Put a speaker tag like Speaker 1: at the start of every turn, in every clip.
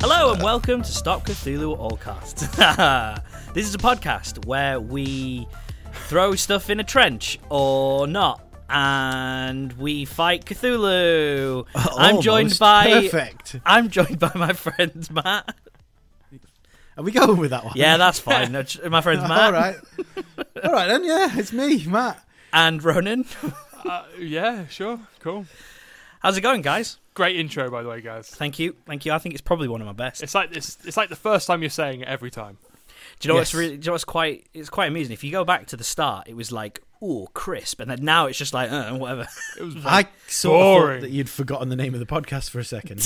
Speaker 1: Hello and welcome to Stop Cthulhu Allcast. this is a podcast where we throw stuff in a trench or not, and we fight Cthulhu. I'm joined
Speaker 2: Almost
Speaker 1: by
Speaker 2: perfect.
Speaker 1: I'm joined by my friends Matt.
Speaker 2: Are we going with that one?
Speaker 1: Yeah, that's fine. No, ch- my friends Matt
Speaker 2: All right. All right then. Yeah, it's me, Matt.
Speaker 1: and Ronan.
Speaker 3: Uh, yeah, sure, cool.
Speaker 1: How's it going, guys?
Speaker 3: Great intro, by the way, guys.
Speaker 1: Thank you, thank you. I think it's probably one of my best.
Speaker 3: It's like this. It's like the first time you're saying it every time.
Speaker 1: Do you know what's
Speaker 2: Yes.
Speaker 1: really? Do you know what's quite? It's quite amusing. If you go back to the start, it was like ooh crisp, and then now it's just like uh, whatever.
Speaker 3: It was
Speaker 2: I sort of
Speaker 3: boring.
Speaker 2: thought that you'd forgotten the name of the podcast for a second.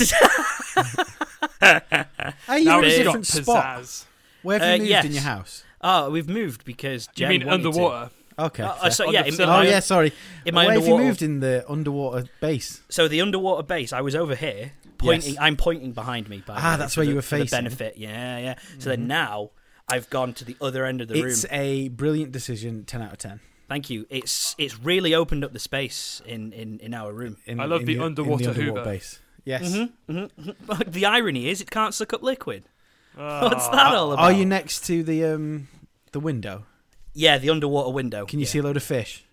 Speaker 2: Are you
Speaker 3: now
Speaker 2: in a
Speaker 3: it's got
Speaker 2: different spot?
Speaker 3: pizzazz.
Speaker 2: Where have you
Speaker 1: Uh,
Speaker 2: moved
Speaker 1: yes.
Speaker 2: in your house?
Speaker 1: Oh, we've moved because
Speaker 3: You
Speaker 1: Jen
Speaker 3: mean
Speaker 1: wanted to.
Speaker 3: underwater?
Speaker 2: Okay.
Speaker 1: Uh,
Speaker 2: fair.
Speaker 1: so
Speaker 3: On
Speaker 1: yeah,
Speaker 3: the
Speaker 1: in, in
Speaker 3: facility.
Speaker 2: oh
Speaker 1: my,
Speaker 2: yeah, sorry.
Speaker 1: in my
Speaker 2: Where have
Speaker 1: underwater.
Speaker 2: you moved in the underwater base?
Speaker 1: So the underwater base, I was over here pointing.
Speaker 2: Yes.
Speaker 1: I'm pointing behind me. By the
Speaker 2: Ah,
Speaker 1: way,
Speaker 2: that's
Speaker 1: for
Speaker 2: where
Speaker 1: the-
Speaker 2: you were
Speaker 1: for the
Speaker 2: facing. Mm-hmm.
Speaker 1: benefit, yeah, yeah. So then now I've gone to the other end of the
Speaker 2: it's
Speaker 1: room.
Speaker 2: a brilliant decision. Ten out of ten.
Speaker 1: Thank you. It's it's really opened up the space in in, in our room.
Speaker 2: In,
Speaker 3: I love
Speaker 2: in
Speaker 3: the
Speaker 2: in
Speaker 3: underwater
Speaker 2: the underwater
Speaker 3: Hoover.
Speaker 2: base. Yes.
Speaker 1: Mm-hmm. the irony is, it can't suck up liquid. What's
Speaker 3: Ah,
Speaker 1: that all about?
Speaker 2: Are you next to the um the window?
Speaker 1: yeah, the underwater window.
Speaker 2: Can you
Speaker 1: yeah.
Speaker 2: see a load of fish?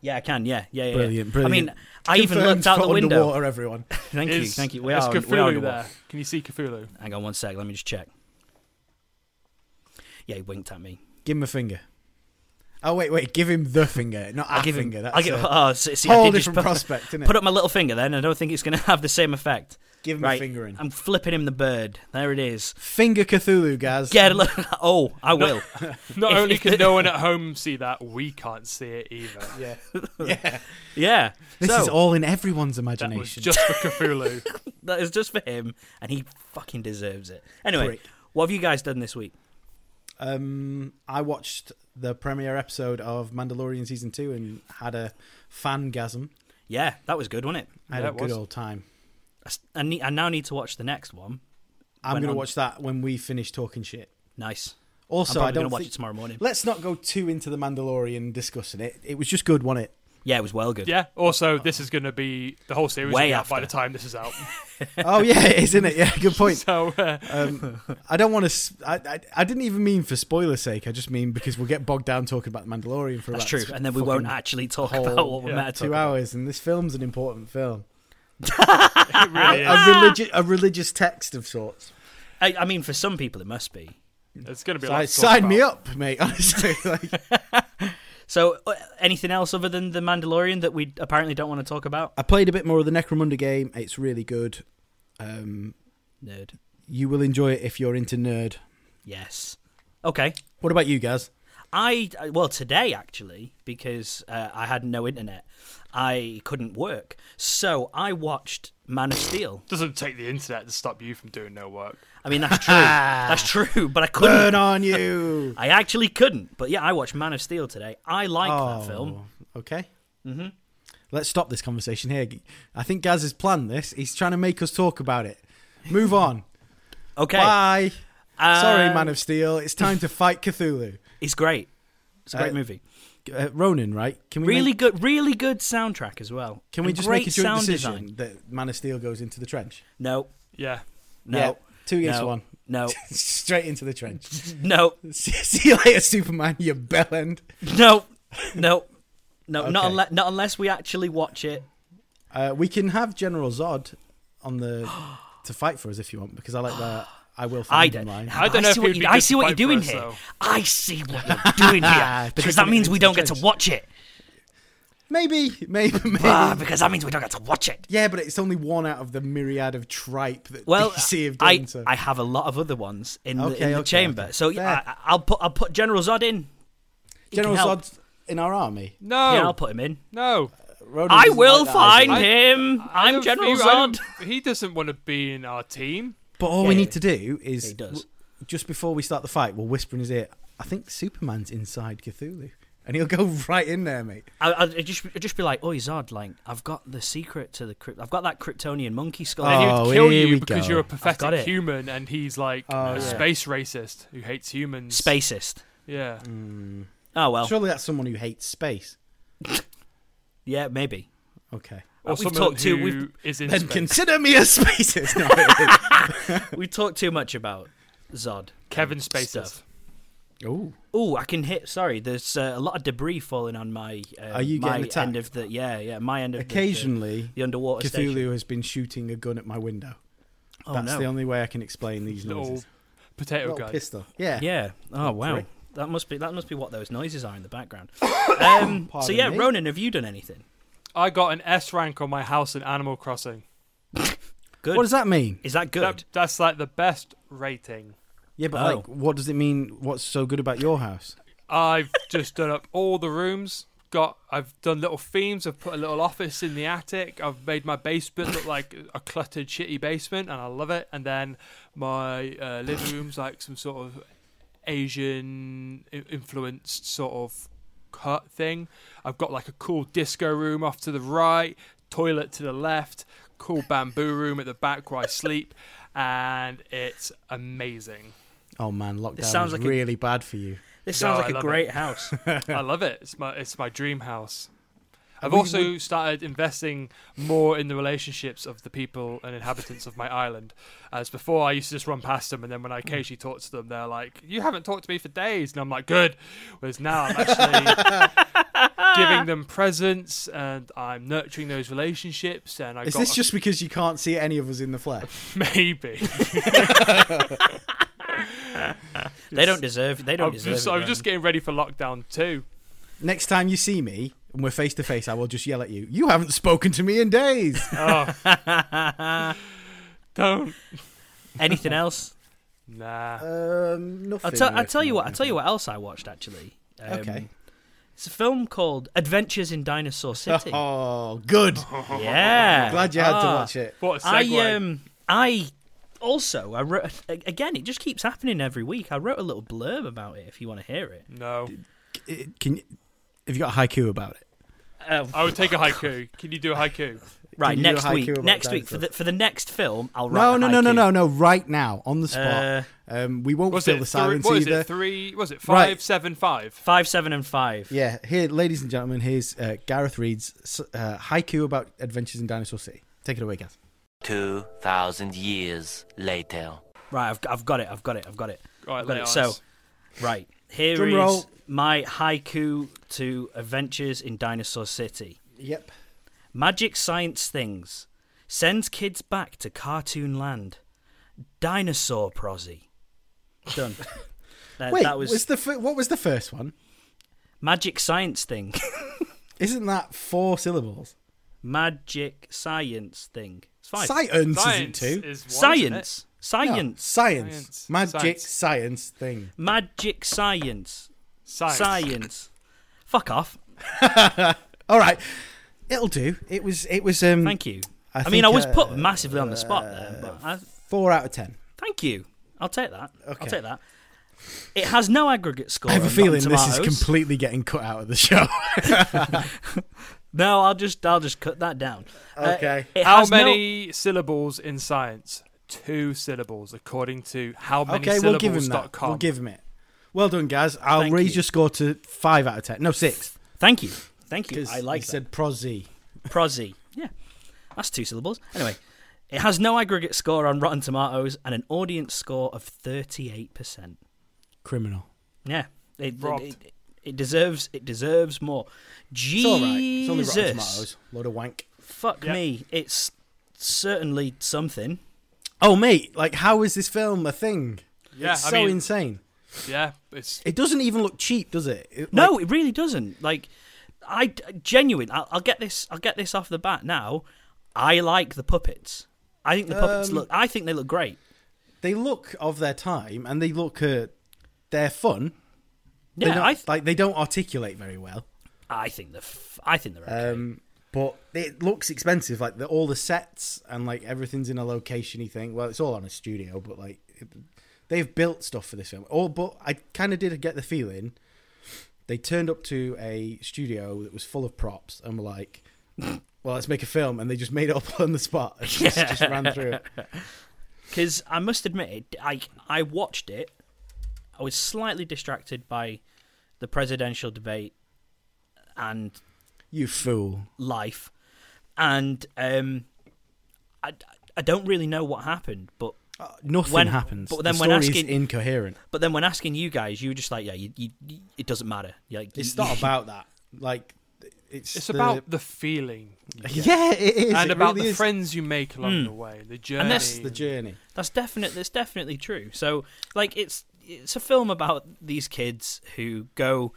Speaker 1: Yeah, I can. Yeah, yeah, yeah. yeah.
Speaker 2: Brilliant,
Speaker 1: I
Speaker 2: brilliant.
Speaker 1: mean, I even
Speaker 2: Confirmed
Speaker 1: looked out
Speaker 2: for
Speaker 1: the window.
Speaker 2: Underwater, everyone.
Speaker 1: Thank you,
Speaker 3: is-
Speaker 1: thank you. We
Speaker 3: is
Speaker 1: are,
Speaker 3: Cthulhu
Speaker 1: we are underwater.
Speaker 3: there. Can you see Cthulhu?
Speaker 1: Hang on one sec. Let me just check. Yeah, he winked at me.
Speaker 2: Give him a finger. Oh wait, wait. Give him the finger, not
Speaker 1: I'll
Speaker 2: a
Speaker 1: give him.
Speaker 2: finger. That's
Speaker 1: I'll give,
Speaker 2: a
Speaker 1: oh, see, see, I
Speaker 2: whole
Speaker 1: did just
Speaker 2: different
Speaker 1: put,
Speaker 2: prospect, isn't it?
Speaker 1: put up my little finger. Then I don't think it's going to have the same effect.
Speaker 2: give him
Speaker 1: right.
Speaker 2: a finger in.
Speaker 1: I'm flipping him the bird. There it is.
Speaker 2: Finger Cthulhu, guys.
Speaker 1: Get a look. Oh, I will.
Speaker 3: Not
Speaker 1: If-
Speaker 3: only
Speaker 1: if
Speaker 3: can
Speaker 1: the-
Speaker 3: no one at home see that, we can't see it either.
Speaker 2: Yeah. yeah.
Speaker 1: yeah.
Speaker 2: This
Speaker 1: so,
Speaker 2: is all in everyone's
Speaker 3: That was
Speaker 2: imagination.
Speaker 3: just for Cthulhu.
Speaker 1: that is just for him, and he fucking deserves it. Anyway,
Speaker 2: Prick.
Speaker 1: what have you guys done this week?
Speaker 2: Um, I watched the premiere episode of Mandalorian season two and had a fangasm.
Speaker 1: Yeah, that was good, wasn't it?
Speaker 2: I had
Speaker 3: Yeah,
Speaker 2: a
Speaker 3: it
Speaker 2: good
Speaker 3: was.
Speaker 2: old time.
Speaker 1: I, s- I need, I now need to watch the next one.
Speaker 2: I'm
Speaker 1: Went
Speaker 2: gonna
Speaker 1: on.
Speaker 2: watch that when we finish talking shit.
Speaker 1: Nice.
Speaker 2: Also,
Speaker 1: I'm
Speaker 2: I
Speaker 1: probably
Speaker 2: don't
Speaker 1: gonna watch
Speaker 2: think-
Speaker 1: it tomorrow morning.
Speaker 2: Let's not go too into the Mandalorian discussing it. It was just good, wasn't it?
Speaker 1: Yeah, it was well good.
Speaker 3: Yeah. Also, this is going to be the whole series
Speaker 1: Way
Speaker 3: will be out by
Speaker 1: after.
Speaker 3: the time this is out.
Speaker 2: oh yeah, it is, isn't it? Yeah, good point.
Speaker 3: so uh,
Speaker 2: Um, I don't want to. I, I, I didn't even mean for spoiler sake. I just mean because we'll get bogged down talking about the Mandalorian for
Speaker 1: That's
Speaker 2: about
Speaker 1: true.
Speaker 2: t-
Speaker 1: And then we won't
Speaker 2: fucking
Speaker 1: actually talk
Speaker 2: whole-
Speaker 1: about what we're
Speaker 3: yeah,
Speaker 1: meant to
Speaker 2: two
Speaker 1: talk
Speaker 2: hours. And this film's an important film,
Speaker 3: it really is.
Speaker 2: a religious a religious text of sorts.
Speaker 1: I, I mean, for some people, it must be.
Speaker 3: It's going to be. a lot
Speaker 2: Like,
Speaker 3: to talk
Speaker 2: sign me
Speaker 3: about.
Speaker 2: up, mate. Honestly, like,
Speaker 1: So, uh, anything else other than the Mandalorian that we apparently don't want to talk about?
Speaker 2: I played a bit more of the Necromunda game. It's really good. Um,
Speaker 1: Nerd.
Speaker 2: you will enjoy it if you're into nerd.
Speaker 1: Yes. Okay.
Speaker 2: What about you, guys?
Speaker 1: I well today actually because uh, I had no internet, I couldn't work. So I watched Man of Steel.
Speaker 3: Doesn't take the internet to stop you from doing no work.
Speaker 1: I mean that's true. that's true. But I
Speaker 2: Burn
Speaker 1: couldn't.
Speaker 2: on you.
Speaker 1: I actually couldn't. But yeah, I watched Man of Steel today. I like that film. Mm-hmm.
Speaker 2: Oh, Okay. Let's stop this conversation here. I think Gaz has planned this. He's trying to make us talk about it. Move on.
Speaker 1: Okay.
Speaker 2: Bye. Sorry,
Speaker 1: Um,
Speaker 2: Man of Steel. It's time to fight Cthulhu.
Speaker 1: It's great. It's a great
Speaker 2: Uh,
Speaker 1: movie.
Speaker 2: Uh, Ronan, right? Can we
Speaker 1: Really
Speaker 2: Make,
Speaker 1: good. Really good soundtrack as well.
Speaker 2: can we
Speaker 1: And
Speaker 2: just
Speaker 1: great
Speaker 2: make a joint
Speaker 1: sound
Speaker 2: decision
Speaker 1: design.
Speaker 2: that Man of Steel goes into the trench?
Speaker 1: No.
Speaker 3: Yeah.
Speaker 1: No.
Speaker 2: Yeah, two against
Speaker 1: no,
Speaker 2: one.
Speaker 1: No.
Speaker 2: Straight into the trench.
Speaker 1: No.
Speaker 2: see, see you later, Superman. You bell end.
Speaker 1: No, no, no, not
Speaker 2: Okay.
Speaker 1: unless not unless we actually watch it.
Speaker 2: Uh, we can have General Zod on the to fight for us if you want, because I like that. I will
Speaker 1: I
Speaker 2: find
Speaker 1: don't.
Speaker 2: him line.
Speaker 3: I don't
Speaker 1: see
Speaker 3: know if it
Speaker 1: what
Speaker 3: would
Speaker 1: you,
Speaker 3: be
Speaker 1: I
Speaker 3: good
Speaker 1: see
Speaker 3: to
Speaker 1: what you're
Speaker 3: fight
Speaker 1: doing
Speaker 3: for us,
Speaker 1: here.
Speaker 3: though.
Speaker 1: I see what you're doing here Ah, because that
Speaker 2: Tricking it
Speaker 1: means we
Speaker 2: into
Speaker 1: don't
Speaker 2: the
Speaker 1: get to
Speaker 2: trench.
Speaker 1: watch it.
Speaker 2: Maybe, maybe, maybe.
Speaker 1: Ah, because that means we don't get to watch it.
Speaker 2: Yeah, but it's only one out of the myriad of tripe that
Speaker 1: Well,
Speaker 2: DC have done.
Speaker 1: I,
Speaker 2: so.
Speaker 1: I have a lot of other ones in the,
Speaker 2: Okay,
Speaker 1: in the
Speaker 2: okay,
Speaker 1: chamber,
Speaker 2: okay.
Speaker 1: so yeah,
Speaker 2: Fair.
Speaker 1: I, I'll put I'll put General Zod in. He can
Speaker 2: General
Speaker 1: help.
Speaker 2: Zod's in our army.
Speaker 3: No.
Speaker 1: Yeah, I'll put him in.
Speaker 3: no.
Speaker 2: Ronan
Speaker 1: I
Speaker 2: doesn't
Speaker 1: will
Speaker 2: like that
Speaker 1: find
Speaker 2: idea.
Speaker 3: I-
Speaker 1: him.
Speaker 3: I
Speaker 1: I'm
Speaker 3: don't
Speaker 1: General
Speaker 3: feel- I don't-
Speaker 1: Zod.
Speaker 3: He doesn't want to be in our team.
Speaker 2: But all
Speaker 1: Yeah,
Speaker 2: we
Speaker 1: yeah.
Speaker 2: need to do
Speaker 1: Yeah,
Speaker 2: is
Speaker 1: he does.
Speaker 2: w- just before we start the fight, we'll whisper in his ear. I think Superman's inside Cthulhu, and he'll go right in there, mate.
Speaker 1: I, I'd I'd just I'd just be like, "Oh, Zod, like I've got the secret to the crypt. I've got that Kryptonian monkey skull.
Speaker 3: And he
Speaker 2: Oh,
Speaker 3: would kill
Speaker 2: here
Speaker 3: you
Speaker 2: we
Speaker 3: because
Speaker 2: go.
Speaker 3: you're a
Speaker 1: I've got it.
Speaker 3: pathetic human, and he's like
Speaker 2: Oh,
Speaker 3: a
Speaker 2: yeah.
Speaker 3: space racist who hates humans.
Speaker 1: Spacist.
Speaker 3: Yeah.
Speaker 1: Oh well,
Speaker 2: Surely that's someone who hates space.
Speaker 1: yeah, maybe."
Speaker 2: Okay.
Speaker 3: Or
Speaker 1: We've
Speaker 3: someone
Speaker 1: talked to-
Speaker 3: who
Speaker 1: we've-
Speaker 3: is in
Speaker 2: Then
Speaker 3: space.
Speaker 2: consider me a spacist. No, it
Speaker 1: We talked too much about Zod.
Speaker 3: Kevin Spacey.
Speaker 1: Stuff.
Speaker 2: is. Ooh.
Speaker 1: Oh, I can hit. Sorry, there's uh, a lot of debris falling on my. Uh,
Speaker 2: Are you
Speaker 1: my
Speaker 2: getting attacked?
Speaker 1: end of the? Yeah, yeah, my end of the-
Speaker 2: Occasionally,
Speaker 1: the, the underwater
Speaker 2: Cthulhu
Speaker 1: station.
Speaker 2: has been shooting a gun at my window.
Speaker 1: Oh
Speaker 2: That's
Speaker 1: no! Oh,
Speaker 2: the only way I can explain these
Speaker 3: Little
Speaker 2: noises.
Speaker 3: potato
Speaker 2: Little
Speaker 3: guy.
Speaker 2: pistol. Yeah.
Speaker 1: yeah. Oh wow.
Speaker 2: prick.
Speaker 1: That must be that must be what those noises are in the background. Um, so
Speaker 2: Pardon
Speaker 1: yeah,
Speaker 2: me.
Speaker 1: Ronan, have you done anything?
Speaker 3: I got an S rank on my house in Animal Crossing.
Speaker 1: Good.
Speaker 2: What does that mean?
Speaker 1: Is that good?
Speaker 3: That, that's like the best rating.
Speaker 2: Yeah, but
Speaker 1: Oh.
Speaker 2: like, what does it mean? What's so good about your house?
Speaker 3: I've just done up all the rooms. Got I've done little themes. I've put a little office in the attic. I've made my basement look like a cluttered, shitty basement, and I love it. And then my uh, living room's like some sort of Asian i- influenced sort of hut thing. I've got like a cool disco room off to the right, toilet to the left, cool bamboo room at the back where I sleep, and it's amazing.
Speaker 2: Oh man, lockdown
Speaker 1: sounds
Speaker 2: sounds
Speaker 1: like a-
Speaker 2: really bad for you.
Speaker 1: this sounds
Speaker 3: No, I
Speaker 1: like a
Speaker 3: love
Speaker 1: great house.
Speaker 3: I love it. It's my it's my dream house. I've
Speaker 2: we-
Speaker 3: also started investing more in the relationships of the people and inhabitants of my island. As before, I used to just run past them, and then when I occasionally talk to them, they're like, "You haven't talked to me for days," and I'm like, "Good." Whereas now I'm actually giving them presents and I'm nurturing those relationships. And I
Speaker 2: Is
Speaker 3: got
Speaker 2: this
Speaker 3: a-
Speaker 2: just because you can't see any of us in the flesh?
Speaker 3: maybe?
Speaker 1: they don't deserve. They don't
Speaker 3: I'm
Speaker 1: deserve.
Speaker 3: just,
Speaker 1: it,
Speaker 3: I'm
Speaker 1: Ronan.
Speaker 3: just getting ready for lockdown too.
Speaker 2: Next time you see me and we're face to face, I will just yell at you. You haven't spoken to me in days.
Speaker 3: Oh, don't.
Speaker 1: Anything else?
Speaker 3: Nah.
Speaker 2: um, nothing.
Speaker 1: I'll, tell I'll tell you what. I'll tell you what else I watched actually. Um,
Speaker 2: Okay.
Speaker 1: It's a film called Adventures in Dinosaur City.
Speaker 2: Oh, good.
Speaker 1: yeah.
Speaker 2: Glad you had to
Speaker 1: Ah.
Speaker 2: watch it.
Speaker 3: What a segue.
Speaker 1: I um I also I wrote again. It just keeps happening every week. I wrote a little blurb about it if you want to hear it.
Speaker 3: no.
Speaker 2: C- eh, Can you, have you got a haiku about it?
Speaker 1: Uh,
Speaker 3: I would
Speaker 2: Oh,
Speaker 3: take a haiku. Can you do a haiku?
Speaker 1: right
Speaker 2: you do a
Speaker 1: next
Speaker 2: haiku
Speaker 1: week.
Speaker 2: about
Speaker 1: Next week for the
Speaker 2: dinosaurs?
Speaker 1: for the next film, I'll write.
Speaker 2: No,
Speaker 1: a
Speaker 2: no, no, no,
Speaker 1: haiku.
Speaker 2: no, no. Right now, on the spot.
Speaker 1: Uh,
Speaker 2: um, we won't
Speaker 3: Was
Speaker 2: fill
Speaker 3: it
Speaker 2: the
Speaker 3: three,
Speaker 2: silence
Speaker 3: what is
Speaker 2: either.
Speaker 3: it? Three? Was it
Speaker 2: Right.
Speaker 3: five seven five?
Speaker 1: Five, seven, and five.
Speaker 2: Yeah, here, ladies and gentlemen, here's uh, Gareth Reed's s- uh, haiku about Adventures in Dinosaur City. Take it away, Gareth.
Speaker 4: 2,000 years later.
Speaker 1: Right, I've, I've got it. I've got it. I've got it.
Speaker 3: All right,
Speaker 1: I've got
Speaker 3: lay
Speaker 1: it.
Speaker 3: it on
Speaker 1: So,
Speaker 3: us.
Speaker 1: right here is
Speaker 2: Drum roll.
Speaker 1: my haiku to Adventures in Dinosaur City.
Speaker 2: Yep.
Speaker 1: Magic science things. Sends kids back to cartoon land. Dinosaur prosy. Done. that,
Speaker 2: Wait,
Speaker 1: that was,
Speaker 2: the fir- what was the first one?
Speaker 1: magic science thing.
Speaker 2: Isn't that four syllables?
Speaker 1: magic science thing. It's fine.
Speaker 2: Science,
Speaker 3: Science
Speaker 2: isn't 2
Speaker 3: is one, isn't it?
Speaker 1: science.
Speaker 2: No,
Speaker 1: Science.
Speaker 2: science.
Speaker 3: Science.
Speaker 2: Magic
Speaker 3: Science.
Speaker 2: science. thing.
Speaker 1: Magic science.
Speaker 3: Science.
Speaker 1: Science. Fuck off.
Speaker 2: All right. It'll do. It was it was um
Speaker 1: Thank you.
Speaker 2: I
Speaker 1: I, mean, I
Speaker 2: think,
Speaker 1: was put
Speaker 2: uh,
Speaker 1: massively on the spot there, but I,
Speaker 2: 4 out of 10.
Speaker 1: thank you. I'll take that. I'll
Speaker 2: Okay.
Speaker 1: take that. It has no aggregate score.
Speaker 2: I have a feeling this is
Speaker 1: complete.
Speaker 2: completely getting cut out of the show.
Speaker 1: No, I'll just I'll just cut that down. Uh,
Speaker 2: Okay.
Speaker 1: it
Speaker 3: How
Speaker 1: has no-
Speaker 3: many syllables in science? Two syllables, according to how many
Speaker 2: okay, we'll give him that.
Speaker 3: syllables.com.
Speaker 2: We'll give him it. Well done, Gaz. I'll
Speaker 1: Thank
Speaker 2: raise
Speaker 1: you.
Speaker 2: your score to 5 out of 10. No, 6.
Speaker 1: Thank you, thank you.
Speaker 2: Because
Speaker 1: I like
Speaker 2: you
Speaker 1: that.
Speaker 2: said prosy.
Speaker 1: Prozzy. Yeah, that's two syllables. Anyway, it has no aggregate score on Rotten Tomatoes and an audience score of thirty-eight percent.
Speaker 2: Criminal.
Speaker 1: Yeah, it, it,
Speaker 3: Robbed.
Speaker 1: it, it deserves it deserves more.
Speaker 2: It's
Speaker 1: Jesus,
Speaker 2: all right. It's only Rotten Tomatoes. Load of wank.
Speaker 1: fuck
Speaker 3: Yeah.
Speaker 1: me, it's certainly something.
Speaker 2: Oh, mate, like, how is this film a thing?
Speaker 3: Yeah,
Speaker 2: it's
Speaker 3: I
Speaker 2: so
Speaker 3: mean-
Speaker 2: insane.
Speaker 3: Yeah, it's
Speaker 2: It doesn't even look cheap, does it? It-
Speaker 1: No,
Speaker 2: like-
Speaker 1: it really doesn't. Like, I genuine. I'll, I'll get this. I'll get this off the bat now. I like the puppets. I think the puppets
Speaker 2: Um,
Speaker 1: look. I think they look great.
Speaker 2: they look of their time, and they look uh, they're fun. They're
Speaker 1: Yeah,
Speaker 2: not-
Speaker 1: I. Th-
Speaker 2: like they don't articulate very well.
Speaker 1: I think the. F- I think they're okay.
Speaker 2: Um, but it looks expensive. Like the, all the sets and like everything's in a location. You think, well, it's all on a studio, but like it, they've built stuff for this film. All but I kind of did get the feeling they turned up to a studio that was full of props and were like, "Well, let's make a film," and they just made it up on the spot. And just, just ran through it.
Speaker 1: Because I must admit, it, I I watched it. I was slightly distracted by the presidential debate and
Speaker 2: You fool!
Speaker 1: life, and um, I, I don't really know what happened, but
Speaker 2: Uh, nothing
Speaker 1: When-
Speaker 2: happens.
Speaker 1: but then
Speaker 2: the
Speaker 1: when
Speaker 2: story
Speaker 1: asking-
Speaker 2: is incoherent.
Speaker 1: but then when asking you guys, you were just like, yeah, you, you, you- it doesn't matter. You're like,
Speaker 2: It's
Speaker 1: you-
Speaker 2: not about that. Like it's
Speaker 3: It's
Speaker 2: the-
Speaker 3: about the feeling
Speaker 2: yeah. it is.
Speaker 3: and
Speaker 2: It
Speaker 3: about
Speaker 2: really
Speaker 3: the
Speaker 2: is.
Speaker 3: friends you make along
Speaker 1: Mm.
Speaker 3: the way, the journey.
Speaker 1: And that's
Speaker 2: It's the journey.
Speaker 1: That's definitely that's definitely true. So like it's it's a film about these kids who go.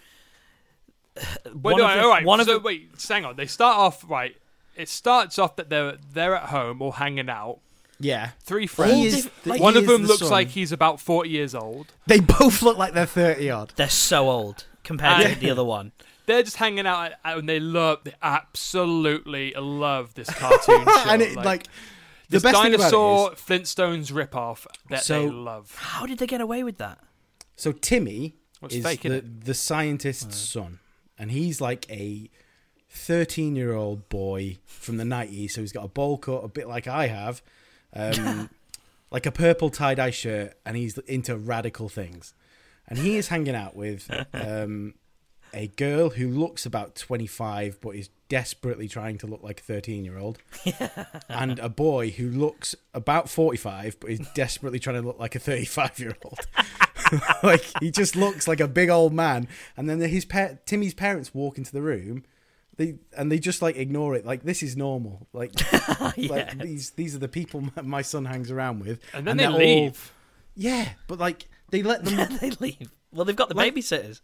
Speaker 3: Wait,
Speaker 1: One
Speaker 3: no,
Speaker 1: of the-
Speaker 3: all right.
Speaker 1: one of
Speaker 3: so
Speaker 1: the-
Speaker 3: wait, hang on. They start off right. It starts off that they're they're at home or hanging out.
Speaker 2: Yeah,
Speaker 3: Three
Speaker 2: He
Speaker 3: friends.
Speaker 2: is the- like,
Speaker 3: One
Speaker 2: he
Speaker 3: of
Speaker 2: is
Speaker 3: them
Speaker 2: the
Speaker 3: looks
Speaker 2: son.
Speaker 3: like he's about forty years old.
Speaker 2: they both look like they're thirty odd.
Speaker 1: They're so old compared to
Speaker 3: And-
Speaker 1: the other one.
Speaker 3: They're just hanging out and- and they love, they absolutely love this cartoon show.
Speaker 2: and it like, the
Speaker 3: this
Speaker 2: best thing about it is-
Speaker 3: dinosaur Flintstones ripoff that
Speaker 2: So-
Speaker 3: they love.
Speaker 1: How did they get away with that?
Speaker 2: So Timmy
Speaker 3: What's
Speaker 2: is
Speaker 3: fake,
Speaker 2: the,
Speaker 3: innit?
Speaker 2: the scientist's son, and he's like a thirteen-year-old boy from the nineties. So he's got a bowl cut, a bit like I have, um, like a purple tie-dye shirt, and he's into radical things. And he is hanging out with um, a girl who looks about twenty-five, but is desperately trying to look like a thirteen-year-old, and a boy who looks about forty-five, but is desperately trying to look like a thirty-five-year-old like he just looks like a big old man. And then his pa- Timmy's parents walk into the room, they and they just like ignore it. Like this is normal. Like, like these these are the people my, my son hangs around with.
Speaker 3: And then they
Speaker 2: they're all-
Speaker 3: leave.
Speaker 2: yeah, but like they let them.
Speaker 1: they leave. Well, they've got the
Speaker 2: Like-
Speaker 1: babysitters.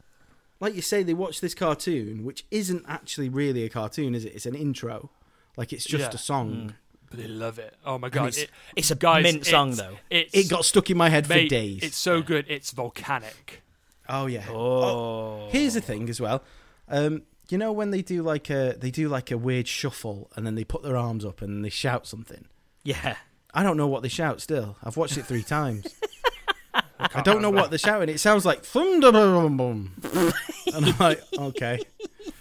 Speaker 2: like you say, they watch this cartoon, which isn't actually really a cartoon, is it? It's an intro. Like it's just
Speaker 3: Yeah.
Speaker 2: a
Speaker 1: Mm.
Speaker 2: song.
Speaker 3: But they love it. Oh my god!
Speaker 2: it's-
Speaker 3: it-
Speaker 1: it's a
Speaker 3: guys,
Speaker 1: mint song,
Speaker 3: it's-
Speaker 1: though.
Speaker 3: It's,
Speaker 2: It got stuck in my head
Speaker 3: mate,
Speaker 2: for days.
Speaker 3: It's so good. It's volcanic.
Speaker 2: Oh yeah.
Speaker 1: Oh,
Speaker 2: Here's the thing as well. Um, you know when they do like a they do like a weird shuffle and then they put their arms up and they shout something.
Speaker 1: yeah.
Speaker 2: I don't know what they shout still. I've watched it three times. I
Speaker 3: can't
Speaker 2: don't know
Speaker 3: remember.
Speaker 2: what they're shouting. It sounds like thunder boom boom. And I'm like, okay.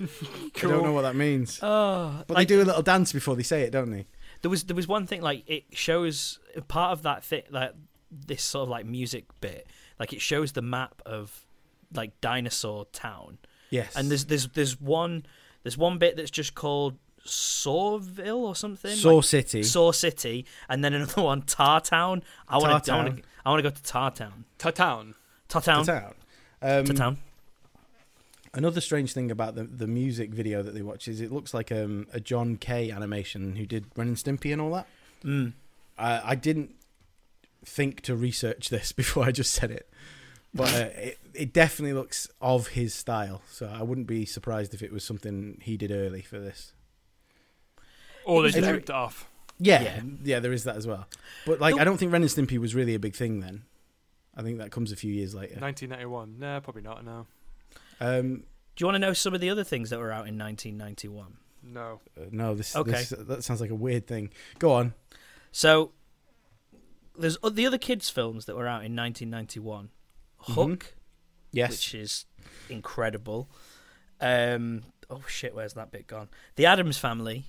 Speaker 2: I don't know what that means.
Speaker 1: Oh,
Speaker 2: but
Speaker 1: like-
Speaker 2: they do a little dance before they say it, don't they?
Speaker 1: there was there was one thing like it shows part of that thing like this sort of like music bit like it shows the map of like dinosaur town
Speaker 2: Yes.
Speaker 1: and there's there's there's one there's one bit that's just called Sawville or something
Speaker 2: Saw
Speaker 1: like-
Speaker 2: City.
Speaker 1: Saw City and then another one Tar Town I want to I want to
Speaker 2: Tartown.
Speaker 1: I want to go to Tar Town
Speaker 3: Tatown.
Speaker 1: Tar Town Tar
Speaker 2: Town. Um,
Speaker 1: Town
Speaker 2: another strange thing about the, the music video that they watch is it looks like um, a John Kay animation who did Ren and Stimpy and all that.
Speaker 1: mm.
Speaker 2: I, I didn't think to research this before I just said it, but uh, it, it definitely looks of his style. So I wouldn't be surprised if it was something he did early for this.
Speaker 3: Or they
Speaker 1: It's
Speaker 3: just
Speaker 1: very-
Speaker 3: ripped it off.
Speaker 2: Yeah, yeah,
Speaker 1: Yeah.
Speaker 2: there is that as well. But like,
Speaker 1: The-
Speaker 2: I don't think Ren and Stimpy was really a big thing then. I think that comes a few years later.
Speaker 3: 1991. No, probably not. No.
Speaker 2: Um,
Speaker 1: Do you want to know some of the other things that were out in 1991
Speaker 3: No.
Speaker 2: uh, no, this,
Speaker 1: Okay.
Speaker 2: this that sounds like a weird thing. Go on.
Speaker 1: So there's o- the other kids films that were out in 1991 Hook
Speaker 2: Mm-hmm. Yes,
Speaker 1: which is incredible. Um, oh shit, where's that bit gone? The Adams Family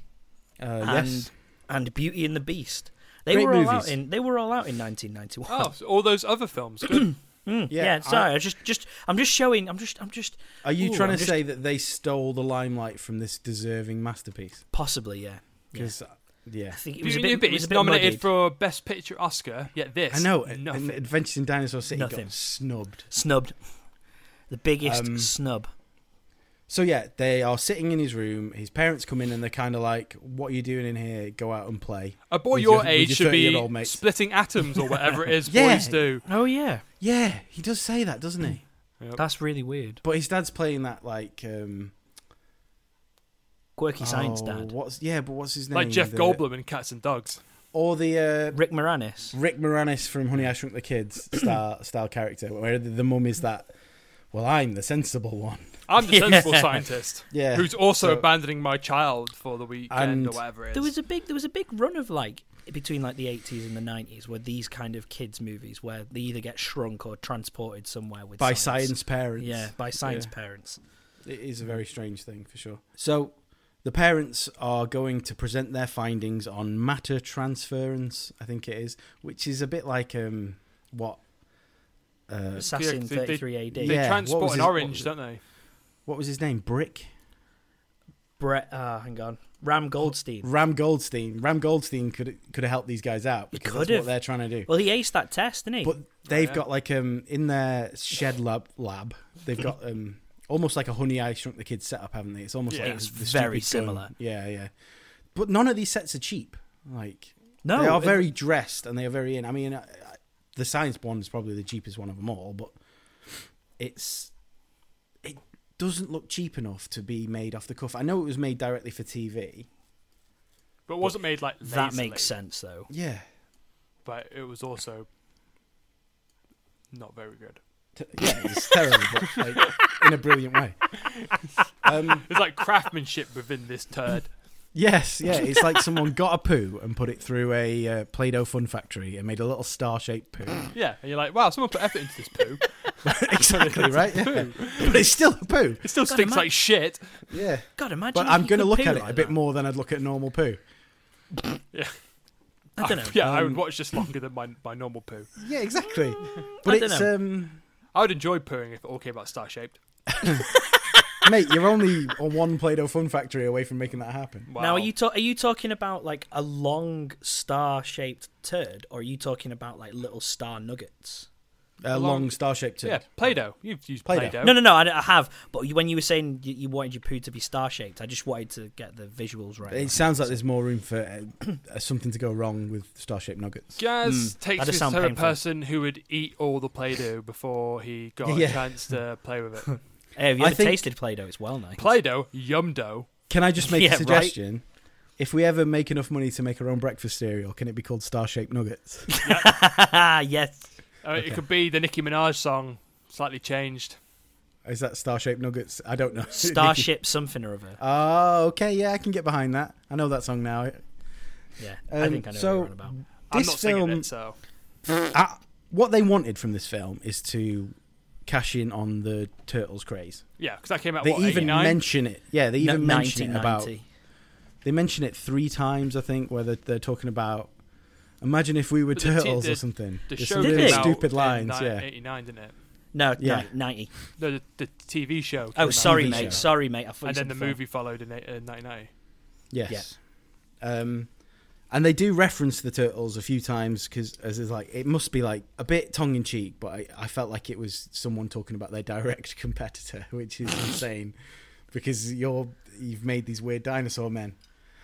Speaker 2: uh,
Speaker 1: and
Speaker 2: yes.
Speaker 1: and Beauty and the Beast. They
Speaker 2: Great
Speaker 1: were all out
Speaker 2: movies.
Speaker 1: in. They were all out in 1991.
Speaker 3: Oh, so all those other films. Good.
Speaker 1: Mm, yeah,
Speaker 2: yeah,
Speaker 1: sorry, I, just just I'm just showing. I'm just I'm just
Speaker 2: Are you
Speaker 1: Ooh,
Speaker 2: trying
Speaker 1: I'm
Speaker 2: to
Speaker 1: just-
Speaker 2: say that they stole the limelight from this deserving masterpiece?
Speaker 1: possibly yeah. yeah.
Speaker 2: Because yeah.
Speaker 1: I think it was
Speaker 3: Beauty
Speaker 1: a
Speaker 3: and
Speaker 1: bit.
Speaker 3: the
Speaker 1: It
Speaker 3: Beast
Speaker 1: was a bit
Speaker 3: nominated
Speaker 1: muddied.
Speaker 3: for Best Picture Oscar. Yet this.
Speaker 2: I know. and-
Speaker 3: Nothing.
Speaker 2: And Adventures in Dinosaur City
Speaker 1: Nothing.
Speaker 2: got snubbed.
Speaker 1: snubbed. The biggest
Speaker 2: Um,
Speaker 1: snub.
Speaker 2: So yeah, they are sitting in his room. His parents come in and they're kind of like, "What are you doing in here? Go out and play."
Speaker 3: a boy
Speaker 2: with
Speaker 3: your,
Speaker 2: your- with
Speaker 3: age
Speaker 2: your
Speaker 3: should be
Speaker 2: 30-year-old mates.
Speaker 3: splitting atoms or whatever it is
Speaker 2: Yeah.
Speaker 3: boys do.
Speaker 1: Oh yeah,
Speaker 2: Yeah, he does say that, doesn't he? oh.
Speaker 1: that's really weird.
Speaker 2: But his dad's playing that like um,
Speaker 1: Quirky Science
Speaker 2: oh,
Speaker 1: Dad.
Speaker 2: What's yeah? But what's his name?
Speaker 3: Like Jeff
Speaker 2: The-
Speaker 3: Goldblum in Cats and Dogs.
Speaker 2: or the uh,
Speaker 1: Rick Moranis.
Speaker 2: Rick Moranis from Honey I Shrunk the Kids style style character, where the, the mum is that. Well, I'm the sensible one.
Speaker 3: I'm the sensible
Speaker 1: Yeah.
Speaker 3: scientist
Speaker 2: Yeah,
Speaker 3: who's also
Speaker 2: so-
Speaker 3: abandoning my child for the weekend
Speaker 2: And-
Speaker 3: or whatever it is.
Speaker 1: There was a big there was a big run of like between like the 80s and the 90s where these kind of kids movies where they either get shrunk or transported somewhere with
Speaker 2: by science parents.
Speaker 1: Yeah, by science
Speaker 2: Yeah.
Speaker 1: parents.
Speaker 2: It is a very strange thing for sure. So the parents are going to present their findings on matter transference, I think it is, which is a bit like um what uh,
Speaker 1: Assassin
Speaker 3: they- they-
Speaker 1: 33 AD.
Speaker 3: They
Speaker 2: Yeah, what was
Speaker 3: transport an
Speaker 2: his-
Speaker 3: orange,
Speaker 2: what
Speaker 3: don't they?
Speaker 2: what was his name? Brick?
Speaker 1: Brett. Ah, hang on. Ram Goldstein.
Speaker 2: Ram Goldstein. Ram Goldstein could could have helped these guys out because that's
Speaker 1: could've.
Speaker 2: what they're trying to do.
Speaker 1: Well, he aced that test, didn't he?
Speaker 2: But
Speaker 1: Oh,
Speaker 2: they've got like um in their shed lab lab they've got
Speaker 1: Mm-hmm.
Speaker 2: um almost like a honey I shrunk the kids setup, haven't they? It's almost
Speaker 3: Yeah.
Speaker 2: like
Speaker 1: It's
Speaker 2: the
Speaker 1: very
Speaker 2: stupid gun.
Speaker 1: similar.
Speaker 2: Yeah, yeah. But none of these sets are cheap. Like
Speaker 1: no,
Speaker 2: they are
Speaker 1: it-
Speaker 2: very dressed and they are very in. I mean, I, I, the science one is probably the cheapest one of them all, but it's it doesn't look cheap enough to be made off the cuff. I know it was made directly for TV.
Speaker 3: But it wasn't made like
Speaker 1: that
Speaker 3: lazily,
Speaker 1: makes sense though.
Speaker 2: Yeah.
Speaker 3: But it was also not very good.
Speaker 2: T- Yeah, it's terrible, but like, in a brilliant way. Um,
Speaker 3: It's like craftsmanship within this turd.
Speaker 2: yes, yeah, it's like someone got a poo and put it through a uh, Play-Doh fun factory and made a little star-shaped poo.
Speaker 3: Yeah, and you're like, wow, someone put effort into this poo.
Speaker 2: exactly right. yeah. But it's still a poo.
Speaker 3: It still stinks
Speaker 1: ima-
Speaker 3: like shit.
Speaker 2: Yeah,
Speaker 1: God, imagine.
Speaker 2: but
Speaker 1: if
Speaker 2: I'm
Speaker 1: you
Speaker 2: going to
Speaker 1: could
Speaker 2: look
Speaker 1: poo
Speaker 2: at it
Speaker 1: like
Speaker 2: a bit
Speaker 1: that.
Speaker 2: more than I'd look at normal poo.
Speaker 1: I don't know.
Speaker 3: Yeah, I would
Speaker 2: Um,
Speaker 3: watch this longer than my, my normal poo.
Speaker 2: Yeah, exactly. But
Speaker 1: I dunno.
Speaker 2: it's um,
Speaker 3: I would enjoy pooing if it all came out star shaped.
Speaker 2: mate, you're only on one Play-Doh Fun Factory away from making that happen.
Speaker 3: Wow.
Speaker 1: Now, are you ta- are you talking about like a long star shaped turd, or are you talking about like little star nuggets?
Speaker 2: A long,
Speaker 3: long-
Speaker 2: star-shaped tip.
Speaker 3: Yeah, Play Doh. You've used Play
Speaker 2: Play-Doh.
Speaker 3: Doh.
Speaker 1: No, no, no. I, I have, but you- when you were saying you, you wanted your poo to be star shaped, I just wanted to get the visuals right.
Speaker 2: It sounds like there's more room for uh, uh, something to go wrong with star-shaped nuggets.
Speaker 3: Gaz takes
Speaker 1: That does
Speaker 3: me
Speaker 1: sound
Speaker 3: to the
Speaker 1: painful.
Speaker 3: person who would eat all the Play Doh before he got
Speaker 2: Yeah.
Speaker 3: a chance to play with it.
Speaker 1: Hey, have you
Speaker 2: I
Speaker 1: ever
Speaker 2: think-
Speaker 1: tasted Play Doh? It's well nice.
Speaker 3: Play Doh, yum dough.
Speaker 2: Can I just make
Speaker 1: Yeah,
Speaker 2: a
Speaker 1: right.
Speaker 2: suggestion? If we ever make enough money to make our own breakfast cereal, can it be called star-shaped nuggets?
Speaker 1: yes.
Speaker 3: Uh, It could be the Nicki Minaj song, slightly changed.
Speaker 2: Is that star-shaped nuggets? I don't know.
Speaker 1: Starship something or other.
Speaker 2: Oh, okay, yeah, I can get behind that. I know that song now.
Speaker 1: Yeah, I
Speaker 2: Um,
Speaker 1: think I know
Speaker 2: so-
Speaker 1: what you're on about.
Speaker 3: I'm
Speaker 2: This
Speaker 3: not
Speaker 2: film,
Speaker 3: singing it, so
Speaker 2: I- what they wanted from this film is to cash in on the turtles craze.
Speaker 3: yeah, because that came out.
Speaker 2: They
Speaker 3: what,
Speaker 2: even
Speaker 3: 89?
Speaker 2: mention it. Yeah, they even
Speaker 1: No,
Speaker 2: mention it about.
Speaker 1: 1990.
Speaker 2: They mention it three times, I think, where they're, they're talking about. Imagine if we were
Speaker 3: But the t-
Speaker 2: turtles
Speaker 3: the-
Speaker 2: or something.
Speaker 3: The
Speaker 2: There's
Speaker 3: show
Speaker 2: some
Speaker 1: did
Speaker 3: came
Speaker 2: really
Speaker 1: out
Speaker 2: stupid
Speaker 3: in
Speaker 2: lines.
Speaker 3: ni-
Speaker 2: Yeah,
Speaker 3: 89, didn't it?
Speaker 1: No,
Speaker 2: Yeah.
Speaker 1: ni- ninety.
Speaker 3: No, the, the TV show. came
Speaker 1: Oh,
Speaker 3: out
Speaker 1: sorry,
Speaker 2: TV
Speaker 1: mate.
Speaker 2: show.
Speaker 1: Sorry, mate. I thought you
Speaker 3: And
Speaker 1: said
Speaker 3: then the
Speaker 1: film.
Speaker 3: movie followed in eight- uh, 1990.
Speaker 2: yes. Um, and they do reference the turtles a few times because as is like it must be like a bit tongue in cheek, but I, I felt like it was someone talking about their direct competitor, which is insane because you're you've made these weird dinosaur men.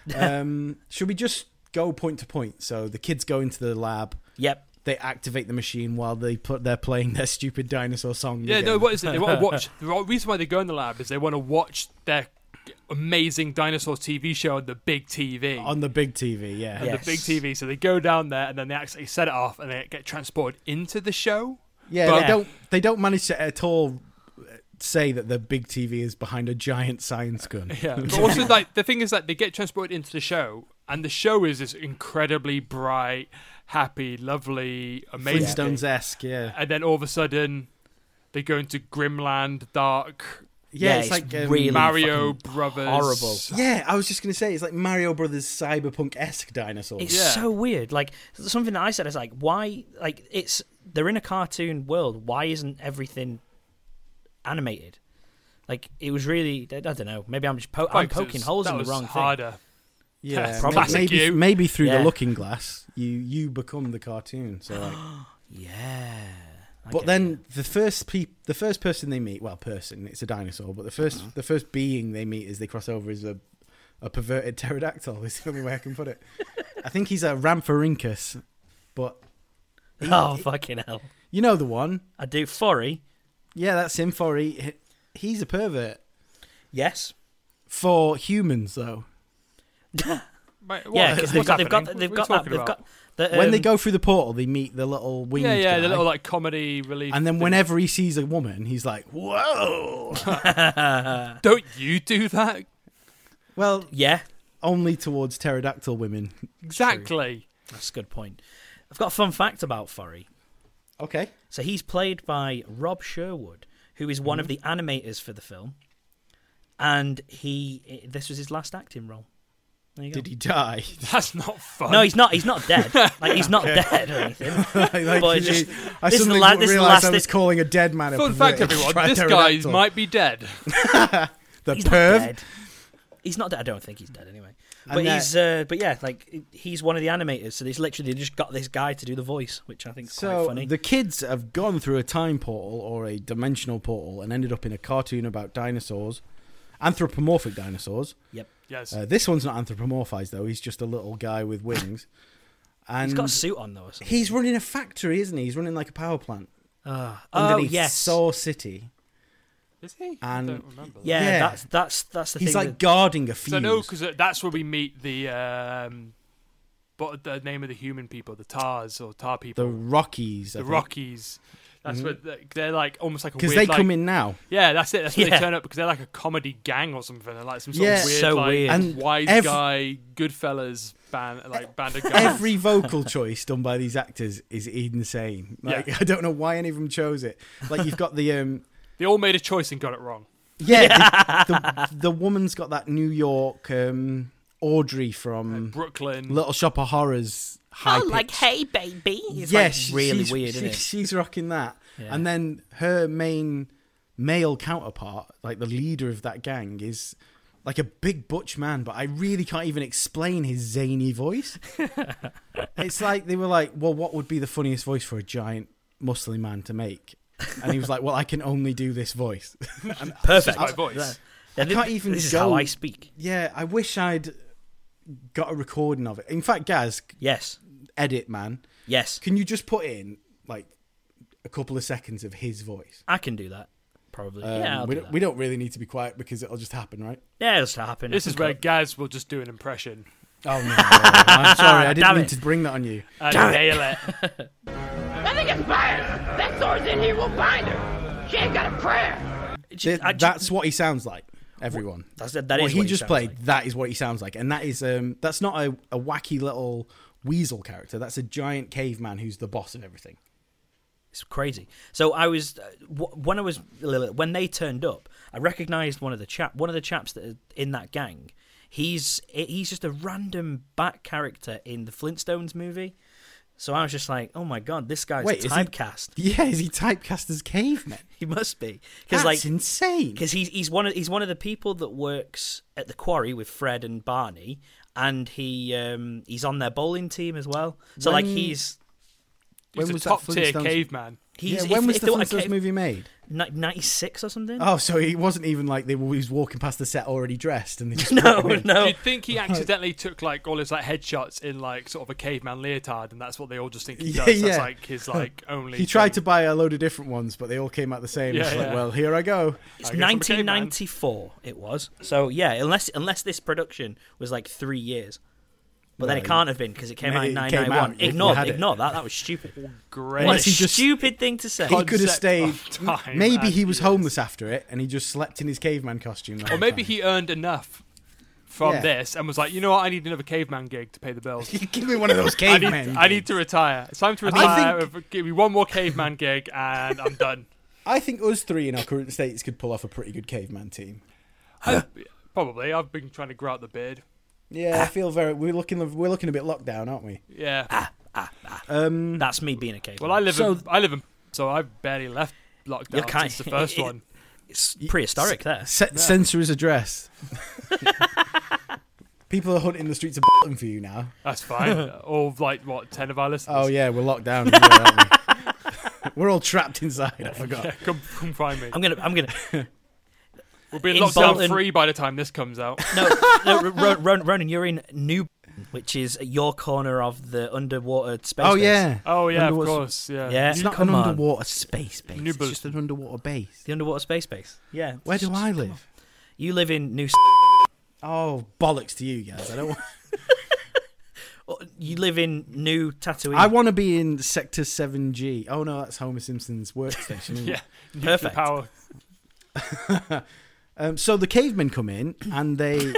Speaker 2: Um, should we just go point to point? So the kids go into the lab.
Speaker 1: Yep.
Speaker 2: they activate the machine while they put they're playing their stupid dinosaur song.
Speaker 3: Yeah,
Speaker 2: again.
Speaker 3: no, what is it? They want to watch. The ro- reason why they go in the lab is they want to watch their amazing dinosaur TV show on the big TV.
Speaker 2: on the big TV, yeah.
Speaker 3: on
Speaker 1: Yeah.
Speaker 3: the big
Speaker 1: Yes.
Speaker 3: TV. So they go down there and then they actually set it off and they get transported into the show.
Speaker 2: Yeah,
Speaker 3: But-
Speaker 2: they don't they don't manage to at all uh, say that the big TV is behind a giant science gun.
Speaker 3: Yeah. But also, like, the thing is that they get transported into the show and the show is this incredibly bright, happy, lovely, amazing.
Speaker 2: Flintstones esque, yeah.
Speaker 3: And then all of a sudden, they go into Grimland, dark,
Speaker 1: Yeah, it's really-
Speaker 3: Mario
Speaker 1: fucking
Speaker 3: Brothers.
Speaker 1: horrible.
Speaker 2: um, Yeah, I was just gonna say it's like Mario Brothers cyberpunk esque dinosaurs.
Speaker 1: It's
Speaker 3: Yeah.
Speaker 1: so weird. Like something that I said is like, why? Like it's they're in a cartoon world. Why isn't everything animated? Like it was really. I don't know. Maybe I'm just po-
Speaker 3: Right,
Speaker 1: I'm
Speaker 3: 'cause
Speaker 1: poking
Speaker 3: it's-
Speaker 1: holes
Speaker 3: that
Speaker 1: in the
Speaker 3: was
Speaker 1: wrong thing.
Speaker 3: harder.
Speaker 2: yeah,
Speaker 3: Probably.
Speaker 2: maybe-
Speaker 3: Classic
Speaker 2: maybe
Speaker 3: you.
Speaker 2: maybe through
Speaker 1: Yeah.
Speaker 2: the looking glass, you you become the cartoon. So like,
Speaker 1: Yeah. I
Speaker 2: But
Speaker 1: get
Speaker 2: then
Speaker 1: it.
Speaker 2: the first pe- the first person they meet, well, person, it's a dinosaur, but the 1st
Speaker 3: Uh-huh.
Speaker 2: the first being they meet as they cross over is a a perverted pterodactyl. Is the only way I can put it. I think he's a Ramphorhynchus, but
Speaker 1: oh fucking hell!
Speaker 2: you know the one.
Speaker 1: I do. Sorry.
Speaker 2: Yeah, that's him. For he, he's a pervert
Speaker 1: Yes.
Speaker 2: for humans though.
Speaker 3: Mate, what-
Speaker 1: Yeah, because they've
Speaker 3: what's
Speaker 1: got they've got
Speaker 3: happening?
Speaker 1: they've
Speaker 3: What are
Speaker 1: got
Speaker 3: you
Speaker 1: that,
Speaker 3: talking
Speaker 1: they've
Speaker 3: about?
Speaker 1: got the,
Speaker 2: when they
Speaker 1: um,
Speaker 2: go through the portal, they meet the little winged
Speaker 3: Yeah, yeah,
Speaker 2: guy,
Speaker 3: the little like comedy relief.
Speaker 2: and then
Speaker 3: thing.
Speaker 2: whenever he sees a woman, he's like, "Whoa!"
Speaker 3: don't you do that
Speaker 2: well,
Speaker 1: Yeah,
Speaker 2: only towards pterodactyl women.
Speaker 3: exactly?
Speaker 1: that's a good point. I've got a fun fact about Furry.
Speaker 2: Okay.
Speaker 1: So he's played by Rob Sherwood, who is
Speaker 2: Hmm.
Speaker 1: one of the animators for the film, and he this was his last acting role. There you go.
Speaker 2: Did he die?
Speaker 3: That's not fun.
Speaker 1: No, he's not. He's not dead. like he's not dead or anything.
Speaker 2: like,
Speaker 1: But
Speaker 2: you-
Speaker 1: just-
Speaker 2: I
Speaker 1: this is
Speaker 2: suddenly
Speaker 1: the la- this is the
Speaker 2: realised I
Speaker 1: last
Speaker 2: was
Speaker 1: thing-
Speaker 2: calling a dead man a
Speaker 3: Fun fact,
Speaker 2: perverted
Speaker 3: everyone: this guy
Speaker 2: pterodactyl.
Speaker 3: might be dead.
Speaker 2: the
Speaker 1: He's not
Speaker 2: perv.
Speaker 1: dead. He's not dead. I don't think he's dead anyway.
Speaker 2: And
Speaker 1: But
Speaker 2: that-
Speaker 1: he's, uh, but yeah, like he's one of the animators. So they literally just got this guy to do the voice, which I think is
Speaker 2: So
Speaker 1: quite funny.
Speaker 2: the kids have gone through a time portal or a dimensional portal and ended up in a cartoon about dinosaurs, anthropomorphic dinosaurs.
Speaker 1: yep,
Speaker 3: Yes.
Speaker 2: Uh, this one's not anthropomorphized though; he's just a little guy with wings. And
Speaker 1: he's got a suit on though. Or something.
Speaker 2: he's running a factory, isn't he? He's running like a power plant
Speaker 1: Ah. oh
Speaker 2: underneath
Speaker 1: yes,
Speaker 2: Saw City.
Speaker 3: Is he?
Speaker 2: and-
Speaker 3: I don't remember. that.
Speaker 1: yeah,
Speaker 2: Yeah.
Speaker 1: That's that's that's the
Speaker 2: He's
Speaker 1: thing.
Speaker 2: like
Speaker 1: that-
Speaker 2: guarding a
Speaker 3: So I know
Speaker 2: fuse.
Speaker 3: because that's where we meet the um, but the name of the human people, the Tars or Tar people,
Speaker 2: the Rockies,
Speaker 3: the, Rockies. That's
Speaker 2: Mhm.
Speaker 3: what they- they're like, almost like a
Speaker 2: because
Speaker 3: weird.
Speaker 2: they
Speaker 3: like,
Speaker 2: come in now.
Speaker 3: Yeah, that's it. That's where
Speaker 1: Yeah.
Speaker 3: they turn up because they're like a comedy gang or something. They're like some sort
Speaker 2: Yeah.
Speaker 3: of weird,
Speaker 1: So
Speaker 3: like,
Speaker 1: weird.
Speaker 2: And
Speaker 3: wise
Speaker 2: ev-
Speaker 3: guy, Goodfellas band, like band of guys.
Speaker 2: Every vocal choice done by these actors is insane. Like
Speaker 3: Yeah.
Speaker 2: I don't know why any of them chose it. Like you've got the um,
Speaker 3: They all made a choice and got it wrong.
Speaker 2: Yeah, the, the, the woman's got that New York um, Audrey from
Speaker 3: Brooklyn.
Speaker 2: Little Shop of Horrors. High
Speaker 1: Oh, like,
Speaker 2: hey baby. Yes, she-
Speaker 1: really
Speaker 2: she's-
Speaker 1: weird, isn't
Speaker 2: she-
Speaker 1: it?
Speaker 2: She's rocking that,
Speaker 1: Yeah.
Speaker 2: and then her main male counterpart, like the leader of that gang, is like a big butch man. But I really can't even explain his zany voice. it's like they were like, "Well, what would be the funniest voice for a giant muscly man to make?" And he was like, "Well, I can only do this voice."
Speaker 1: perfect.
Speaker 3: my voice.
Speaker 1: Yeah, thi-
Speaker 2: can't even
Speaker 1: This is
Speaker 2: go-
Speaker 1: how I speak.
Speaker 2: Yeah, I wish I'd got a recording of it. In fact, Gaz,
Speaker 1: Yes,
Speaker 2: edit man,
Speaker 1: yes,
Speaker 2: can you just put in like a couple of seconds of his voice?
Speaker 1: I can do that. Probably.
Speaker 2: Um,
Speaker 1: yeah, I'll
Speaker 2: we
Speaker 1: do
Speaker 2: don't,
Speaker 1: that.
Speaker 2: we don't really need to be quiet because it'll just happen, right?
Speaker 1: yeah, it'll start happening.
Speaker 3: This is where Gaz will just do an impression
Speaker 2: Oh no! I'm sorry, I didn't
Speaker 1: Damn
Speaker 2: mean
Speaker 1: it.
Speaker 2: to bring that on you.
Speaker 3: and
Speaker 1: Damn it.
Speaker 3: Uh, nail it.
Speaker 5: I think it's bias. That sword's in here will bind her. She ain't got a prayer.
Speaker 2: Th-
Speaker 1: Just- I ju-
Speaker 2: that's what he sounds like. Everyone.
Speaker 1: That's- that
Speaker 2: what
Speaker 1: is
Speaker 2: he
Speaker 1: what he
Speaker 2: just
Speaker 1: sounds
Speaker 2: played.
Speaker 1: like.
Speaker 2: That is what he sounds like, and that is um, that's not a, a wacky little weasel character. That's a giant caveman who's the boss of everything.
Speaker 1: It's crazy. So I was uh, wh- when I was when they turned up, I recognised one of the chap, one of the chaps that are in that gang. He's he's just a random back character in the Flintstones movie. So I was just like, oh my god, this guy's
Speaker 2: Wait, is he-
Speaker 1: typecast. He...
Speaker 2: Yeah, is he typecast as caveman?
Speaker 1: must be because
Speaker 2: That's
Speaker 1: like
Speaker 2: insane.
Speaker 1: because he's he's one of he's one of the people that works at the quarry with Fred and Barney, and he um he's on their bowling team as well. So like
Speaker 2: When-
Speaker 1: he's
Speaker 3: He's
Speaker 2: When
Speaker 3: a
Speaker 2: was that
Speaker 3: top tier
Speaker 2: Flintstones-
Speaker 3: caveman.
Speaker 1: he's
Speaker 2: yeah, when
Speaker 1: if-
Speaker 2: was
Speaker 1: if
Speaker 2: the
Speaker 1: they want a
Speaker 2: Flintstones
Speaker 1: ca-
Speaker 2: movie made?
Speaker 1: Ni- 96 or something?
Speaker 2: Oh, so he wasn't even like they, he was walking past the set already dressed, and they just
Speaker 1: no,
Speaker 2: put him in.
Speaker 1: no.
Speaker 3: You'd think he accidentally took like all his like headshots in like sort of a caveman leotard, and that's what they all just think he
Speaker 2: Yeah,
Speaker 3: does. That's
Speaker 2: yeah.
Speaker 3: like his like only.
Speaker 2: He tried to
Speaker 3: thing.
Speaker 2: buy a load of different ones, but they all came out the same.
Speaker 3: Yeah,
Speaker 2: it's like,
Speaker 3: yeah.
Speaker 2: well, here I go.
Speaker 1: It's
Speaker 3: I guess I'm a caveman.
Speaker 1: 1994 it was. So yeah, unless unless this production was like 3 years. But then it
Speaker 2: Right.
Speaker 1: can't have been because it came
Speaker 2: Maybe
Speaker 1: out in
Speaker 2: it came
Speaker 1: 991.
Speaker 2: out, you
Speaker 1: ignore
Speaker 2: had it.
Speaker 1: ignore that. That was stupid.
Speaker 3: great.
Speaker 1: What a
Speaker 2: Unless he just-
Speaker 1: stupid thing to say.
Speaker 2: He could have
Speaker 3: concept
Speaker 2: stayed.
Speaker 3: of time
Speaker 2: maybe
Speaker 3: and
Speaker 2: he was
Speaker 3: years.
Speaker 2: homeless after it, and he just slept in his caveman costume. the
Speaker 3: Or
Speaker 2: whole
Speaker 3: maybe
Speaker 2: time.
Speaker 3: he earned enough from
Speaker 2: Yeah.
Speaker 3: this and was like, you know what, I need another caveman gig to pay the bills.
Speaker 2: give me one of those
Speaker 3: I need,
Speaker 2: cavemen.
Speaker 3: I need to retire. It's time to
Speaker 2: mean, I
Speaker 3: retire. Give me one more caveman gig and I'm done.
Speaker 2: I think us three in our current states could pull off a pretty good caveman team.
Speaker 3: Probably. I've been trying to grow out the beard.
Speaker 2: Yeah, I feel very. We're looking. We're looking a bit locked down, aren't we?
Speaker 3: Yeah.
Speaker 2: Um,
Speaker 1: That's me being a caveman.
Speaker 3: Well, I live
Speaker 2: Ah, So-
Speaker 3: in I live in so I've barely left
Speaker 1: You're
Speaker 3: lockdown
Speaker 1: kind-
Speaker 3: since the first one.
Speaker 1: it's prehistoric there.
Speaker 2: Se- Censor his address. People are hunting the streets of Bolton for you now.
Speaker 3: That's fine. All of, like what ten of our listeners.
Speaker 2: Oh yeah, we're locked down. as well, aren't we? are all trapped inside. I forgot.
Speaker 3: Come, come find me.
Speaker 1: I'm going to I'm going to
Speaker 3: We'll be
Speaker 1: in
Speaker 3: locked down
Speaker 1: Bolton-
Speaker 3: free by the time this comes out.
Speaker 1: No, no Ro- Ro- Ron, Ronan, you're in New which is your corner of the underwater space.
Speaker 2: Oh
Speaker 1: base.
Speaker 2: yeah.
Speaker 3: Oh yeah, of
Speaker 2: Underwater-
Speaker 3: course. Yeah.
Speaker 1: Yeah.
Speaker 2: It's
Speaker 1: you-
Speaker 2: not an
Speaker 1: come on.
Speaker 2: underwater space base.
Speaker 3: New
Speaker 2: It's just an underwater base.
Speaker 1: The underwater space base. Yeah.
Speaker 2: Where do I live?
Speaker 1: You live in New
Speaker 2: Oh bollocks to you guys! I don't. Want-
Speaker 1: you live in New Tatooine.
Speaker 2: I want to be in Sector Seven G. Oh no, that's Homer Simpson's workstation. isn't it?
Speaker 3: Yeah. Nuclear
Speaker 1: Perfect.
Speaker 3: Power.
Speaker 2: Um, so the cavemen come in and they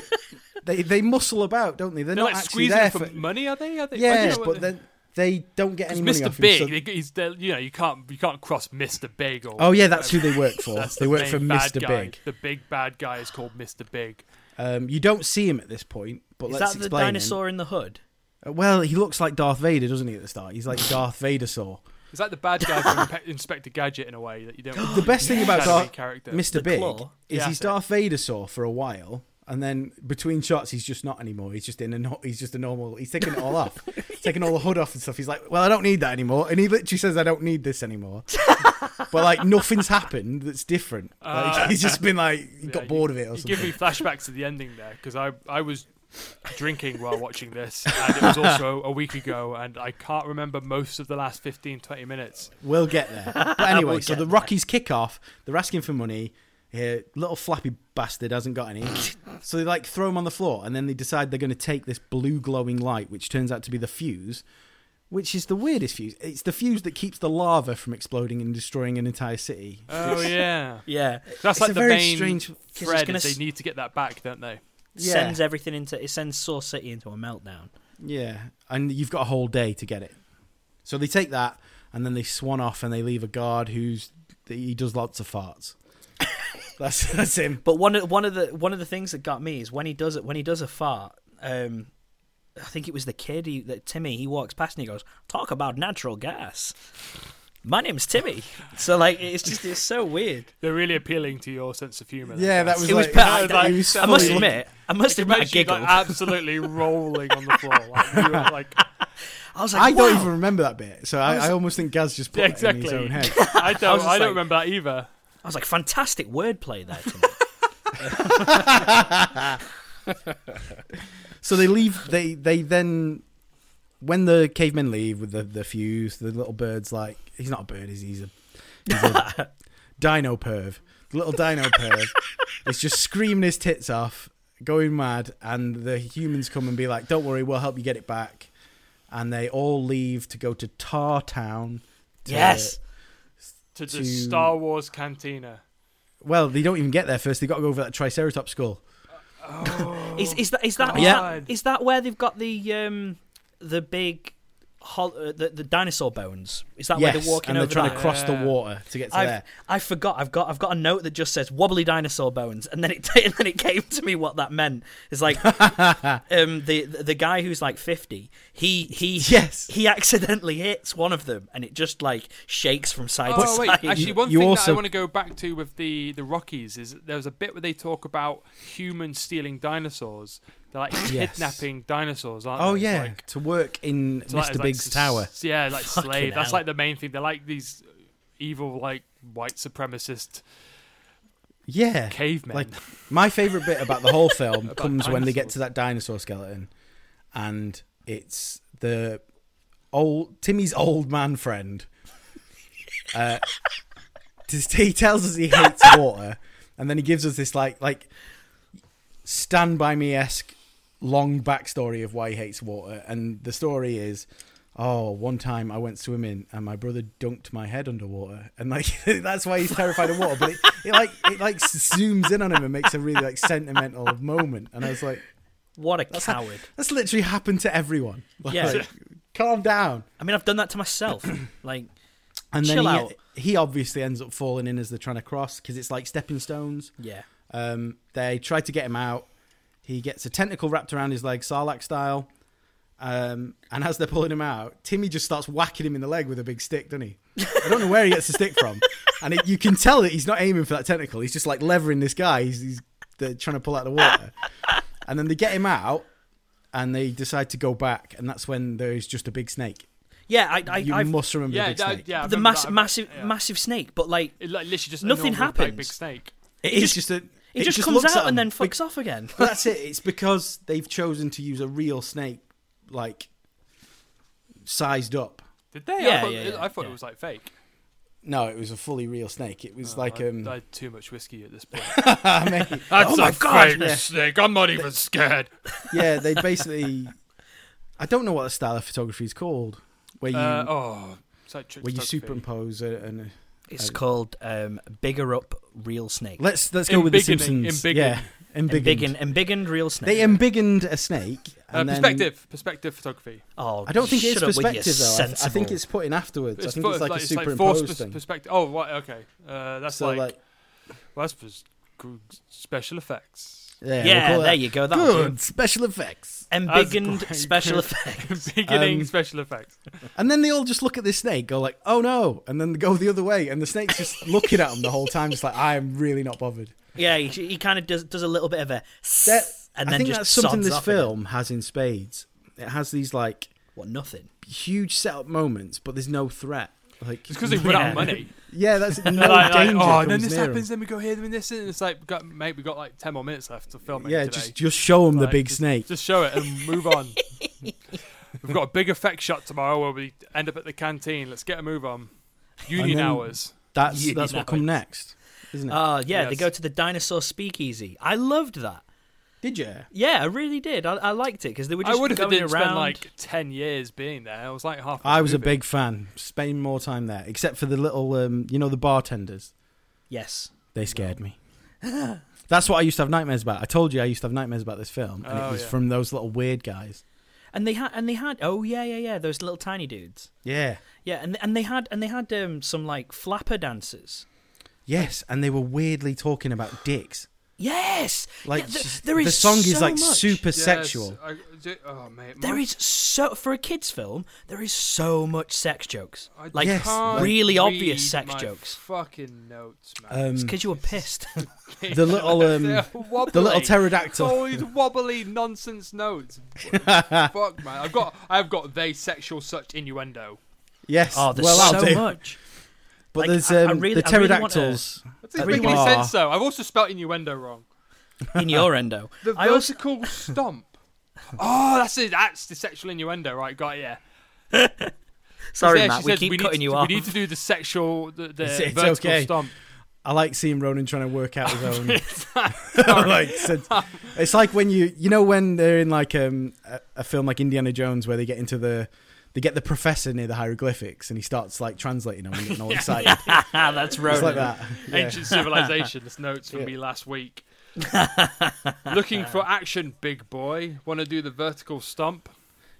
Speaker 2: they they muscle about, don't they? They're,
Speaker 3: They're
Speaker 2: not
Speaker 3: like
Speaker 2: actually
Speaker 3: squeezing
Speaker 2: there
Speaker 3: for,
Speaker 2: for.
Speaker 3: money, are they? Are they? I don't
Speaker 2: yes,
Speaker 3: know what
Speaker 2: but
Speaker 3: they-
Speaker 2: then they don't get any money
Speaker 3: Mr.
Speaker 2: off
Speaker 3: Big,
Speaker 2: him. so-
Speaker 3: they- he's the, you know you can't you can't cross Mr. Big or
Speaker 2: Oh yeah, that's who they work for.
Speaker 3: That's
Speaker 2: they
Speaker 3: the
Speaker 2: work
Speaker 3: main
Speaker 2: for
Speaker 3: bad
Speaker 2: Mr.
Speaker 3: guy.
Speaker 2: Big.
Speaker 3: The big bad guy is called Mr. Big.
Speaker 2: Um, you don't see him at this point, but
Speaker 1: Is
Speaker 2: let's
Speaker 1: that the
Speaker 2: explain. him.
Speaker 1: dinosaur in the hood?
Speaker 2: Uh, Well, he looks like Darth Vader, doesn't he? At the start, he's like Darth Vader saw.
Speaker 3: Is that the bad guy from Inpe- Inspector Gadget in a way that you don't?
Speaker 2: The best thing about
Speaker 3: Shadowy
Speaker 2: Darth
Speaker 3: character.
Speaker 2: Mr.
Speaker 1: The
Speaker 2: Big
Speaker 1: claw?
Speaker 2: is
Speaker 3: Yeah,
Speaker 2: he's
Speaker 3: that's it.
Speaker 2: Darth Vader saw for a while, And then between shots, he's just not anymore. He's just in a no- he's just a normal. He's taking it all off, He's taking all the hood off and stuff. He's like, well, I don't need that anymore. And he literally says, I don't need this anymore. but like nothing's happened that's different. Like, he's just been like he got
Speaker 3: you-
Speaker 2: bored of it or
Speaker 3: Uh, You
Speaker 2: something.
Speaker 3: give me flashbacks to the ending there because I I was drinking while watching this and it was also a week ago and I can't remember most of the last 15 20 minutes.
Speaker 2: We'll get there. But anyway, so the Rockies kick off. They're asking for money. Here, little flappy bastard hasn't got any. so they like throw him on the floor, and then they decide they're going to take this blue glowing light, which turns out to be the fuse, which is the weirdest fuse. It's the fuse that keeps the lava from exploding and destroying an entire city.
Speaker 3: Oh yeah.
Speaker 1: Yeah.
Speaker 3: That's
Speaker 2: It's
Speaker 3: like
Speaker 2: a
Speaker 3: the
Speaker 2: very
Speaker 3: main
Speaker 2: strange- 'cause
Speaker 1: it's
Speaker 3: thread
Speaker 1: gonna
Speaker 3: is
Speaker 1: s-
Speaker 3: they need to get that back, don't they?
Speaker 2: Yeah.
Speaker 1: Sends everything into it sends Source City into a meltdown.
Speaker 2: Yeah, and you've got a whole day to get it. So they take that, and then they swan off, and they leave a guard who's he does lots of farts. that's that's him.
Speaker 1: But one of one of the one of the things that got me is when he does it when he does a fart. Um, I think it was the kid he, that Timmy. He walks past and he goes, "Talk about natural gas." My name's Timmy. So like, it's just it's so weird.
Speaker 3: They're really appealing to your sense of humor.
Speaker 2: Yeah, that was
Speaker 1: It was.
Speaker 2: like,
Speaker 1: pe- I,
Speaker 3: like,
Speaker 2: he was
Speaker 1: I must
Speaker 2: fully-
Speaker 1: admit, I must admit, I
Speaker 3: Imagine,
Speaker 1: giggled.
Speaker 3: like, absolutely rolling on the floor. Like, you were, like,
Speaker 1: I was like,
Speaker 2: I don't
Speaker 1: "Wow."
Speaker 2: even remember that bit, so I, I almost think Gaz just put
Speaker 3: Yeah,
Speaker 2: it in his
Speaker 3: exactly.
Speaker 2: own head.
Speaker 3: I don't, I,
Speaker 1: was just
Speaker 3: don't
Speaker 1: like-
Speaker 3: remember that either.
Speaker 1: I was like, fantastic wordplay there. Timmy.
Speaker 2: So they leave. They they then when the cavemen leave with the the fuse, the little bird's like he's not a bird, is he? he's a, he's a dino perv. The little dino perv is just screaming his tits off, going mad, and the humans come and be like, "Don't worry, we'll help you get it back." And they all leave to go to Tar Town. to-
Speaker 1: yes.
Speaker 3: To the
Speaker 2: To-
Speaker 3: Star Wars cantina.
Speaker 2: Well, they don't even get there first. They got to go over that Triceratops skull.
Speaker 1: Is is that is that is
Speaker 2: Yeah.
Speaker 1: that, is that where they've got the um the big hol- uh, the, the dinosaur bones? Is that Oh, where
Speaker 2: yes,
Speaker 1: they're walking
Speaker 2: and they're
Speaker 1: over
Speaker 2: trying
Speaker 1: that?
Speaker 2: to cross
Speaker 3: Yeah.
Speaker 2: the water to get to
Speaker 1: I've,
Speaker 2: there.
Speaker 1: I forgot. I've got. I've got a note that just says "wobbly dinosaur bones," and then it and then it came to me what that meant. It's like um, the the guy who's like fifty. He he
Speaker 2: Yes.
Speaker 1: He accidentally hits one of them, and it just like shakes from side to
Speaker 3: Oh
Speaker 1: side.
Speaker 3: wait, actually, one
Speaker 2: you
Speaker 3: thing that
Speaker 2: also-
Speaker 3: I want to go back to with the the Rockies is there was a bit where they talk about humans stealing dinosaurs. They're like
Speaker 2: Yes.
Speaker 3: kidnapping dinosaurs, aren't they?
Speaker 2: Oh
Speaker 3: It's
Speaker 2: yeah,
Speaker 3: like-
Speaker 2: to work in
Speaker 3: it's like-
Speaker 2: Mr.
Speaker 3: it's like
Speaker 2: Big's
Speaker 3: s-
Speaker 2: tower.
Speaker 3: Yeah, like
Speaker 1: Fucking
Speaker 3: slave. That's
Speaker 1: hell.
Speaker 3: like the main thing. They're like these evil, like white supremacist
Speaker 2: Yeah,
Speaker 3: cavemen.
Speaker 2: like my favorite bit about the whole film comes when they get
Speaker 3: dinosaurs.
Speaker 2: to that dinosaur skeleton, and it's the old Timmy's old man friend. Uh, just- he tells us he hates water, and then he gives us this like like stand by me esque long backstory of why he hates water. And the story is, oh, one time I went swimming and my brother dunked my head underwater, and like that's why he's terrified of water. But it, it like it like zooms in on him and makes a really like sentimental moment. And I was like,
Speaker 1: what a coward!
Speaker 2: that's literally happened to everyone. Like,
Speaker 1: Yeah.
Speaker 2: calm down.
Speaker 1: I mean, I've done that to myself. like,
Speaker 2: And then
Speaker 1: Chill
Speaker 2: he,
Speaker 1: out.
Speaker 2: he obviously ends up falling in as they're trying to cross because it's like stepping stones.
Speaker 1: yeah.
Speaker 2: Um, they try to get him out. He gets a tentacle wrapped around his leg, Sarlacc style. Um, and as they're pulling him out, Timmy just starts whacking him in the leg with a big stick, doesn't he? I don't know where he gets the stick from. And it, you can tell that he's not aiming for that tentacle. He's just like levering this guy. He's, he's they're trying to pull out the water. And then they get him out and they decide to go back. And that's when there's just a big snake.
Speaker 1: Yeah, I, I,
Speaker 2: You
Speaker 1: I've,
Speaker 2: must remember
Speaker 3: yeah,
Speaker 2: the big
Speaker 3: that-
Speaker 2: snake.
Speaker 3: yeah. I
Speaker 1: the
Speaker 3: remember
Speaker 1: mass,
Speaker 3: that.
Speaker 1: massive,
Speaker 3: Yeah.
Speaker 1: massive snake, but like
Speaker 3: It, like, literally just a
Speaker 1: Nothing
Speaker 3: normal, like,
Speaker 1: happens.
Speaker 3: big snake.
Speaker 2: It is just a.
Speaker 1: it, just,
Speaker 2: looks
Speaker 1: comes
Speaker 2: at
Speaker 1: out and
Speaker 2: him.
Speaker 1: then fucks off again.
Speaker 2: But that's it. It's because they've chosen to use a real snake, like sized up.
Speaker 3: Did they?
Speaker 1: Yeah,
Speaker 3: I thought,
Speaker 1: yeah, yeah,
Speaker 3: I thought
Speaker 1: yeah.
Speaker 3: it was like fake.
Speaker 2: No, it was a fully real snake. It was like
Speaker 3: Oh, I,
Speaker 2: um,
Speaker 3: I had too much whiskey at this point.
Speaker 2: I mean,
Speaker 3: That's
Speaker 1: my
Speaker 3: a
Speaker 1: God,
Speaker 3: fake
Speaker 2: yeah.
Speaker 3: snake. I'm not even scared.
Speaker 2: yeah. They basically, I don't know what the style of photography is called, where you
Speaker 3: Uh, oh, it's like
Speaker 2: where you
Speaker 3: trickstography.
Speaker 2: superimpose a, and a-
Speaker 1: It's called um, bigger up real snake.
Speaker 2: let's let's go with the
Speaker 3: Embiggening,
Speaker 2: Simpsons.
Speaker 3: embiggen.
Speaker 2: Yeah,
Speaker 1: Embiggen,
Speaker 2: embiggened.
Speaker 1: embiggened real snake.
Speaker 2: They embiggened a snake.
Speaker 3: Uh,
Speaker 2: and then-
Speaker 3: perspective, perspective photography.
Speaker 1: oh,
Speaker 2: I don't think
Speaker 1: shut
Speaker 2: it's
Speaker 1: up with your
Speaker 2: perspective though. I, th- I think
Speaker 1: sensible-
Speaker 2: it's put in afterwards. I think
Speaker 3: fo-
Speaker 2: it's like a
Speaker 3: forced
Speaker 2: superimposed
Speaker 3: pers-
Speaker 2: thing.
Speaker 3: perspective. Oh, right, okay. Uh, that's
Speaker 2: So
Speaker 3: like,
Speaker 2: like,
Speaker 3: well, that's pres- gr- special effects.
Speaker 2: yeah, we'll
Speaker 1: Yeah,
Speaker 2: call
Speaker 1: there
Speaker 2: that
Speaker 1: you go. That'll do.
Speaker 2: Good special effects.
Speaker 1: Embiggened
Speaker 3: great.
Speaker 1: special effects.
Speaker 3: Beginning
Speaker 2: Um,
Speaker 3: special effects.
Speaker 2: And then they all just look at this snake, go like, "Oh no!" and then go the other way, and the snake's just looking at them the whole time, just like, "I am really not bothered."
Speaker 1: Yeah, he, he kind of does does a little bit of a
Speaker 2: That-
Speaker 1: and
Speaker 2: I
Speaker 1: then
Speaker 2: think
Speaker 1: just
Speaker 2: that's something
Speaker 1: sods
Speaker 2: this
Speaker 1: off again.
Speaker 2: film has in spades. It has these like
Speaker 1: What nothing?
Speaker 2: huge setup moments, but there's no threat. Like
Speaker 3: It's because they run out
Speaker 1: Yeah.
Speaker 3: of money.
Speaker 2: yeah, that's no
Speaker 3: They're like, like,
Speaker 2: danger.
Speaker 3: oh, and
Speaker 2: comes
Speaker 3: then this
Speaker 2: near 'em.
Speaker 3: happens, then we go here, then this, and it's like, we got, mate, we got like ten more minutes left to film. it
Speaker 2: Yeah,
Speaker 3: today.
Speaker 2: just just show them the
Speaker 3: Like,
Speaker 2: big
Speaker 3: just-
Speaker 2: snake.
Speaker 3: Just show it and move on. We've got a big effect shot tomorrow where we end up at the canteen. Let's get a move on. Union
Speaker 2: then-
Speaker 3: hours.
Speaker 2: that's
Speaker 1: Yeah,
Speaker 2: that's what
Speaker 1: that
Speaker 2: come
Speaker 1: was-
Speaker 2: next, isn't it?
Speaker 1: Oh yeah, they
Speaker 3: Yes.
Speaker 1: go to the dinosaur speakeasy. I loved that.
Speaker 2: Did you?
Speaker 1: Yeah, I really did. I, I liked it because they were
Speaker 3: I
Speaker 1: just
Speaker 3: would have
Speaker 1: going
Speaker 3: didn't
Speaker 1: around.
Speaker 3: spend like ten years being there. I was like half. the
Speaker 2: I was a
Speaker 3: movie.
Speaker 2: big fan. Spend more time there, except for the little, um, you know, the bartenders.
Speaker 1: yes,
Speaker 2: They scared me. That's what I used to have nightmares about. I told you I used to have nightmares about this film, and
Speaker 3: Oh,
Speaker 2: it was
Speaker 3: yeah.
Speaker 2: from those little weird guys.
Speaker 1: and they had and they had oh yeah yeah yeah those little tiny dudes.
Speaker 2: Yeah.
Speaker 1: Yeah, and and they had and they had um, some like flapper dancers.
Speaker 2: Yes, and they were weirdly talking about dicks.
Speaker 1: Yes,
Speaker 2: Like
Speaker 1: yeah, th-
Speaker 2: just-
Speaker 1: there is
Speaker 2: the song is
Speaker 1: so
Speaker 2: like
Speaker 1: much.
Speaker 2: super
Speaker 3: Yes,
Speaker 2: sexual.
Speaker 3: I, do- oh mate,
Speaker 1: There
Speaker 3: my-
Speaker 1: is so for a kids' film. There is so much sex jokes,
Speaker 3: I
Speaker 1: like
Speaker 2: Yes,
Speaker 3: can't
Speaker 1: really
Speaker 3: read
Speaker 1: obvious sex
Speaker 3: my
Speaker 1: jokes.
Speaker 3: Fucking notes, man.
Speaker 2: Um,
Speaker 1: Because you were pissed.
Speaker 2: the little um,
Speaker 3: They're wobbly.
Speaker 2: the little pterodactyl.
Speaker 1: oh,
Speaker 3: All these wobbly nonsense notes. Fuck, man. I've got, I've got they sexual such innuendo.
Speaker 2: Yes.
Speaker 1: oh, there's
Speaker 2: well, I'll
Speaker 1: so
Speaker 2: do.
Speaker 1: much. Like,
Speaker 2: But there's
Speaker 1: I- I
Speaker 2: um,
Speaker 1: really-
Speaker 2: the
Speaker 1: I really want to-
Speaker 2: pterodactyls.
Speaker 3: That doesn't
Speaker 2: Really
Speaker 3: make any
Speaker 2: are.
Speaker 3: sense, though. I've also spelt innuendo wrong.
Speaker 1: in your endo.
Speaker 3: The
Speaker 1: I also
Speaker 3: vertical stomp. Oh, that's it. That's the sexual innuendo, right? Got it, yeah.
Speaker 1: sorry,
Speaker 3: yeah,
Speaker 1: Matt.
Speaker 3: she
Speaker 1: We
Speaker 3: said
Speaker 1: keep
Speaker 3: need
Speaker 1: cutting
Speaker 3: to-
Speaker 1: you off.
Speaker 3: We need to do the sexual, the, the
Speaker 2: It's- it's
Speaker 3: vertical
Speaker 2: okay.
Speaker 3: stomp.
Speaker 2: I like seeing Ronan trying to work out his own. like, sense. it's like when you you know when they're in like um, a, a film like Indiana Jones where they get into the they get the professor near the hieroglyphics and he starts like translating them and getting all excited.
Speaker 1: Ah, that's
Speaker 2: It's
Speaker 1: Ronan.
Speaker 2: like that. Yeah.
Speaker 3: Ancient civilizations notes from me last week. Looking for action, big boy. Want to do the vertical stomp?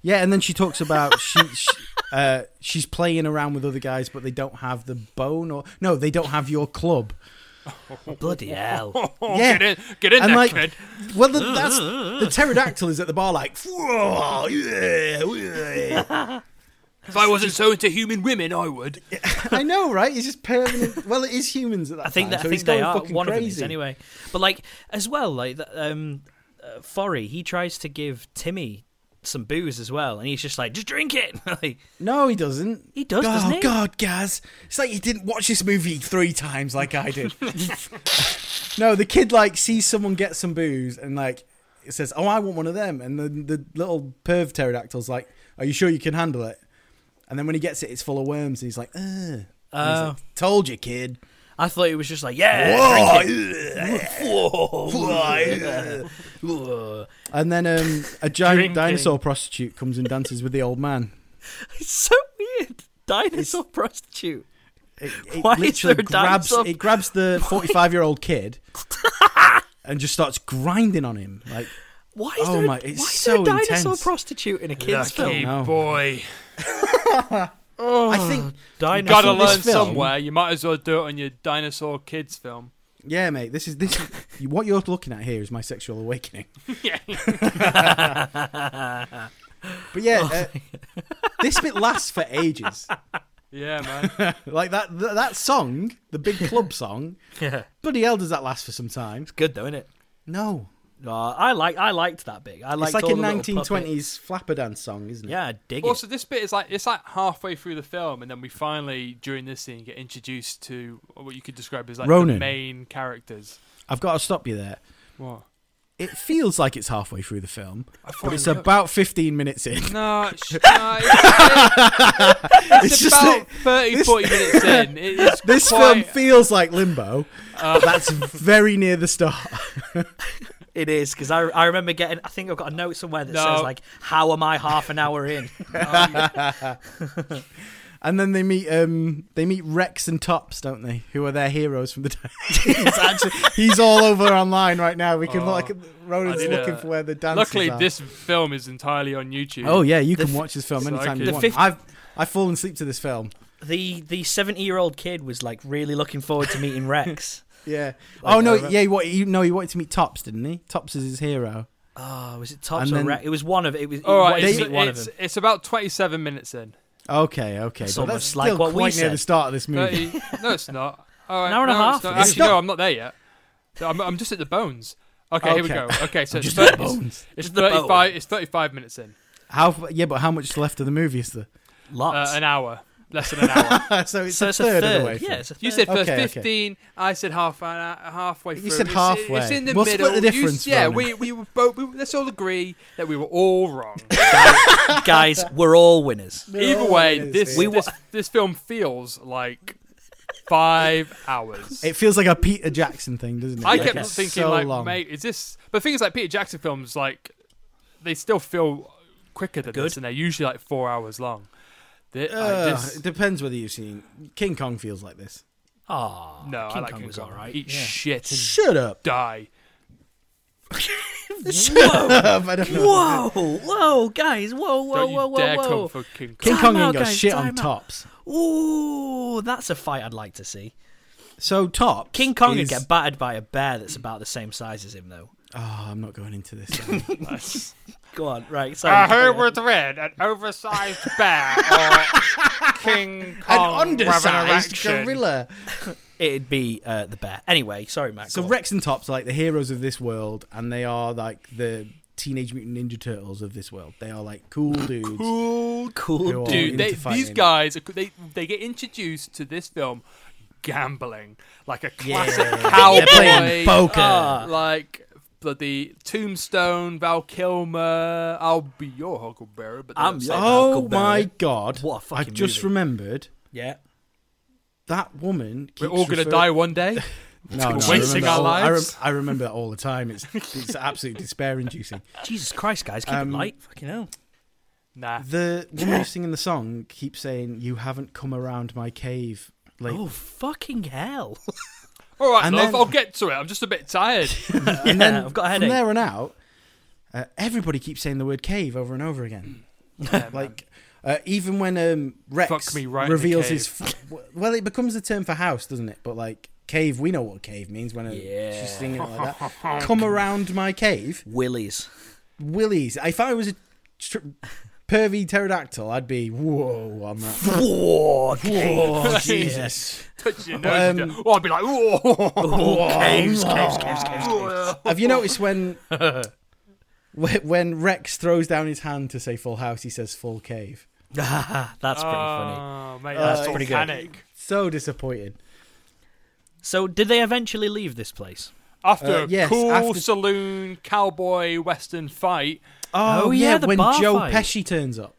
Speaker 2: Yeah, and then she talks about she, she uh, she's playing around with other guys, but they don't have the bone or no, they don't have your club.
Speaker 1: Bloody hell!
Speaker 3: Oh,
Speaker 2: Yeah.
Speaker 3: get in, get in
Speaker 2: And
Speaker 3: there,
Speaker 2: like,
Speaker 3: kid.
Speaker 2: well, the, that's the pterodactyl is at the bar like, "Whoa, yeah, yeah."
Speaker 3: If I wasn't so into human women, I would.
Speaker 2: I know, right? It's just permanent. Well, it is humans at that
Speaker 1: I think
Speaker 2: time,
Speaker 1: that,
Speaker 2: so
Speaker 1: I
Speaker 2: he's
Speaker 1: think they
Speaker 2: going
Speaker 1: are
Speaker 2: fucking
Speaker 1: one
Speaker 2: crazy.
Speaker 1: of them is anyway. But like as well, like th- um, uh, Forry, he tries to give Timmy some booze as well, and he's just like, just drink it. like,
Speaker 2: No, he doesn't.
Speaker 1: He does, doesn't
Speaker 2: Oh
Speaker 1: he?
Speaker 2: God, Gaz! It's like you didn't watch this movie three times like I did. no, the kid like sees someone get some booze and like it says, "Oh, I want one of them." And the the little perv pterodactyl's like, "Are you sure you can handle it?" And then when he gets it, it's full of worms, and he's like, "Ugh." And he's
Speaker 1: Oh.
Speaker 2: like, told you, kid.
Speaker 1: I thought he was just like, yeah.
Speaker 2: Oh,
Speaker 1: Whoa.
Speaker 2: ugh."
Speaker 1: Whoa.
Speaker 2: and then um, a giant
Speaker 3: Drinking.
Speaker 2: dinosaur prostitute comes and dances with the old man.
Speaker 1: It's so weird. Dinosaur prostitute.
Speaker 2: It, it
Speaker 1: Why is
Speaker 2: literally
Speaker 1: there a
Speaker 2: grabs
Speaker 1: dinosaur-
Speaker 2: it grabs the forty five year old kid and just starts grinding on him. Like
Speaker 1: Why is
Speaker 2: Oh
Speaker 1: there? A,
Speaker 2: my-
Speaker 1: why
Speaker 2: it's
Speaker 1: is
Speaker 2: so
Speaker 1: there a dinosaur
Speaker 2: intense.
Speaker 1: prostitute in a kids' film?
Speaker 2: No.
Speaker 3: boy.
Speaker 2: I
Speaker 1: Oh.
Speaker 2: think,
Speaker 1: Dinosaur.
Speaker 3: Gotta
Speaker 2: this
Speaker 3: learn
Speaker 2: film-
Speaker 3: somewhere. You might as well do it on your dinosaur kids film.
Speaker 2: yeah, mate. This is this. Is, what you're looking at here is my sexual awakening.
Speaker 3: yeah.
Speaker 2: But yeah,
Speaker 1: Oh
Speaker 2: uh, this bit lasts for ages.
Speaker 3: Yeah, man.
Speaker 2: Like that th- that song, the big club song.
Speaker 1: Yeah.
Speaker 2: Bloody hell, does that last for some time?
Speaker 1: Good though, isn't it?
Speaker 2: No,
Speaker 1: I like. I liked that bit. I liked
Speaker 2: it's like
Speaker 1: all
Speaker 2: a
Speaker 1: the little puppet-
Speaker 2: 1920s flapper dance song, isn't it?
Speaker 1: Yeah, I dig it.
Speaker 3: Also, this bit is like it's like halfway through the film, and then we finally, during this scene, get introduced to what you could describe as like
Speaker 2: Ronan.
Speaker 3: the main characters.
Speaker 2: I've got to stop you there.
Speaker 3: What?
Speaker 2: It feels like it's halfway through the film, but
Speaker 3: thought
Speaker 2: it's
Speaker 3: it was-
Speaker 2: about 15 minutes in.
Speaker 3: No, it's, no, it's, it's
Speaker 2: It's just
Speaker 3: about
Speaker 2: that-
Speaker 3: 30, 40 minutes in. It is
Speaker 2: This film
Speaker 3: quite, Uh.
Speaker 2: feels like Limbo. but that's very near the start.
Speaker 1: It is because I, I remember getting. I think I've got a note somewhere that
Speaker 3: No.
Speaker 1: says like, "How am I half an hour in?"
Speaker 2: And then they meet um they meet Rex and Tops, don't they? Who are their heroes from the it's actually, he's all over online right now. We can look Ronan's
Speaker 3: Oh. I need
Speaker 2: looking
Speaker 3: a-
Speaker 2: for where the dances
Speaker 3: Luckily,
Speaker 2: are.
Speaker 3: this film is entirely on YouTube.
Speaker 2: Oh yeah, you can
Speaker 1: f-
Speaker 2: watch this film
Speaker 3: so I
Speaker 2: anytime
Speaker 3: could-
Speaker 2: you
Speaker 3: The
Speaker 2: want.
Speaker 1: fif-
Speaker 2: I've I've fallen asleep to this film.
Speaker 1: the the seventy year old kid was like really looking forward to meeting Rex.
Speaker 2: Yeah. oh no,
Speaker 3: uh,
Speaker 1: over-
Speaker 2: yeah, he, wa- he, no, he wanted to meet Tops, didn't he? Tops is his hero.
Speaker 1: Oh, was it Tops
Speaker 2: And
Speaker 1: or
Speaker 2: then-
Speaker 1: Rex? It was one of it was.
Speaker 3: All
Speaker 1: it
Speaker 3: right,
Speaker 1: was
Speaker 3: it's,
Speaker 1: one- one of
Speaker 3: it's,
Speaker 1: them.
Speaker 3: it's about twenty-seven minutes in.
Speaker 2: Okay, okay.
Speaker 1: It's
Speaker 2: But
Speaker 1: almost
Speaker 2: that's
Speaker 1: like
Speaker 2: still
Speaker 1: what we
Speaker 2: quite near
Speaker 1: said.
Speaker 2: the start of this movie.
Speaker 3: 30, no, it's not. All right,
Speaker 1: An hour and a
Speaker 3: no,
Speaker 1: half.
Speaker 3: It's not.
Speaker 1: It's
Speaker 3: Actually, no,
Speaker 2: not.
Speaker 3: I'm not there yet. I'm, I'm just at the bones. Okay, here we
Speaker 2: Okay.
Speaker 3: go. Okay, so it's,
Speaker 2: just at
Speaker 3: 30
Speaker 2: the bones.
Speaker 3: it's
Speaker 1: Just the
Speaker 3: 35
Speaker 1: bone.
Speaker 3: it's 35 minutes in.
Speaker 2: How? f- Yeah, but how much left of the movie is there?
Speaker 3: Uh,
Speaker 1: Lots.
Speaker 3: an hour. Less than an hour.
Speaker 2: so it's
Speaker 1: so
Speaker 2: a,
Speaker 1: it's
Speaker 2: third
Speaker 1: a
Speaker 2: of
Speaker 1: third.
Speaker 2: the way. through.
Speaker 1: yeah, it's a third.
Speaker 3: You said first
Speaker 2: Okay, okay.
Speaker 3: 15. I said half an hour, halfway through.
Speaker 2: You said
Speaker 3: It's-
Speaker 2: halfway.
Speaker 3: It's in the
Speaker 2: We'll split
Speaker 3: middle.
Speaker 2: the
Speaker 3: You s-
Speaker 2: difference,
Speaker 3: yeah,
Speaker 2: Ronan.
Speaker 3: we, we were both. We, let's all agree that we were all wrong.
Speaker 1: guys, we're all winners.
Speaker 3: Either way, this
Speaker 1: We
Speaker 3: we
Speaker 1: were-
Speaker 3: this, this film feels like five hours.
Speaker 2: It feels like a Peter Jackson thing, doesn't it?
Speaker 3: I
Speaker 2: Like,
Speaker 3: kept
Speaker 2: it's
Speaker 3: thinking,
Speaker 2: so
Speaker 3: like,
Speaker 2: long.
Speaker 3: mate, is this? But things like Peter Jackson films, like, they still feel quicker than
Speaker 1: Good.
Speaker 3: this, and they're usually like four hours long. They- I
Speaker 2: Ugh,
Speaker 3: just-
Speaker 2: it depends whether you've seen King Kong. Feels like this.
Speaker 1: Oh,
Speaker 3: no, I
Speaker 1: King
Speaker 3: like
Speaker 1: Kong
Speaker 3: King
Speaker 1: was
Speaker 3: Kong.
Speaker 1: alright,
Speaker 3: Eat
Speaker 1: yeah.
Speaker 3: shit and
Speaker 2: Shut up.
Speaker 3: die.
Speaker 2: I don't
Speaker 1: Whoa,
Speaker 2: know.
Speaker 1: whoa, guys, whoa, whoa,
Speaker 3: Don't you
Speaker 1: whoa, whoa,
Speaker 3: dare
Speaker 1: whoa.
Speaker 3: come for King Kong.
Speaker 2: King
Speaker 1: Time
Speaker 2: Kong
Speaker 1: out,
Speaker 2: ain't got
Speaker 1: guys,
Speaker 2: shit on
Speaker 1: time out.
Speaker 2: tops.
Speaker 1: Ooh, that's a fight I'd like to see.
Speaker 2: So tops.
Speaker 1: King Kong
Speaker 2: is...
Speaker 1: would get battered by a bear that's about the same size as him, though.
Speaker 2: Oh, I'm not going into this. then.
Speaker 1: Go on, right? Sorry.
Speaker 3: I heard with red an oversized bear or King
Speaker 1: Oh,
Speaker 3: Kong resurrection.
Speaker 2: gorilla.
Speaker 1: It'd be uh, the bear. Anyway, sorry, Max.
Speaker 2: So Rex and Tops are like the heroes of this world, and they are like the Teenage Mutant Ninja Turtles of this world. They are like cool dudes.
Speaker 3: Cool
Speaker 2: who
Speaker 1: cool
Speaker 2: are
Speaker 1: dude.
Speaker 3: dude. They,
Speaker 2: into fighting.
Speaker 3: these guys, are- they they get introduced to this film gambling like a classic
Speaker 2: They're playing
Speaker 3: cowboy, uh,
Speaker 2: poker.
Speaker 3: like bloody Tombstone, Val Kilmer. I'll be your Huckleberry, but they
Speaker 1: I'm
Speaker 3: don't say
Speaker 1: your-
Speaker 3: that.
Speaker 2: oh
Speaker 1: Huckleberry.
Speaker 2: my god!
Speaker 1: What a fucking
Speaker 2: I just
Speaker 1: movie.
Speaker 2: remembered
Speaker 1: Yeah.
Speaker 2: that woman. Keeps
Speaker 3: we're all gonna
Speaker 2: refer-
Speaker 3: die one day.
Speaker 2: No, no, I
Speaker 3: wasting
Speaker 2: remember
Speaker 3: our
Speaker 2: all- I, rem-
Speaker 3: lives.
Speaker 2: I remember that all the time. It's it's absolutely despair-inducing.
Speaker 1: Jesus Christ, guys, keep
Speaker 2: Um,
Speaker 1: it light. Fucking hell.
Speaker 3: Nah,
Speaker 2: The woman who's singing the song keeps saying, "You haven't come around my cave." Like,
Speaker 1: Oh fucking hell!
Speaker 3: all right,
Speaker 2: and
Speaker 3: love,
Speaker 2: then-
Speaker 3: I'll get to it. I'm just a bit tired.
Speaker 1: yeah,
Speaker 2: and then
Speaker 1: I've got a
Speaker 2: from
Speaker 1: headache.
Speaker 2: there on out, uh, everybody keeps saying the word cave over and over again. like uh, even when um, Rex
Speaker 3: Fuck me right in the
Speaker 2: reveals his, f- well, it becomes the term for house, doesn't it? But like cave, we know what cave means when uh
Speaker 1: Yeah.
Speaker 2: she's singing it like that. Come around my cave,
Speaker 1: Willies.
Speaker 2: willies. If I was a tr- pervy pterodactyl, I'd be whoa on that.
Speaker 1: Whoa,
Speaker 3: Oh,
Speaker 2: Whoa, Jesus.
Speaker 3: Touch your
Speaker 2: Um,
Speaker 3: nose, you do- oh, I'd be like, oh,
Speaker 1: caves, caves, caves, caves.
Speaker 2: Have you noticed when wh- when Rex throws down his hand to say full house, he says full cave.
Speaker 1: That's pretty
Speaker 2: Uh.
Speaker 1: funny.
Speaker 3: Oh, mate,
Speaker 1: that's
Speaker 3: that's
Speaker 1: pretty good.
Speaker 3: organic.
Speaker 2: So disappointed.
Speaker 1: So, did they eventually leave this place?
Speaker 3: After
Speaker 2: Uh, yes,
Speaker 3: a cool
Speaker 2: after-
Speaker 3: saloon cowboy western fight,
Speaker 1: Oh, yeah, the
Speaker 2: when
Speaker 1: bar
Speaker 2: Joe
Speaker 1: fight.
Speaker 2: Pesci turns up.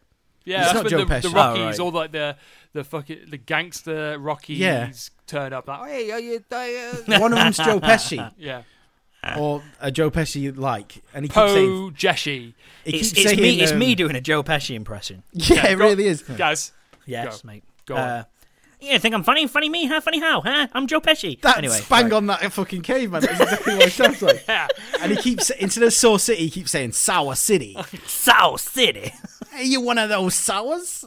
Speaker 3: Yeah,
Speaker 2: It's
Speaker 3: that's
Speaker 2: not
Speaker 3: when
Speaker 2: Joe
Speaker 3: the, the
Speaker 2: Pesci.
Speaker 3: Rockies,
Speaker 1: Oh, right.
Speaker 3: all like the the fucking the gangster Rockies
Speaker 2: Yeah.
Speaker 3: turn up like, hey, are you tired?
Speaker 2: One of them's Joe Pesci,
Speaker 3: yeah,
Speaker 2: or a Joe Pesci like, and he keeps saying,
Speaker 3: Poe Jeshi.
Speaker 2: he
Speaker 1: It's,
Speaker 2: keeps
Speaker 1: it's
Speaker 2: saying,
Speaker 1: me. It's
Speaker 2: um,
Speaker 1: me doing a Joe Pesci impression.
Speaker 2: Yeah, it
Speaker 3: go-
Speaker 2: really is.
Speaker 3: guys.
Speaker 1: Yes,
Speaker 3: Go.
Speaker 1: mate.
Speaker 3: Go
Speaker 1: Uh, yeah, think I'm funny? Funny me? Huh? Funny how? Huh? I'm Joe Pesci.
Speaker 2: That's
Speaker 1: anyway,
Speaker 2: bang
Speaker 1: right.
Speaker 2: on that fucking cave, man. That's exactly what it sounds like.
Speaker 3: Yeah,
Speaker 2: And he keeps instead of Saw City, he keeps saying Sour City.
Speaker 1: South City.
Speaker 2: Are you one of those sours?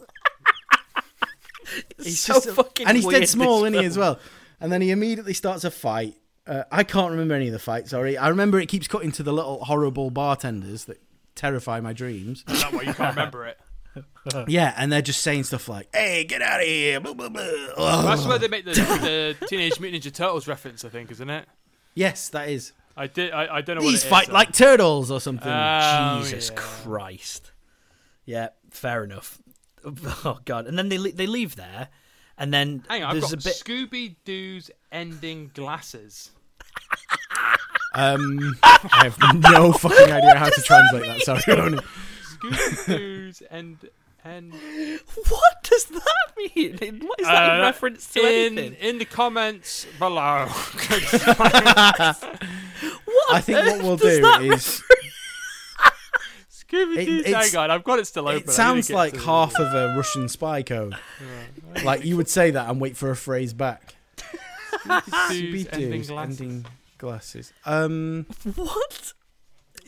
Speaker 1: He's
Speaker 2: Just a-
Speaker 1: fucking
Speaker 2: and he's
Speaker 1: weird,
Speaker 2: dead small,
Speaker 1: this
Speaker 2: isn't he, as
Speaker 1: film.
Speaker 2: well? And then he immediately starts a fight. Uh, I can't remember any of the fights. Sorry, I remember it keeps cutting to the little horrible bartenders that terrify my dreams.
Speaker 3: that way you can't remember it.
Speaker 2: yeah, and they're just saying stuff like, "Hey, get out of here!" Blah, blah, blah.
Speaker 3: That's
Speaker 2: Ugh.
Speaker 3: where they make the, the Teenage Mutant Ninja Turtles reference, I think, isn't it?
Speaker 2: Yes, that is.
Speaker 3: I did. I, I don't know. what
Speaker 2: These
Speaker 3: it is,
Speaker 2: fight
Speaker 3: though.
Speaker 2: like turtles or something.
Speaker 3: Oh,
Speaker 1: Jesus
Speaker 3: yeah.
Speaker 1: Christ. Yeah, fair enough. Oh God! And then they le- they leave there, and then
Speaker 3: Hang on, I've
Speaker 1: there's
Speaker 3: got
Speaker 1: a bit.
Speaker 3: Scooby Doo's ending glasses.
Speaker 2: um, I have no fucking idea how to translate that. Sorry, Ronan.
Speaker 3: Scooby Doo's end end.
Speaker 1: What does that mean? What is that in
Speaker 3: Uh,
Speaker 1: reference to
Speaker 3: in
Speaker 1: anything?
Speaker 3: in the comments below.
Speaker 1: What
Speaker 2: I think
Speaker 1: on
Speaker 2: what
Speaker 1: earth
Speaker 2: we'll
Speaker 1: does
Speaker 2: do
Speaker 1: that
Speaker 2: is
Speaker 3: Scooby Doo's.
Speaker 2: it's-
Speaker 3: Hang on, I've got it still open. I
Speaker 2: it
Speaker 3: need to
Speaker 2: sounds
Speaker 3: get
Speaker 2: like
Speaker 3: to the-
Speaker 2: half of a Russian spy code. Like you would say that and wait for a phrase back.
Speaker 3: Sue's ending
Speaker 2: Scooby-Doo's
Speaker 3: glasses.
Speaker 2: ending glasses. Um,
Speaker 1: What?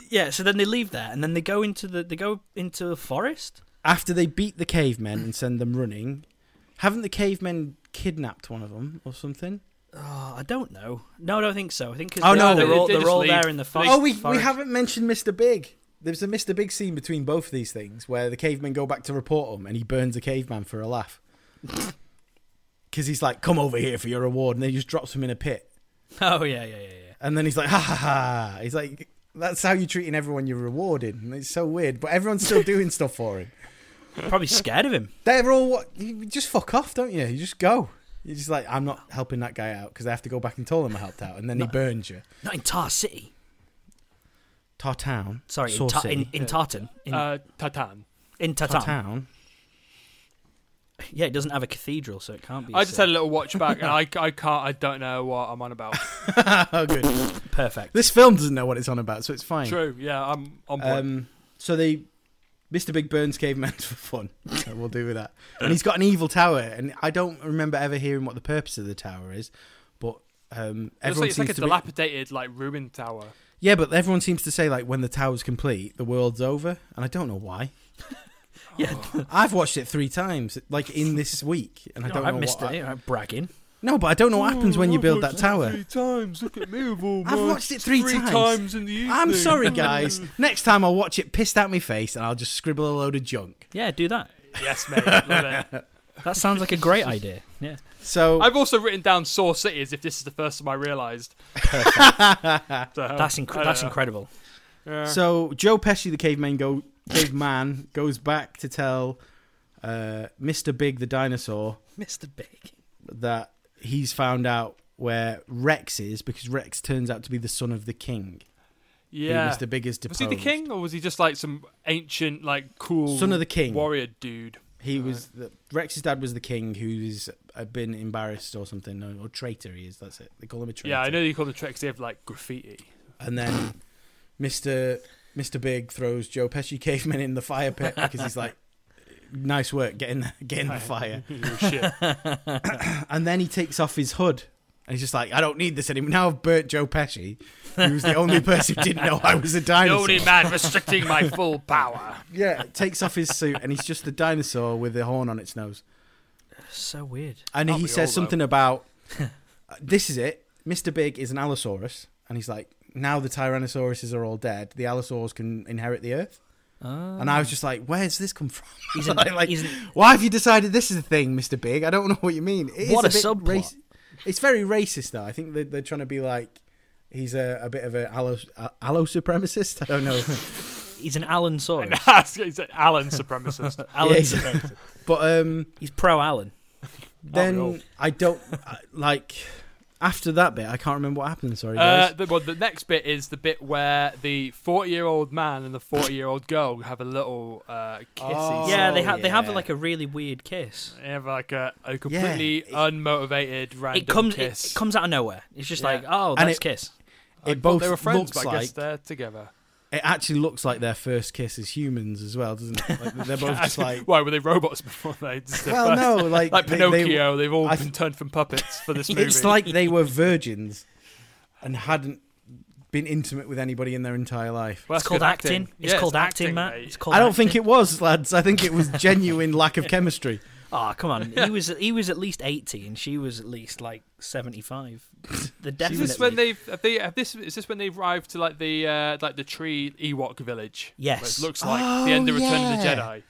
Speaker 1: Yeah, so then they leave there, and then they go into the they go into a forest.
Speaker 2: after they beat the cavemen and send them running, haven't the cavemen kidnapped one of them or something?
Speaker 1: Oh, I don't know. No, I don't think so. I think 'cause
Speaker 2: Oh,
Speaker 1: they-
Speaker 2: no,
Speaker 1: they're
Speaker 2: they-
Speaker 1: all
Speaker 3: they
Speaker 1: they, are
Speaker 3: just
Speaker 1: all
Speaker 3: leave.
Speaker 1: there in the forest.
Speaker 2: Oh, we, we
Speaker 1: forest.
Speaker 2: haven't mentioned Mr. Big. There's a Mr. Big scene between both of these things where the cavemen go back to report him and he burns a caveman for a laugh. Because he's like, come over here for your reward. And then he just drops him in a pit.
Speaker 1: Oh yeah, yeah, yeah, yeah.
Speaker 2: And then he's like, ha ha ha. He's like, that's how you're treating everyone you're rewarding. And it's so weird, but everyone's still doing stuff for him.
Speaker 1: Probably scared of him.
Speaker 2: They're all, what, you just fuck off, don't you? You just go. You're just like, I'm not helping that guy out because I have to go back and tell him I helped out. And then he burns you.
Speaker 1: Not in Tar City.
Speaker 2: Tartown.
Speaker 1: Sorry, in,
Speaker 2: Saw
Speaker 1: ta-
Speaker 2: City.
Speaker 1: in, in Tartan. In,
Speaker 3: Uh, Tatan.
Speaker 1: in Tartan.
Speaker 2: Tartown.
Speaker 1: Yeah, it doesn't have a cathedral, so it can't be.
Speaker 3: I just
Speaker 1: so-
Speaker 3: had a little watch back, and I, I can't. I don't know what I'm on about.
Speaker 2: Oh, good.
Speaker 1: perfect.
Speaker 2: This film doesn't know what it's on about, so it's fine.
Speaker 3: True. Yeah, I'm on point.
Speaker 2: Um, so they, Mr. Big Burns caveman for fun. So we'll do with that. And he's got an evil tower, and I don't remember ever hearing what the purpose of the tower is, but um,
Speaker 3: It's
Speaker 2: everyone
Speaker 3: like, it's
Speaker 2: seems
Speaker 3: like a
Speaker 2: to be-
Speaker 3: dilapidated, like ruin tower.
Speaker 2: yeah, but everyone seems to say like when the tower's complete, the world's over, and I don't know why.
Speaker 1: Yeah.
Speaker 2: I've watched it three times, like in this week, and I don't
Speaker 1: I
Speaker 2: know
Speaker 1: Oh, missed
Speaker 2: what
Speaker 1: it. I'm bragging.
Speaker 2: no, but I don't know
Speaker 3: Oh,
Speaker 2: what happens when you build that tower.
Speaker 3: Three times. Look at me with all
Speaker 2: I've
Speaker 3: my-
Speaker 2: watched it three times.
Speaker 3: times in the evening.
Speaker 2: I'm sorry, guys. Next time I'll watch it pissed out my face, and I'll just scribble a load of junk.
Speaker 1: Yeah, do that.
Speaker 3: yes, mate. Love it.
Speaker 1: That sounds like a great idea. Yeah.
Speaker 2: So
Speaker 3: I've also written down Saw City as if this is the first time I realised. Oh,
Speaker 1: That's inc-
Speaker 3: uh,
Speaker 1: that's incredible.
Speaker 2: So Joe Pesci, the caveman, go caveman goes back to tell uh, Mr. Big the dinosaur
Speaker 1: Mr. Big.
Speaker 2: that he's found out where Rex is because Rex turns out to be the son of the king. who
Speaker 3: Yeah.
Speaker 2: Mr. Big is
Speaker 3: Was
Speaker 2: deposed.
Speaker 3: he the king, or was he just like some ancient, like cool
Speaker 2: Son of the king.
Speaker 3: warrior dude?
Speaker 2: He was the, Rex's dad was the king who's uh, been embarrassed or something or, or traitor. He is. That's it. They call him a traitor.
Speaker 3: Yeah, I know you call the tricks. They have like graffiti.
Speaker 2: And then Mr. Mr. Big throws Joe Pesci caveman in the fire pit because he's like, "Nice work getting getting the fire."
Speaker 3: Oh, shit.
Speaker 2: And then he takes off his hood. And he's just like, I don't need this anymore. Now I've burnt Joe Pesci, who was the only person who didn't know I was a
Speaker 3: the
Speaker 2: dinosaur.
Speaker 3: only man restricting my full power.
Speaker 2: Yeah, takes off his suit and he's just the dinosaur with the horn on its nose.
Speaker 1: So weird.
Speaker 2: And
Speaker 3: Can't
Speaker 2: he
Speaker 3: we
Speaker 2: says
Speaker 3: all,
Speaker 2: something about, uh, this is it. Mr. Big is an Allosaurus. And he's like, now the Tyrannosauruses are all dead. The Allosaurs can inherit the Earth. And I was just like, where's this come from?
Speaker 1: He's an-
Speaker 2: like, like,
Speaker 1: he's an-
Speaker 2: why have you decided this is a thing, Mr. Big? I don't know what you mean. It is
Speaker 1: What a
Speaker 2: bit
Speaker 1: subplot.
Speaker 2: It's very racist, though. I think they're, they're trying to be like, he's a, a bit of a allo, a- allo supremacist. I don't know.
Speaker 1: He's an Alan Saurus.
Speaker 3: He's an Alan supremacist.
Speaker 1: Alan
Speaker 2: Yeah,
Speaker 1: Saurus.
Speaker 2: but um,
Speaker 1: He's pro Alan.
Speaker 3: all?
Speaker 2: then I don't, I, like, after that bit, I can't remember what happened. Sorry,
Speaker 3: Uh,
Speaker 2: guys.
Speaker 3: the, well, the next bit is the bit where the forty-year-old man and the forty-year-old girl have a little uh, kissy.
Speaker 2: Oh,
Speaker 1: yeah, they have they have
Speaker 2: yeah.
Speaker 1: like a really weird kiss.
Speaker 3: They have like a, a completely
Speaker 2: it-
Speaker 3: unmotivated random
Speaker 1: It comes it,
Speaker 3: kiss.
Speaker 1: it comes out of nowhere. It's just
Speaker 3: Yeah.
Speaker 1: like, oh,
Speaker 2: And
Speaker 1: let's
Speaker 2: it-
Speaker 1: kiss.
Speaker 2: it
Speaker 3: Well,
Speaker 2: both
Speaker 3: they were friends,
Speaker 2: looks
Speaker 3: but I
Speaker 2: like
Speaker 3: guess they're together.
Speaker 2: it actually looks like their first kiss as humans as well, doesn't it? Like, they're both just like,
Speaker 3: Why were they robots before they? Just their
Speaker 2: well,
Speaker 3: first-
Speaker 2: no, like,
Speaker 3: like
Speaker 2: they- they-
Speaker 3: Pinocchio, they, have all
Speaker 2: I-
Speaker 3: been turned from puppets for this movie.
Speaker 2: It's like they were virgins and hadn't been intimate with anybody in their entire life.
Speaker 3: Well,
Speaker 1: It's
Speaker 3: that's
Speaker 1: called
Speaker 3: good
Speaker 1: acting. It's
Speaker 3: Yeah,
Speaker 1: called acting, Matt.
Speaker 3: mate.
Speaker 1: It's called
Speaker 2: I don't think
Speaker 1: acting.
Speaker 2: it was, lads. I think it was genuine lack of chemistry.
Speaker 1: Oh, come on. He was he was at least 80 and she was at least like 75. The
Speaker 3: Is
Speaker 1: definitely
Speaker 3: this when they've have they have this is this when they arrived to like the uh, like the tree Ewok village? Where
Speaker 1: Yes.
Speaker 3: it looks like the end of
Speaker 2: Oh,
Speaker 3: Return of the
Speaker 2: yeah.
Speaker 3: Jedi.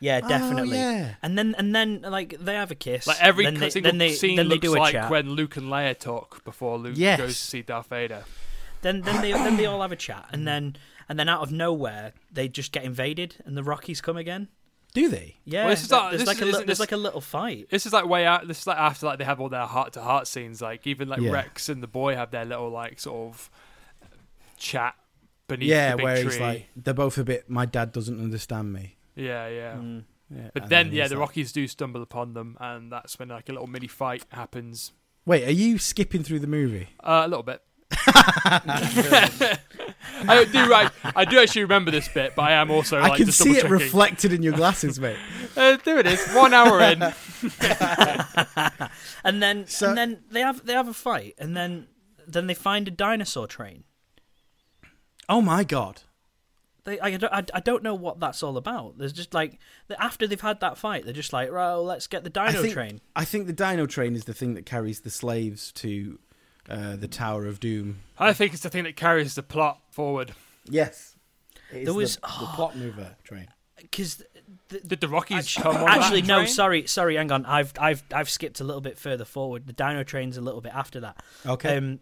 Speaker 1: Yeah,
Speaker 3: Oh,
Speaker 1: definitely.
Speaker 2: yeah.
Speaker 1: And then and then like they have a kiss.
Speaker 3: Like every
Speaker 1: then they,
Speaker 3: single
Speaker 1: then they,
Speaker 3: scene
Speaker 1: then they
Speaker 3: looks
Speaker 1: do a
Speaker 3: like
Speaker 1: chat.
Speaker 3: when Luke and Leia talk before Luke
Speaker 2: Yes.
Speaker 3: goes to see Darth Vader.
Speaker 1: Then then they then they all have a chat
Speaker 3: Mm.
Speaker 1: and then and then out of nowhere they just get invaded and the Rockies come again.
Speaker 2: Do they?
Speaker 1: Yeah,
Speaker 3: Well, this is
Speaker 1: there-
Speaker 3: not-
Speaker 1: there's
Speaker 3: this
Speaker 1: like a
Speaker 3: isn't
Speaker 1: li- there's
Speaker 3: this-
Speaker 1: like a little fight.
Speaker 3: This is like way out. This is like after like they have all their heart to heart scenes. Like even like
Speaker 2: Yeah.
Speaker 3: Rex and the boy have their little like sort of chat beneath
Speaker 2: yeah,
Speaker 3: the big
Speaker 2: where
Speaker 3: tree.
Speaker 2: he's like, they're both a bit. My dad doesn't understand me.
Speaker 3: yeah, yeah.
Speaker 1: Mm.
Speaker 2: Yeah,
Speaker 3: But
Speaker 2: and
Speaker 3: then, yeah,
Speaker 2: he's
Speaker 3: the
Speaker 2: like-
Speaker 3: Rockies do stumble upon them, and that's when like a little mini fight happens.
Speaker 2: Wait, are you skipping through the movie?
Speaker 3: Uh, a little bit. I do right. I do actually remember this bit, but Oh, I am also like
Speaker 2: I can
Speaker 3: just
Speaker 2: see it
Speaker 3: double-checking.
Speaker 2: reflected in your glasses, mate.
Speaker 3: Uh, there it is. One hour in.
Speaker 1: And then
Speaker 2: So-
Speaker 1: and then they have they have a fight and then then they find a dinosaur train.
Speaker 2: Oh my god!
Speaker 1: They, I, don't, I, I don't know what that's all about. There's just like the- after they've had that fight, they're just like, "Well, let's get the
Speaker 2: I
Speaker 1: Dino
Speaker 2: think,
Speaker 1: Train."
Speaker 2: I think the Dino Train is the thing that carries the slaves to uh, the Tower of Doom.
Speaker 3: I think it's the thing that carries the plot forward.
Speaker 2: Yes, it is
Speaker 1: There was-
Speaker 2: the, the plot mover train.
Speaker 1: Because
Speaker 3: Did the Rockies
Speaker 1: Actu-
Speaker 3: come on?
Speaker 1: Actually,
Speaker 3: that
Speaker 1: no.
Speaker 3: train?
Speaker 1: Sorry, sorry. Hang on. I've I've I've skipped a little bit further forward. The Dino Train's a little bit after that.
Speaker 2: Okay.
Speaker 1: Um,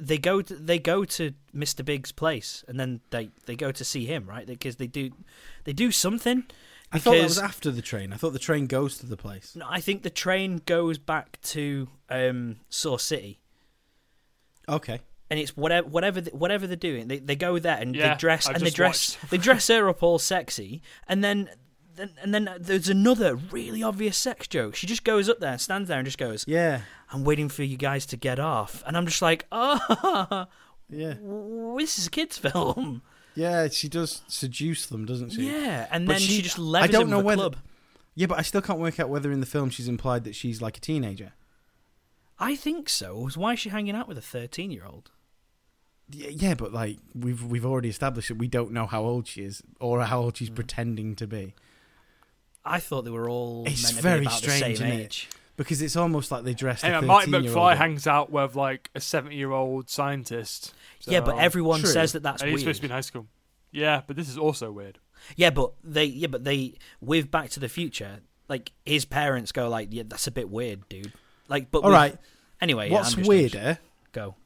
Speaker 1: they go to, they go to Mr. Big's place and then they, they go to see him, right? Because they do they do something.
Speaker 2: I thought that
Speaker 1: because-
Speaker 2: was after the train. I thought the train goes to the place.
Speaker 1: No, I think the train goes back to um, Saw City,
Speaker 2: Okay.
Speaker 1: and it's whatever whatever th- whatever they're doing. They, they go there and they
Speaker 3: Yeah,
Speaker 1: dress
Speaker 3: I've
Speaker 1: and they
Speaker 3: just
Speaker 1: dress they dress her up all sexy, and then. then- And then there's another really obvious sex joke. She just goes up there, stands there, and just goes,
Speaker 2: Yeah.
Speaker 1: "I'm waiting for you guys to get off," and I'm just like, "Oh,
Speaker 2: Yeah.
Speaker 1: this is a kids' film."
Speaker 2: Yeah, she does seduce them, doesn't she?
Speaker 1: Yeah, and
Speaker 2: But
Speaker 1: then she,
Speaker 2: she-
Speaker 1: just
Speaker 2: I
Speaker 1: levers
Speaker 2: don't
Speaker 1: him
Speaker 2: know
Speaker 1: the
Speaker 2: whether-
Speaker 1: club.
Speaker 2: Yeah, but I still can't work out whether in the film she's implied that she's like a teenager.
Speaker 1: I think so. Why is she hanging out with a thirteen-year-old?
Speaker 2: Y- Yeah, but like we've we've already established that we don't know how old she is or how old she's pretending to be
Speaker 1: I thought they were all
Speaker 2: It's
Speaker 1: meant to
Speaker 2: very
Speaker 1: be about
Speaker 2: strange,
Speaker 1: the same
Speaker 2: isn't it?
Speaker 1: age.
Speaker 2: because it's almost like they dressed.
Speaker 3: Anyway,
Speaker 2: a
Speaker 3: Martin
Speaker 2: 13-year-old
Speaker 3: McFly
Speaker 2: up.
Speaker 3: hangs out with like a seventy-year-old scientist.
Speaker 1: yeah, but
Speaker 3: So-
Speaker 1: everyone
Speaker 2: True.
Speaker 1: says that that's
Speaker 3: and he's
Speaker 1: weird.
Speaker 3: supposed to be in high school. Yeah, but this is also weird.
Speaker 1: Yeah, but they yeah, but they with Back to the Future, like his parents go like, yeah, that's a bit weird, dude. Like, but
Speaker 2: All
Speaker 1: with-
Speaker 2: right.
Speaker 1: Anyway, yeah,
Speaker 2: What's
Speaker 1: I'm just-
Speaker 2: weirder,
Speaker 1: Go.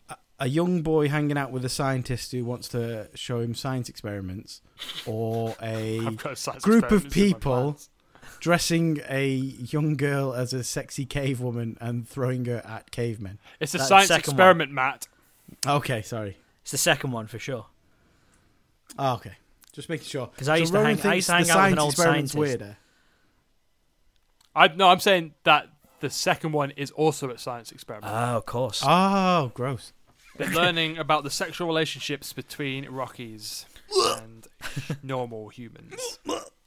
Speaker 2: a young boy hanging out with a scientist who wants to show him science experiments, or a
Speaker 3: I've got a science
Speaker 2: group of
Speaker 3: experiment in my
Speaker 2: people
Speaker 3: pants.
Speaker 2: dressing a young girl as a sexy cave woman and throwing her at cavemen.
Speaker 3: It's a
Speaker 1: That's the
Speaker 3: science
Speaker 1: second one.
Speaker 3: experiment, Matt.
Speaker 2: Okay, sorry.
Speaker 1: It's the second one for sure.
Speaker 2: Oh, okay. Just making sure.
Speaker 1: 'Cause I used to
Speaker 2: Rowan
Speaker 1: hang- I used
Speaker 2: thinks
Speaker 1: to hang
Speaker 2: the
Speaker 1: out with an
Speaker 2: science
Speaker 1: old
Speaker 2: experiment's
Speaker 1: scientist.
Speaker 2: Weirder.
Speaker 3: I no, I'm saying that the second one is also a science experiment.
Speaker 2: Ah,
Speaker 1: Oh, of course.
Speaker 2: Oh, gross.
Speaker 3: They're learning about the sexual relationships between Rockies and normal humans.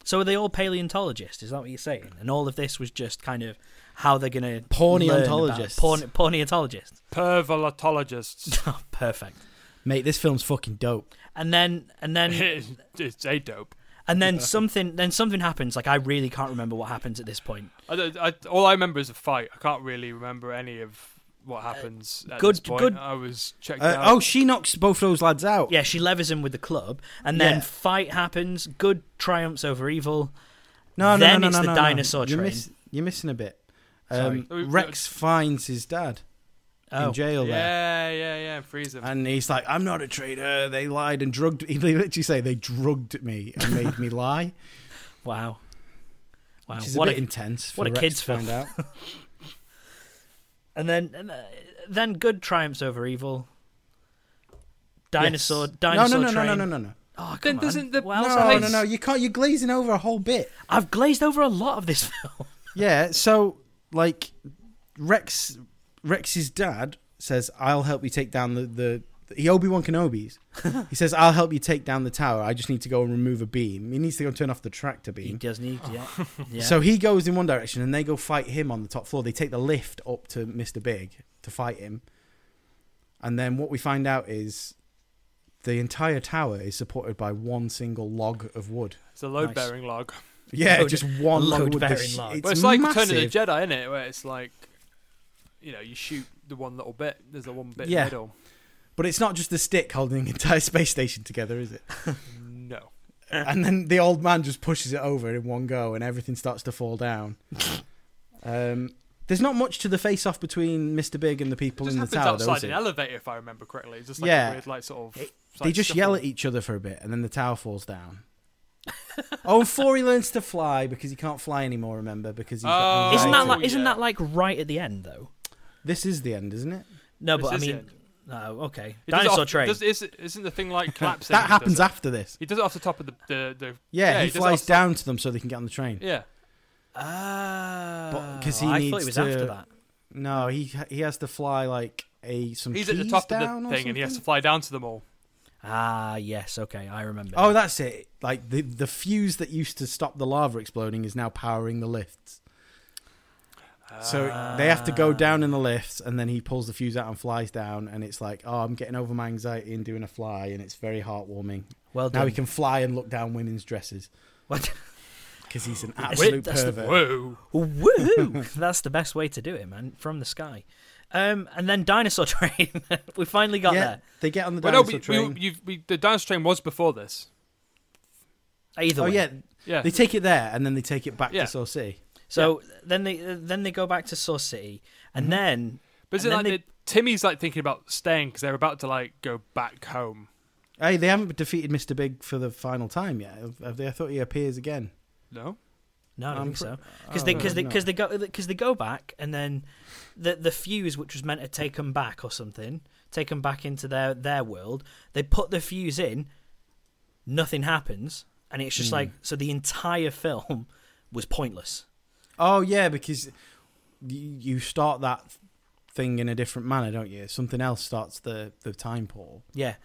Speaker 1: so are they all paleontologists? Is that what you're saying? And all of this was just kind of how they're gonna
Speaker 2: Porneontologists.
Speaker 1: learn about- Porn, porneontologists.
Speaker 3: Pervolatologists.
Speaker 1: Oh, perfect.
Speaker 2: Mate, this film's fucking dope.
Speaker 1: And then and then
Speaker 3: it's, it's a dope.
Speaker 1: and then something then something happens. Like I really can't remember what happens at this point.
Speaker 3: I, don't- I, all I remember is a fight. I can't really remember any of what happens. at
Speaker 1: good-
Speaker 3: this point.
Speaker 1: good-
Speaker 3: I was checked
Speaker 2: Uh,
Speaker 3: out.
Speaker 2: oh, she knocks both those lads out.
Speaker 1: Yeah, she levers him with the club, and then
Speaker 2: Yeah.
Speaker 1: fight happens. Good triumphs over evil.
Speaker 2: No, no,
Speaker 1: Then
Speaker 2: no, no,
Speaker 1: it's
Speaker 2: no,
Speaker 1: the
Speaker 2: no,
Speaker 1: dinosaur
Speaker 2: no. You're,
Speaker 1: train.
Speaker 2: you're missing a bit. Um,
Speaker 3: Sorry.
Speaker 2: Rex finds his dad
Speaker 1: Oh,
Speaker 2: in jail there.
Speaker 3: yeah, yeah, yeah. Freeze him.
Speaker 2: And he's like, I'm not a traitor. They lied and drugged. He literally say they drugged me and made me lie,
Speaker 1: wow, wow,
Speaker 2: which is
Speaker 1: what
Speaker 2: a
Speaker 1: a,
Speaker 2: bit intense. For
Speaker 1: what a
Speaker 2: Rex
Speaker 1: kids'
Speaker 2: to find out.
Speaker 1: and then and, uh, then good triumphs over evil. Dinosaur,
Speaker 2: Yes.
Speaker 1: dinosaur
Speaker 2: No, no, no,
Speaker 1: train.
Speaker 2: no, no, no, no.
Speaker 1: Oh,
Speaker 3: Then
Speaker 1: come
Speaker 3: doesn't
Speaker 1: on.
Speaker 3: the-
Speaker 1: Well,
Speaker 3: no,
Speaker 1: I-
Speaker 2: No, no, no. You can't. You're glazing over a whole bit.
Speaker 1: I've glazed over a lot of this film.
Speaker 2: Yeah, so like Rex Rex's dad says, I'll help you take down the, the he Obi Wan Kenobi's. he says, I'll help you take down the tower. I just need to go and remove a beam. He needs to go and turn off the tractor
Speaker 1: he
Speaker 2: beam.
Speaker 1: does need, yeah, yeah.
Speaker 2: So he goes in one direction and they go fight him on the top floor. They take the lift up to Mr. Big to fight him. And then what we find out is the entire tower is supported by one single log of wood.
Speaker 3: It's a load-bearing log.
Speaker 2: Yeah,
Speaker 1: Load-
Speaker 2: just one log of wood.
Speaker 1: load-bearing
Speaker 2: This-
Speaker 1: log.
Speaker 3: Well, it's, like
Speaker 2: massive.
Speaker 3: Return of the Jedi, isn't it? Where it's like, you know, you shoot the one little bit. There's the one bit
Speaker 2: Yeah.
Speaker 3: in the middle.
Speaker 2: But it's not just the stick holding the entire space station together, is it?
Speaker 3: No.
Speaker 2: and then the old man just pushes it over in one go, and everything starts to fall down. um, there's not much to the face-off between Mr. Big and the
Speaker 3: It
Speaker 2: people
Speaker 3: just
Speaker 2: in the
Speaker 3: happens
Speaker 2: tower, though.
Speaker 3: outside
Speaker 2: Is
Speaker 3: an
Speaker 2: it?
Speaker 3: elevator, if I remember correctly. It's just like
Speaker 2: Yeah.
Speaker 3: a weird, like, sort of. it's
Speaker 2: They
Speaker 3: like
Speaker 2: just
Speaker 3: shuffle.
Speaker 2: yell at each other for a bit, and then the tower falls down. oh, and four he learns to fly because he can't fly anymore. Remember, because he's got
Speaker 3: Oh.
Speaker 1: isn't that
Speaker 2: anxiety.
Speaker 1: like isn't
Speaker 3: yeah.
Speaker 1: that like right at the end though?
Speaker 2: this is the end, isn't it?
Speaker 1: No,
Speaker 3: This
Speaker 1: but I
Speaker 3: is the
Speaker 1: mean,
Speaker 3: end.
Speaker 1: no, okay,
Speaker 3: It does it
Speaker 1: dinosaur
Speaker 3: off-
Speaker 1: train.
Speaker 3: Does, is, isn't the thing like collapsing?
Speaker 2: That happens
Speaker 3: Does it?
Speaker 2: after this.
Speaker 3: He does it off the top of the. the, the
Speaker 2: Yeah, he
Speaker 3: does it
Speaker 2: flies
Speaker 3: off the-
Speaker 2: down to them so they can get on the train.
Speaker 3: Yeah.
Speaker 1: Ah,
Speaker 2: 'cause he
Speaker 1: I thought
Speaker 2: needs
Speaker 1: it was
Speaker 2: to-
Speaker 1: after that.
Speaker 2: No, he he has to fly like a some.
Speaker 3: He's at the
Speaker 2: keys
Speaker 3: top of
Speaker 2: down
Speaker 3: the
Speaker 2: or
Speaker 3: thing and he has to
Speaker 2: something?
Speaker 3: fly down to them all.
Speaker 1: Ah, yes, okay, I remember.
Speaker 2: Oh, that's it. Like the the fuse that used to stop the lava exploding is now powering the lifts. So they have to
Speaker 1: Ah.
Speaker 2: go down in the lifts, and then he pulls the fuse out and flies down, and it's like, oh, I'm getting over my anxiety and doing a fly, and it's very heartwarming.
Speaker 1: well
Speaker 2: Now
Speaker 1: done.
Speaker 2: he can fly and look down women's dresses
Speaker 1: What?
Speaker 2: because he's an
Speaker 1: Wait,
Speaker 2: absolute
Speaker 1: that's the
Speaker 2: pervert.
Speaker 3: Whoa.
Speaker 1: Woo! That's the best way to do it, man. From the sky. Um, and then dinosaur train. we finally got
Speaker 2: yeah,
Speaker 1: there.
Speaker 2: they get on the
Speaker 3: Well, no,
Speaker 2: dinosaur
Speaker 3: we, we,
Speaker 2: train.
Speaker 3: you we, the dinosaur train was before this.
Speaker 1: Either
Speaker 2: oh
Speaker 1: way.
Speaker 2: yeah,
Speaker 3: Yeah.
Speaker 2: they take it there, and then they take it back
Speaker 3: Yeah.
Speaker 2: to Source City.
Speaker 1: So then they then they go back to Source City, and then
Speaker 2: Hmm?
Speaker 3: But is
Speaker 1: and
Speaker 3: it
Speaker 1: then
Speaker 3: like
Speaker 1: they-
Speaker 3: they, Timmy's like thinking about staying because they're about to like go back home.
Speaker 2: Hey, they haven't defeated Mr. Big for the final time yet. Have- Have they? I thought he appears again.
Speaker 3: No,
Speaker 1: No, I don't
Speaker 2: I'm
Speaker 1: think
Speaker 2: pre-
Speaker 1: so. Because they,
Speaker 2: Oh,
Speaker 1: cause they,
Speaker 2: no.
Speaker 1: cause they go because they go back and then the the fuse which was meant to take them back or something, take them back into their their world. They put the fuse in, nothing happens, and it's just
Speaker 2: Hmm.
Speaker 1: like so the entire film was pointless.
Speaker 2: Oh yeah, because you, you start that thing in a different manner, don't you? Something else starts the the time portal.
Speaker 1: Yeah,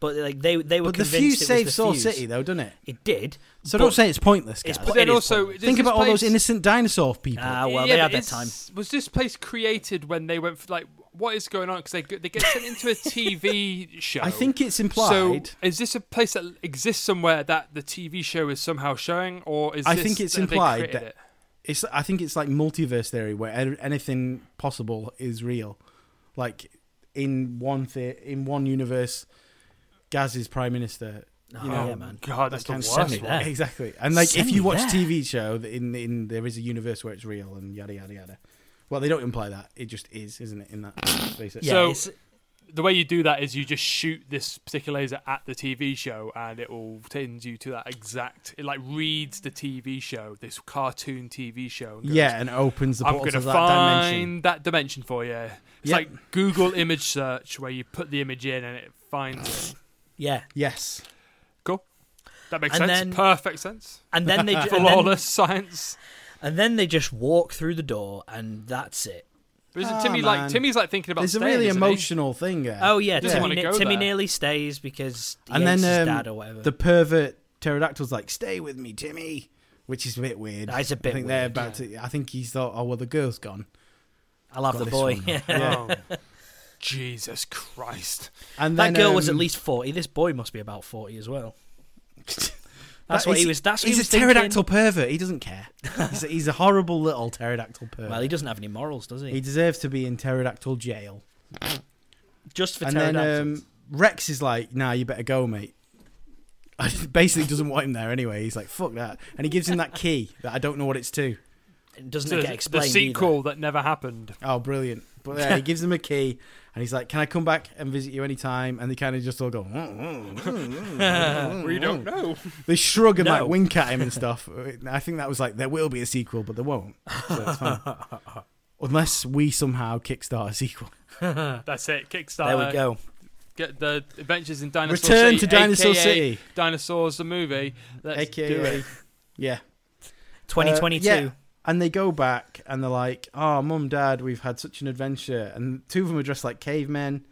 Speaker 1: but like they they were
Speaker 2: But the
Speaker 1: convinced
Speaker 2: fuse
Speaker 1: it
Speaker 2: saves
Speaker 1: was the
Speaker 2: Soul
Speaker 1: fuse.
Speaker 2: City, though, doesn't it?
Speaker 1: It did.
Speaker 2: So
Speaker 1: but-
Speaker 2: don't say it's pointless.
Speaker 1: It's
Speaker 2: Guys.
Speaker 1: po-
Speaker 3: but then
Speaker 1: is
Speaker 3: also
Speaker 1: pointless.
Speaker 3: does
Speaker 2: Think
Speaker 3: this
Speaker 2: about all those
Speaker 3: place-
Speaker 2: innocent dinosaur people.
Speaker 1: Ah, well,
Speaker 3: Yeah,
Speaker 1: they
Speaker 3: but
Speaker 1: had their
Speaker 3: is-
Speaker 1: time.
Speaker 3: Was this place created when they went for like what is going on? Because they go- they get sent into a TV show.
Speaker 2: I think it's implied.
Speaker 3: So is this a place that exists somewhere that the TV show is somehow showing, or is
Speaker 2: I
Speaker 3: this
Speaker 2: think it's
Speaker 3: that they
Speaker 2: implied
Speaker 3: created
Speaker 2: that-
Speaker 3: it?
Speaker 2: it's I think it's like multiverse theory where an- anything possible is real. Like in one the- in one universe, Gaz is prime minister. You
Speaker 1: Oh,
Speaker 2: know,
Speaker 1: yeah, man.
Speaker 3: God, that's the
Speaker 2: kind of
Speaker 3: worst.
Speaker 1: semi-
Speaker 3: one.
Speaker 1: there.
Speaker 2: Exactly, and like
Speaker 1: Send
Speaker 2: if
Speaker 1: me
Speaker 2: you watch
Speaker 1: there.
Speaker 2: TV show, th- in in there is a universe where it's real and yada yada yada. Well, they don't imply that; it just is, isn't it? In that, basically.
Speaker 1: Yeah,
Speaker 3: So-
Speaker 1: it's,
Speaker 3: The way you do that is you just shoot this particular laser at the TV show, and it will send you to that exact. It like reads the TV show, this cartoon TV show. and goes,
Speaker 2: yeah, and opens the
Speaker 3: I'm
Speaker 2: portal to
Speaker 3: going to
Speaker 2: that
Speaker 3: find
Speaker 2: dimension.
Speaker 3: that dimension for you. It's
Speaker 2: Yep.
Speaker 3: like Google image search where you put the image in and it finds it.
Speaker 1: yeah,
Speaker 2: Yes,
Speaker 3: Cool. That makes
Speaker 1: And
Speaker 3: sense.
Speaker 1: then-
Speaker 3: Perfect sense.
Speaker 1: and then they ju- and, then,
Speaker 3: Flawless science.
Speaker 1: and then they just walk through the door, and that's it.
Speaker 3: But Isn't
Speaker 2: Ah,
Speaker 3: Timmy
Speaker 2: man.
Speaker 3: like Timmy's like thinking about
Speaker 2: there's a
Speaker 3: staying,
Speaker 2: really
Speaker 3: isn't he?
Speaker 2: emotional thing there.
Speaker 1: Oh yeah,
Speaker 3: Doesn't
Speaker 1: Timmy,
Speaker 3: wanna
Speaker 1: ne-
Speaker 3: go
Speaker 1: Timmy
Speaker 3: there.
Speaker 1: nearly stays because he
Speaker 2: and
Speaker 1: hates
Speaker 2: then
Speaker 1: his
Speaker 2: um,
Speaker 1: dad or whatever.
Speaker 2: the pervert pterodactyl's like, "Stay with me, Timmy," which is a bit weird.
Speaker 1: That is a bit
Speaker 2: I think they're
Speaker 1: weird,
Speaker 2: about to. I think he's thought, "Oh well, the girl's gone."
Speaker 1: I'll have
Speaker 2: Got
Speaker 1: the
Speaker 2: this
Speaker 1: boy.
Speaker 2: one.
Speaker 1: Yeah.
Speaker 3: Oh, Jesus Christ.
Speaker 2: And
Speaker 1: That
Speaker 2: then,
Speaker 1: girl was at
Speaker 2: um,
Speaker 1: least forty. This boy must be about forty as well. That's
Speaker 2: that-
Speaker 1: what he
Speaker 2: he's-
Speaker 1: was. That's what
Speaker 2: he's
Speaker 1: he was
Speaker 2: a pterodactyl
Speaker 1: Thinking.
Speaker 2: pervert. He doesn't care. He's a, he's a horrible little pterodactyl pervert.
Speaker 1: Well, he doesn't have any morals, does he?
Speaker 2: he deserves to be in pterodactyl jail.
Speaker 1: Just for
Speaker 2: and then
Speaker 1: pterodactyls.
Speaker 2: um, Rex is like, "Nah, you better go, mate." Basically, doesn't want him there anyway. He's like, "Fuck that," and he gives him that key that I don't know what it's to.
Speaker 1: It doesn't
Speaker 3: So
Speaker 1: get
Speaker 3: the, the
Speaker 1: explained.
Speaker 3: sequel uh, that never happened.
Speaker 2: Oh, brilliant. But yeah, he gives them a key and he's like, Can I come back and visit you anytime? And they kind of just all go, "Mm, mm, mm, mm,
Speaker 3: We don't
Speaker 1: Hmm.
Speaker 3: know.
Speaker 2: mm." They shrug and
Speaker 1: No.
Speaker 2: like wink at him and stuff. I think that was like, There will be a sequel, but there won't. So it's fine. Unless we somehow kickstart a sequel.
Speaker 3: That's it. Kickstarter.
Speaker 1: There we go.
Speaker 3: Get the Adventures in Dinosaur
Speaker 2: Return
Speaker 3: City.
Speaker 2: to Dinosaur
Speaker 3: AKA
Speaker 2: City.
Speaker 3: Dinosaurs the movie. Let's do
Speaker 2: AKA.
Speaker 3: it.
Speaker 2: Yeah.
Speaker 1: Twenty twenty
Speaker 2: Uh, yeah.
Speaker 1: two.
Speaker 2: And they go back and they're like, Oh, mum, dad, we've had such an adventure. And two of them are dressed like cavemen.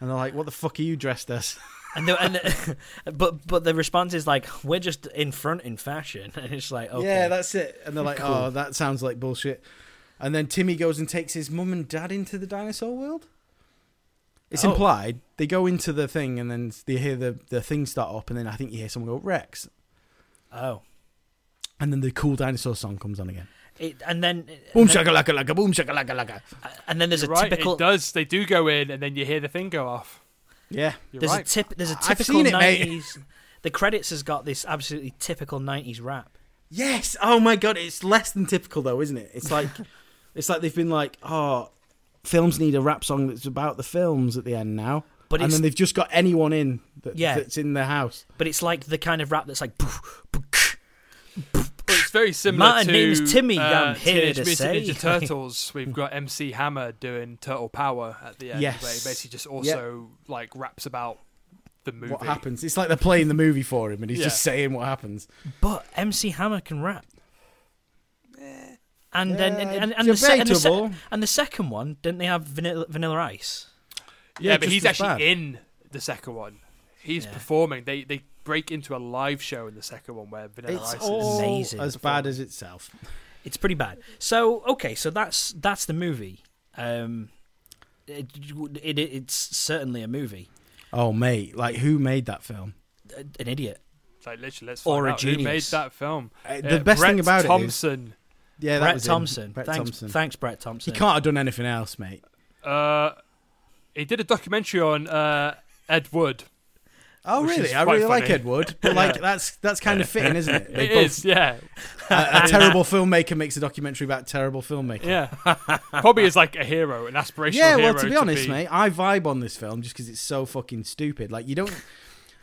Speaker 2: And they're like, What the fuck are you dressed as?
Speaker 1: And, the, and the, but but the response is like we're just in front in fashion, and it's like okay,
Speaker 2: Yeah, that's it. And they're like, oh, that sounds like bullshit. And then Timmy goes and takes his mum and dad into the dinosaur world. It's
Speaker 1: Oh.
Speaker 2: implied. They go into the thing and then they hear the, the thing start up, and then I think you hear someone go, Rex.
Speaker 1: oh.
Speaker 2: And then the cool dinosaur song comes on again.
Speaker 1: It, and then and
Speaker 2: Boom
Speaker 1: then,
Speaker 2: shakalaka laka, boom shakalaka laka.
Speaker 1: and then there's
Speaker 3: You're
Speaker 1: a
Speaker 3: right,
Speaker 1: typical
Speaker 3: it does. They do go in, and then you hear the thing go off.
Speaker 2: Yeah.
Speaker 3: You're
Speaker 1: there's a
Speaker 3: right.
Speaker 1: tip there's a
Speaker 2: I've
Speaker 1: typical
Speaker 2: seen it, mate.
Speaker 1: nineties. The credits has got this absolutely typical nineties rap.
Speaker 2: Yes. Oh my god, it's less than typical though, isn't it? It's like it's like they've been like, oh, films need a rap song that's about the films at the end now.
Speaker 1: But
Speaker 2: But and
Speaker 1: it's-
Speaker 2: then they've just got anyone in that,
Speaker 1: Yeah.
Speaker 2: that's in their house.
Speaker 1: But it's like the kind of rap that's like, "Poof, poof,
Speaker 3: Well, it's very similar
Speaker 1: My
Speaker 3: to
Speaker 1: name's Timmy,
Speaker 3: Uh,
Speaker 1: I'm here
Speaker 3: Teenage
Speaker 1: to
Speaker 3: Mutant
Speaker 1: say.
Speaker 3: Ninja Turtles. We've got MC Hammer doing Turtle Power at the end.
Speaker 2: Yes.
Speaker 3: where he basically just also like raps about the movie.
Speaker 2: what happens. It's like they're playing the movie for him, and he's
Speaker 3: Yeah.
Speaker 2: just saying what happens.
Speaker 1: but MC Hammer can rap. And then and,
Speaker 2: Yeah,
Speaker 1: and, and, the se- and, the se-
Speaker 2: debatable.
Speaker 1: and the second one, didn't they have Vanilla, vanilla Ice?
Speaker 3: Yeah,
Speaker 2: Yeah,
Speaker 3: but
Speaker 2: just
Speaker 3: he's
Speaker 2: as
Speaker 3: actually
Speaker 2: bad.
Speaker 3: in the second one. He's performing. They they break into a live show in the second one where Vanilla
Speaker 2: It's
Speaker 3: Ice
Speaker 2: all
Speaker 3: is.
Speaker 1: amazing
Speaker 2: as bad as itself.
Speaker 1: It's pretty bad. So okay, so that's that's the movie. Um, it, it, it's certainly a movie.
Speaker 2: Oh mate, like who made that film?
Speaker 1: A- An idiot.
Speaker 3: It's like literally, let's
Speaker 1: Or
Speaker 3: find
Speaker 1: a
Speaker 3: out who made
Speaker 1: genius.
Speaker 3: that film.
Speaker 2: Uh, the best
Speaker 3: Brett
Speaker 2: thing about it is-
Speaker 3: Thompson.
Speaker 2: Yeah, that
Speaker 1: Brett
Speaker 2: was him.
Speaker 1: Thompson.
Speaker 2: Brett
Speaker 1: thanks,
Speaker 2: Thompson.
Speaker 1: thanks, Brett
Speaker 2: He
Speaker 1: Thompson.
Speaker 2: can't have done anything else, mate.
Speaker 3: Uh, he did a documentary on uh, Ed Wood.
Speaker 2: Oh,
Speaker 3: which
Speaker 2: really?
Speaker 3: is
Speaker 2: I
Speaker 3: quite
Speaker 2: really like
Speaker 3: funny.
Speaker 2: Ed Wood, but like that's that's kind of fitting, isn't it? They
Speaker 3: It is, yeah,
Speaker 2: A, a terrible filmmaker makes a documentary about terrible filmmaking.
Speaker 3: yeah. Probably is like a hero, an aspirational
Speaker 2: Yeah,
Speaker 3: hero.
Speaker 2: well, to be honest, mate, I vibe on this film just because it's so fucking stupid. Like, you don't,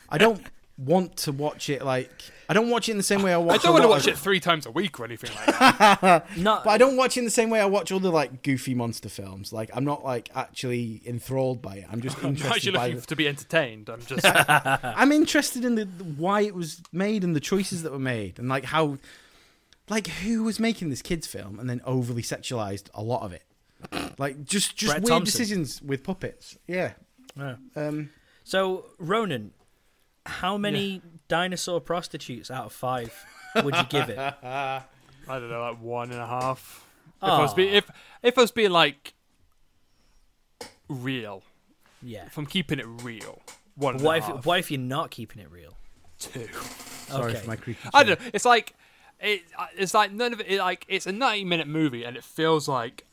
Speaker 2: I don't want to watch it. Like, I don't watch it in the same way I watch.
Speaker 3: I don't want to watch
Speaker 2: it.
Speaker 3: it three times a week or anything like that.
Speaker 1: Not,
Speaker 2: But I don't watch it in the same way I watch all the like goofy monster films. Like I'm not like actually enthralled by it. I'm just
Speaker 3: I'm
Speaker 2: interested
Speaker 3: actually
Speaker 2: by.
Speaker 3: looking
Speaker 2: The,
Speaker 3: to be entertained. I'm just
Speaker 2: I'm interested in the, the- why it was made and the choices that were made and like how, like who was making this kids film and then overly sexualized a lot of it. Like just just
Speaker 1: Brett
Speaker 2: weird
Speaker 1: Thompson.
Speaker 2: decisions with puppets. Yeah.
Speaker 1: Yeah.
Speaker 2: Um,
Speaker 1: So, Ronan, how many dinosaur prostitutes out of five would you give it?
Speaker 3: I don't know, like one and a half. If I was
Speaker 1: Aw.
Speaker 3: being if if I was being like real,
Speaker 1: Yeah.
Speaker 3: if I'm keeping it real, one and a
Speaker 1: What if,
Speaker 3: half,
Speaker 1: what if you're not keeping it real?
Speaker 3: two.
Speaker 2: sorry
Speaker 1: Okay.
Speaker 2: for my creaky.
Speaker 3: I
Speaker 2: chair.
Speaker 3: don't know. It's like it. It's like none of it. Like it's a ninety-minute movie, and it feels like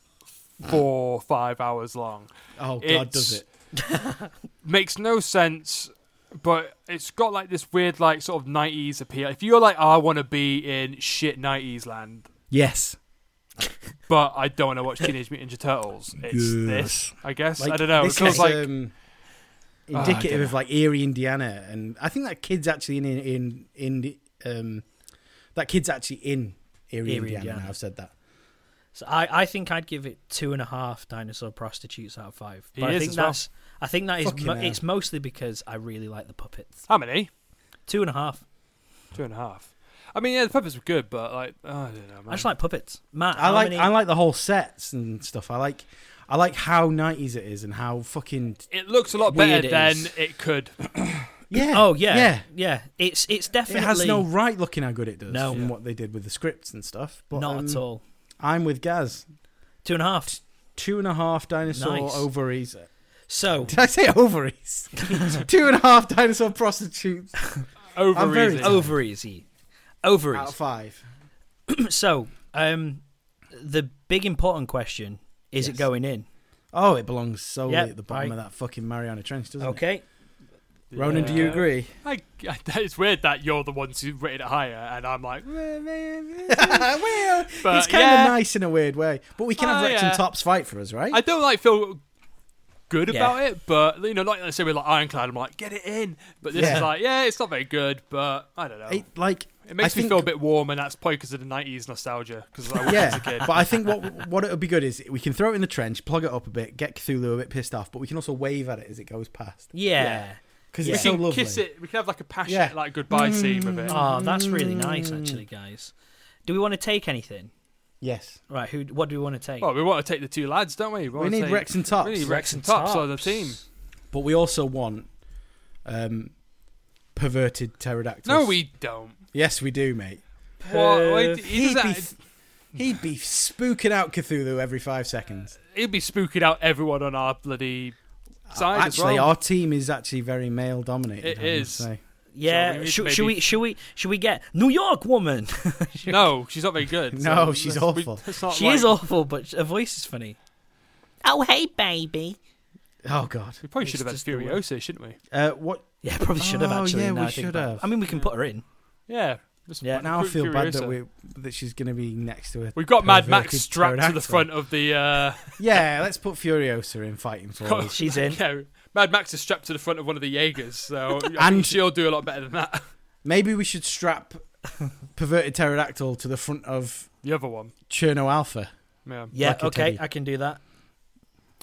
Speaker 3: four, five hours long.
Speaker 2: Oh God,
Speaker 3: It's-
Speaker 2: does it?
Speaker 3: Makes no sense, but it's got like this weird, like sort of nineties appeal. If you're like, I want to be in shit nineties land,
Speaker 2: Yes.
Speaker 3: but I don't want to watch Teenage Mutant Ninja Turtles. It's this, I guess. I don't know. It
Speaker 2: This
Speaker 3: feels
Speaker 2: is,
Speaker 3: like
Speaker 2: um,
Speaker 1: Ah,
Speaker 3: I
Speaker 2: indicative
Speaker 3: dunno.
Speaker 2: of like Erie, Indiana, and I think that kid's actually in in in, um, that kid's actually in Erie,
Speaker 1: Erie,
Speaker 2: Indiana.
Speaker 1: Indiana.
Speaker 2: now I've said that.
Speaker 1: So I, I think I'd give it two and a half dinosaur prostitutes out of five.
Speaker 3: He
Speaker 1: But I
Speaker 3: is
Speaker 1: think
Speaker 3: as well.
Speaker 1: that's I think that is
Speaker 2: Fucking
Speaker 1: mo-
Speaker 2: hell.
Speaker 1: it's mostly because I really like the puppets.
Speaker 3: how many?
Speaker 1: Two and a half.
Speaker 3: Two and a half. I mean, yeah, the puppets were good, but like, oh, I don't know. Man.
Speaker 1: I just like puppets. Matt,
Speaker 2: I
Speaker 1: how
Speaker 2: like
Speaker 1: many-
Speaker 2: I like the whole sets and stuff. I like I like how nineties it is and how fucking
Speaker 3: it looks a lot
Speaker 1: Weird
Speaker 3: better
Speaker 1: it
Speaker 3: than
Speaker 1: is.
Speaker 3: it could.
Speaker 2: yeah.
Speaker 1: Oh yeah,
Speaker 2: yeah.
Speaker 1: yeah, It's it's
Speaker 2: It
Speaker 1: definitely
Speaker 2: has no right looking how good it does
Speaker 1: No.
Speaker 2: from
Speaker 1: Yeah.
Speaker 2: what they did with the scripts and stuff. But
Speaker 1: not
Speaker 2: um,
Speaker 1: at all.
Speaker 2: I'm with Gaz.
Speaker 1: Two and a half.
Speaker 2: Two and a half dinosaur
Speaker 1: Nice.
Speaker 2: ovaries.
Speaker 1: So
Speaker 2: Did I say ovaries? Two and a half dinosaur prostitutes I'm very-
Speaker 3: Over
Speaker 2: Yeah.
Speaker 1: over easy,
Speaker 2: out of
Speaker 1: ovaries.
Speaker 2: five.
Speaker 1: so um, the big important question is it
Speaker 2: Yes.
Speaker 1: going in?
Speaker 2: Oh, it belongs solely
Speaker 1: Yep,
Speaker 2: at the bottom
Speaker 1: I-
Speaker 2: of that fucking Mariana Trench, doesn't
Speaker 1: Okay.
Speaker 2: it? Oh, Ronan, do you agree?
Speaker 3: I, I, it's weird that you're the ones who rated it higher, and I'm like,
Speaker 2: well,
Speaker 3: But,
Speaker 2: it's kind of
Speaker 3: yeah.
Speaker 2: nice in a weird way, but we can have
Speaker 3: Oh,
Speaker 2: Rex
Speaker 3: yeah.
Speaker 2: and Tops fight for us, right?
Speaker 3: I don't like feel good
Speaker 1: Yeah.
Speaker 3: about it, but you know, like let's say we're like Ironclad, I'm like, get it in. But this
Speaker 2: Yeah.
Speaker 3: is like, yeah, it's not very good, but I don't know. It,
Speaker 2: It, like I
Speaker 3: makes me
Speaker 2: think-
Speaker 3: feel a bit warm, and that's probably because of the '90s nostalgia. Because I was
Speaker 2: Yeah,
Speaker 3: a kid.
Speaker 2: but I think what what it would be good is we can throw it in the trench, plug it up a bit, get Cthulhu a bit pissed off, but we can also wave at it as it goes past
Speaker 1: Yeah.
Speaker 2: because
Speaker 1: Yeah.
Speaker 2: it's
Speaker 3: we
Speaker 2: so
Speaker 3: can
Speaker 2: lovely.
Speaker 3: kiss it. We can have like a passionate,
Speaker 2: Yeah. Mm.
Speaker 3: like goodbye scene with it.
Speaker 1: Oh, that's really nice, actually, guys. Do we want to take anything?
Speaker 2: Yes,
Speaker 1: Right. Who? What do we want to take?
Speaker 3: Well, we want to take the two lads, don't we?
Speaker 2: we
Speaker 3: wanna
Speaker 2: need
Speaker 3: take-
Speaker 2: Rex and Tops,
Speaker 3: We need Rex and
Speaker 1: Tops.
Speaker 3: Tops on the team.
Speaker 2: but we also want um, perverted pterodactyls.
Speaker 3: No, we don't.
Speaker 2: yes, we do, mate.
Speaker 3: What?
Speaker 2: Uh,
Speaker 3: Wait, he
Speaker 2: He'd be,
Speaker 3: does that-
Speaker 2: he'd be spooking out Cthulhu every five seconds.
Speaker 3: he'd be spooking out everyone on our bloody side as
Speaker 2: Oh, actually,
Speaker 3: well.
Speaker 2: our team is actually very male dominated.
Speaker 3: It
Speaker 2: I must
Speaker 3: is.
Speaker 2: say.
Speaker 1: yeah.
Speaker 3: so we
Speaker 1: Should
Speaker 3: need
Speaker 1: should
Speaker 3: to
Speaker 1: we?
Speaker 3: maybe-
Speaker 1: Should we? Should we get New York woman?
Speaker 3: No, she's not very good.
Speaker 2: No,
Speaker 3: so
Speaker 2: she's
Speaker 3: let's- we-
Speaker 2: awful.
Speaker 3: let's not,
Speaker 1: she
Speaker 3: like-
Speaker 1: is awful, but her voice is funny.
Speaker 6: Oh, hey, baby.
Speaker 2: Oh God.
Speaker 3: We probably should have had
Speaker 1: just the way-
Speaker 3: Furiosa, shouldn't we?
Speaker 2: Uh, what?
Speaker 1: Yeah, probably should have
Speaker 2: Oh,
Speaker 1: actually.
Speaker 2: yeah,
Speaker 1: now
Speaker 2: we
Speaker 1: I think
Speaker 2: should
Speaker 1: about it.
Speaker 2: have.
Speaker 1: I mean, we can put her in.
Speaker 3: Yeah. Just
Speaker 1: Yeah,
Speaker 3: recruit
Speaker 2: Now I feel bad that
Speaker 3: Furiosa.
Speaker 2: we that she's going to be next to it.
Speaker 3: We've got Mad Max
Speaker 2: Perverted
Speaker 3: strapped to
Speaker 2: pterodactyl.
Speaker 3: the front of the. Uh,
Speaker 2: Yeah, let's put Furiosa in fighting for us.
Speaker 1: She's in.
Speaker 3: yeah, Mad Max is strapped to the front of one of the Jaegers, so I think
Speaker 2: And-
Speaker 3: she'll do a lot better than that.
Speaker 2: Maybe we should strap perverted pterodactyl to the front of
Speaker 3: The other one.
Speaker 2: Cherno Alpha.
Speaker 3: Yeah.
Speaker 1: Yeah.
Speaker 2: Like a
Speaker 1: okay.
Speaker 2: teddy.
Speaker 1: I can do that.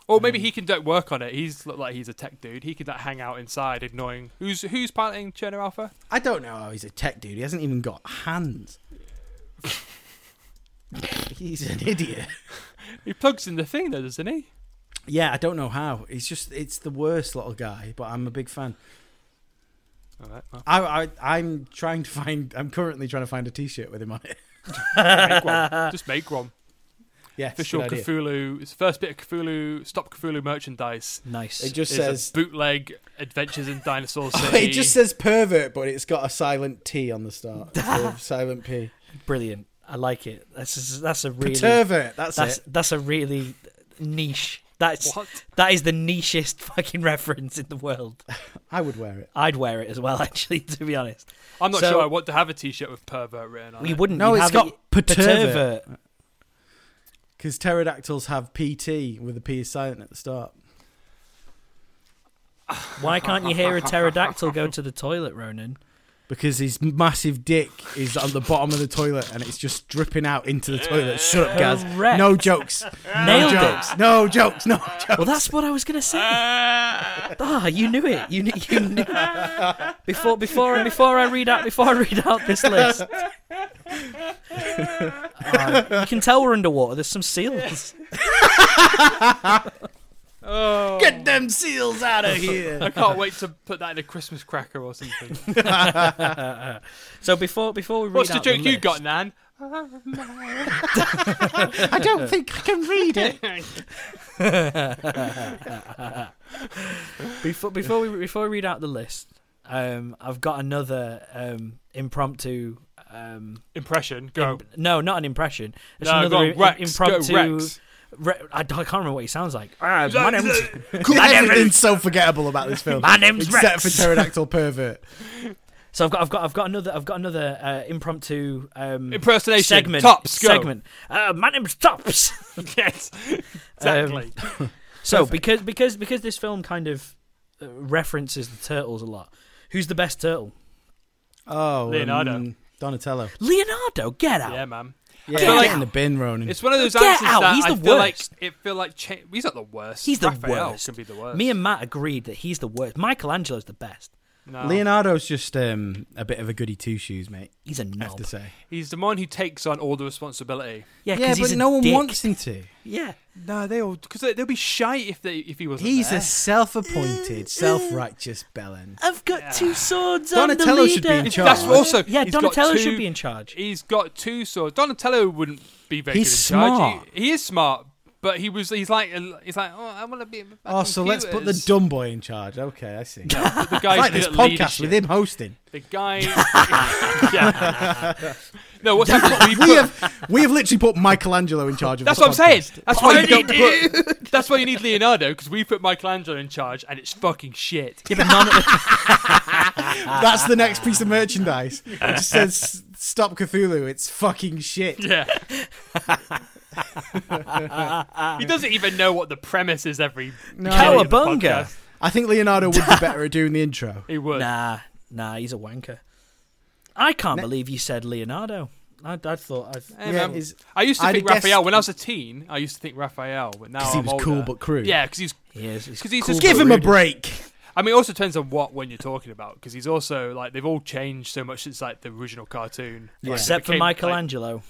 Speaker 3: Or maybe he can do work on it. He's look like he's a tech dude. He could like, hang out inside, ignoring who's who's piloting Cherno Alpha.
Speaker 2: I don't know how he's a tech dude. He hasn't even got hands. he's an idiot.
Speaker 3: He plugs in the thing though, doesn't he?
Speaker 2: Yeah, I don't know how. It's just it's the worst little guy, but I'm a big fan.
Speaker 3: All right. Well,
Speaker 2: I, I I'm trying to find. I'm currently trying to find a T-shirt with him on it.
Speaker 3: make one. Just make one.
Speaker 2: Yeah, it's a
Speaker 3: official
Speaker 2: good idea.
Speaker 3: Cthulhu. It's first bit of Cthulhu. Stop Cthulhu merchandise.
Speaker 1: Nice.
Speaker 2: It just
Speaker 3: is
Speaker 2: says.
Speaker 3: a bootleg Adventures in Dinosaur City.
Speaker 2: It just says pervert, but it's got a silent T on the start. instead of silent P.
Speaker 1: Brilliant. I like it. That's that's a really
Speaker 2: Pervert. That's,
Speaker 1: that's
Speaker 2: it.
Speaker 1: that's a really niche That's
Speaker 3: What?
Speaker 1: that is the nichest fucking reference in the world.
Speaker 2: I would wear it.
Speaker 1: I'd wear it as well, actually, to be honest.
Speaker 3: I'm not
Speaker 1: So-
Speaker 3: sure I want to have a T-shirt with pervert written on
Speaker 1: We
Speaker 3: it.
Speaker 1: wouldn't.
Speaker 2: No,
Speaker 1: you'd
Speaker 2: it's
Speaker 1: have
Speaker 2: got perturvert.
Speaker 1: perturvert.
Speaker 2: Because pterodactyls have PT with the P is silent at the start.
Speaker 1: Why can't you hear a pterodactyl go to the toilet, Ronan?
Speaker 2: Because his massive dick is on the bottom of the toilet and it's just dripping out into the toilet. Shut up, guys.
Speaker 1: Correct.
Speaker 2: No jokes. No
Speaker 1: Nailed it.
Speaker 2: jokes. No jokes. No jokes.
Speaker 1: Well, that's what I was gonna say. ah, you knew it. You knew. You knew. Before, before, before I read out, before I read out this list, Ah, you can tell we're underwater. There's some seals.
Speaker 3: Oh,
Speaker 2: Get them seals out of here.
Speaker 3: I can't wait to put that in a Christmas cracker or something.
Speaker 1: So before, before we read
Speaker 3: What's the
Speaker 1: out
Speaker 3: joke you
Speaker 1: list-
Speaker 3: got, Nan?
Speaker 2: I don't think I can read it.
Speaker 1: before before we before we read out the list, um, I've got another um, impromptu. Um,
Speaker 3: Impression. Go.
Speaker 1: no, not an impression. It's
Speaker 3: no,
Speaker 1: another
Speaker 3: go on,
Speaker 1: im-
Speaker 3: Rex.
Speaker 1: impromptu. Uh,
Speaker 3: Go Rex.
Speaker 1: Re- I, don't- I can't remember what he sounds like.
Speaker 3: Ah, My
Speaker 2: Everything's so forgettable about this film.
Speaker 1: My name's Rex.
Speaker 2: Except for pterodactyl pervert.
Speaker 1: So I've got, I've got, I've got another, I've got another uh, impromptu um,
Speaker 3: Impersonation.
Speaker 1: segment.
Speaker 3: Tops, go.
Speaker 1: segment. Uh, my name's Tops.
Speaker 3: yes. Exactly.
Speaker 1: so because because because this film kind of uh, references the turtles a lot. Who's the best turtle?
Speaker 2: Oh,
Speaker 3: Leonardo.
Speaker 2: um, Donatello.
Speaker 1: Leonardo. Get out.
Speaker 3: yeah, man.
Speaker 2: Yeah,
Speaker 3: feel like-
Speaker 2: get in the bin, Ronan.
Speaker 3: It's one of those
Speaker 1: Get
Speaker 3: answers
Speaker 1: out,
Speaker 3: that
Speaker 1: he's
Speaker 3: I
Speaker 1: the
Speaker 3: feel
Speaker 1: worst.
Speaker 3: like it feel like cha- he's not the worst.
Speaker 1: He's the
Speaker 3: Raphael
Speaker 1: worst.
Speaker 3: Can be the worst.
Speaker 1: Me and Matt agreed that he's the worst. Michelangelo's the best.
Speaker 3: no.
Speaker 2: Leonardo's just um, a bit of a goody two shoes, mate.
Speaker 1: He's a
Speaker 2: I have
Speaker 1: knob.
Speaker 2: to say.
Speaker 3: He's the one who takes on all the responsibility.
Speaker 1: Yeah,
Speaker 2: Yeah,
Speaker 1: 'cause
Speaker 2: but
Speaker 1: he's a
Speaker 2: no one
Speaker 1: dick.
Speaker 2: wants him to.
Speaker 1: Yeah,
Speaker 3: No, they all because they, they'll be shy if they if he wasn't
Speaker 2: He's
Speaker 3: there.
Speaker 2: a self-appointed, self-righteous bellend.
Speaker 1: I've got two swords. I'm the
Speaker 2: Donatello
Speaker 1: leader.
Speaker 2: should be in charge.
Speaker 3: That's also
Speaker 1: Yeah,
Speaker 3: he's got
Speaker 1: Donatello
Speaker 3: two-
Speaker 1: should be in charge.
Speaker 3: He's got two swords. Donatello wouldn't be very
Speaker 2: He's
Speaker 3: good in charge.
Speaker 2: smart.
Speaker 3: He, he is smart, but he was he's like he's like oh I want to be.
Speaker 2: Oh, so let's put the dumb boy in charge. Okay, I see.
Speaker 3: the guy
Speaker 2: like this podcast with him hosting.
Speaker 3: The guy. Yeah. No, what's happening?
Speaker 2: We have we have literally put Michelangelo in charge of.
Speaker 3: That's
Speaker 2: the
Speaker 3: what I'm saying.
Speaker 2: podcast.
Speaker 3: That's why you don't put, That's why you need Leonardo because we put Michelangelo in charge and it's fucking shit.
Speaker 1: Yeah, but none. of-
Speaker 2: That's the next piece of merchandise. It just says "Stop Cthulhu." It's fucking shit.
Speaker 3: Yeah. he doesn't even know what the premise is every beginning of the
Speaker 1: Cowabunga.
Speaker 3: podcast.
Speaker 2: I think Leonardo would be better at doing the intro.
Speaker 3: He would.
Speaker 1: nah, nah, he's a wanker. I can't believe you said Leonardo. I, I thought I.
Speaker 3: Hey,
Speaker 2: Yeah,
Speaker 3: man.
Speaker 2: is-
Speaker 3: I used to
Speaker 2: I'd
Speaker 3: think
Speaker 2: have guessed-
Speaker 3: Raphael when I was a teen. I used to think Raphael, but now
Speaker 2: 'Cause he
Speaker 3: I'm
Speaker 2: was
Speaker 3: older.
Speaker 2: cool but crude.
Speaker 3: Yeah, because he's.
Speaker 1: He is. He's
Speaker 3: 'Cause he's
Speaker 1: cool
Speaker 3: just-
Speaker 2: Give
Speaker 1: but
Speaker 2: him a
Speaker 1: rude.
Speaker 2: break.
Speaker 3: I mean, it also depends on what one you're talking about because he's also like they've all changed so much since like the original cartoon. Like, they
Speaker 1: Except for
Speaker 3: became, like,
Speaker 1: Michelangelo.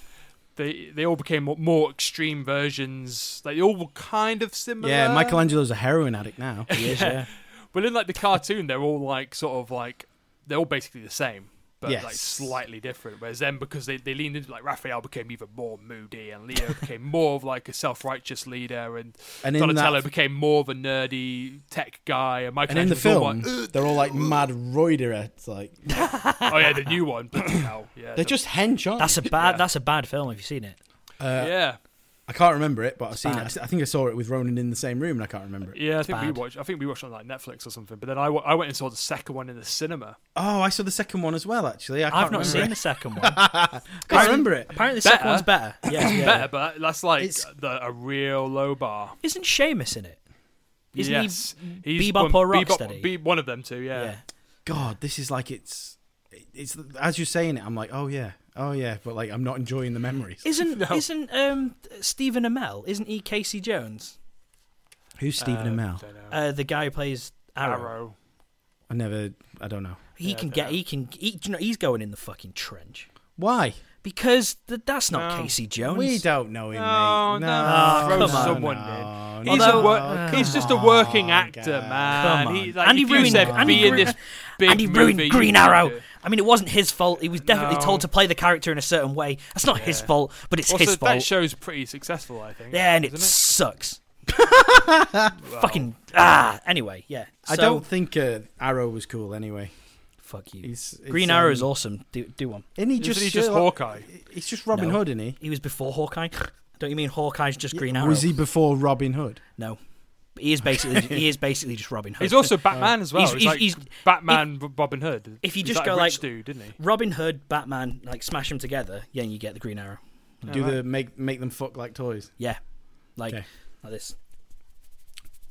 Speaker 3: they they all became more, more extreme versions. Like they all were kind of similar.
Speaker 2: Yeah, Michelangelo's a heroin addict now.
Speaker 1: He is, yeah.
Speaker 3: But in like the cartoon, they're all like sort of like they're all basically the same, but like
Speaker 2: Yes.
Speaker 3: slightly different. Whereas then because they, they leaned into like Raphael became even more moody, and Leo became more of like a self righteous leader, and,
Speaker 2: And in
Speaker 3: Donatello
Speaker 2: that-
Speaker 3: became more of a nerdy tech guy, and
Speaker 2: And
Speaker 3: Michelangelo
Speaker 2: in the film,
Speaker 3: more,
Speaker 2: they're all like mad roiderets. Like
Speaker 3: oh yeah, the new one. But now, yeah,
Speaker 2: they're just hench on.
Speaker 1: That's a bad. That's a bad film. Have you seen it?
Speaker 3: yeah,
Speaker 2: I can't remember it, but I've seen
Speaker 1: bad.
Speaker 2: it. I think I saw it with Ronan in the same room, and I can't remember it.
Speaker 3: yeah. I think we
Speaker 1: bad.
Speaker 3: watched. I think we watched it on like Netflix or something. But then I, wa- I went and saw the second one in the cinema.
Speaker 2: Oh, I saw the second one as well. Actually, I can't
Speaker 1: I've not
Speaker 2: remember
Speaker 1: seen
Speaker 2: it.
Speaker 1: the second one.
Speaker 2: I can't remember it.
Speaker 1: Apparently, the
Speaker 3: Better.
Speaker 1: second one's better. Yeah, yeah.
Speaker 3: Better, but that's like
Speaker 2: It's-
Speaker 3: the, a real low bar.
Speaker 1: Isn't Seamus in it? Isn't
Speaker 3: yes.
Speaker 1: he
Speaker 3: He's
Speaker 1: Bebop
Speaker 3: one,
Speaker 1: or
Speaker 3: Bebop-
Speaker 1: Rocksteady?
Speaker 3: Be, one of them two, yeah. Uh,
Speaker 1: yeah.
Speaker 2: God, this is like it's. It's as you're saying it. I'm like, oh yeah, oh yeah, but like I'm not enjoying the memories.
Speaker 1: Isn't isn't um Stephen Amell? Isn't he Casey Jones?
Speaker 2: Who's Stephen Amell?
Speaker 3: Uh, Don't know.
Speaker 1: Uh, the guy who plays Arrow.
Speaker 3: Arrow.
Speaker 2: I never. I don't know
Speaker 1: He can get. He can. He, do you know, he's going in the fucking trench
Speaker 2: why.
Speaker 1: because th- that's not
Speaker 3: No.
Speaker 1: Casey Jones.
Speaker 2: We don't know him.
Speaker 3: No,
Speaker 2: mate.
Speaker 3: no,
Speaker 2: no,
Speaker 1: throw
Speaker 2: no,
Speaker 3: someone
Speaker 2: no,
Speaker 3: in.
Speaker 2: no.
Speaker 3: He's,
Speaker 1: Although-
Speaker 3: a wor-
Speaker 1: Oh,
Speaker 3: he's just a working actor,
Speaker 2: guys.
Speaker 3: man.
Speaker 1: Come
Speaker 3: He,
Speaker 1: on.
Speaker 3: like,
Speaker 1: And he
Speaker 3: if you
Speaker 1: ruined-
Speaker 3: said,
Speaker 1: and
Speaker 3: be
Speaker 1: he
Speaker 3: in
Speaker 1: ruined-
Speaker 3: this big
Speaker 1: and he ruined
Speaker 3: movie,
Speaker 1: Green
Speaker 3: you wouldn't
Speaker 1: Arrow.
Speaker 3: do it.
Speaker 1: I mean, it wasn't his fault. He was definitely
Speaker 3: No.
Speaker 1: told to play the character in a certain way. That's not his fault, but it's
Speaker 3: Also,
Speaker 1: his
Speaker 3: that
Speaker 1: fault.
Speaker 3: show's pretty successful, I think.
Speaker 1: yeah, and it,
Speaker 3: isn't
Speaker 1: sucks. Fucking ah. Anyway, yeah.
Speaker 2: I
Speaker 1: So-
Speaker 2: don't think uh, Arrow was cool anyway.
Speaker 1: Fuck you.
Speaker 2: He's- it's,
Speaker 1: Green Arrow is
Speaker 2: um,
Speaker 1: awesome. Do do one.
Speaker 2: And he
Speaker 3: Isn't
Speaker 2: just
Speaker 3: he just
Speaker 2: Sherlock-
Speaker 3: Hawkeye?
Speaker 2: He's just Robin
Speaker 1: No.
Speaker 2: Hood, isn't he?
Speaker 1: He was before Hawkeye. Don't you mean Hawkeye's just Green Arrow?
Speaker 2: Was he before Robin Hood?
Speaker 1: No. he is basically he is basically just Robin Hood.
Speaker 3: He's also Batman as well.
Speaker 1: He's-
Speaker 3: He's,
Speaker 1: he's-
Speaker 3: like
Speaker 1: he's-
Speaker 3: Batman, R- Robin Hood.
Speaker 1: if you
Speaker 3: He's
Speaker 1: just
Speaker 3: that
Speaker 1: go
Speaker 3: rich
Speaker 1: like-
Speaker 3: dude, didn't he?
Speaker 1: Robin Hood, Batman, like smash them together, yeah, and you get the Green Arrow.
Speaker 2: Do the make make them fuck like toys.
Speaker 1: Yeah, like
Speaker 2: Okay.
Speaker 1: like this.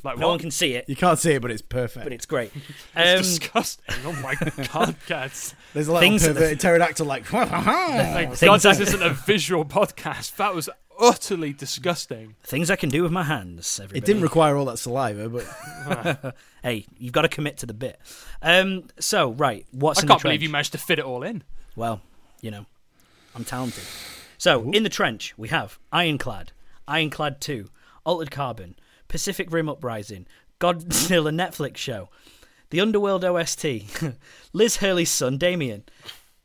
Speaker 3: Like
Speaker 1: No
Speaker 3: what?
Speaker 1: one can see it,
Speaker 2: You can't see it, but it's perfect.
Speaker 1: but it's great.
Speaker 3: It's
Speaker 1: Um,
Speaker 3: disgusting. Oh my god, guys!
Speaker 2: There's a lot
Speaker 1: things
Speaker 2: of
Speaker 1: that-
Speaker 2: perverted pterodactyl like.
Speaker 3: Thank
Speaker 1: things
Speaker 3: God this
Speaker 1: like-
Speaker 3: isn't a visual podcast. That was utterly disgusting.
Speaker 1: things I can do with my hands. Everybody.
Speaker 2: it didn't require all that saliva, but
Speaker 1: Hey, you've got to commit to the bit. Um, so right, what's
Speaker 3: I
Speaker 1: in
Speaker 3: can't
Speaker 1: the
Speaker 3: believe
Speaker 1: trench?
Speaker 3: you managed to fit it all in.
Speaker 1: well, you know, I'm talented. So in the trench we have Ironclad, Ironclad Two, Altered Carbon, Pacific Rim Uprising, Godzilla Netflix show, The Underworld OST, Liz Hurley's son Damien,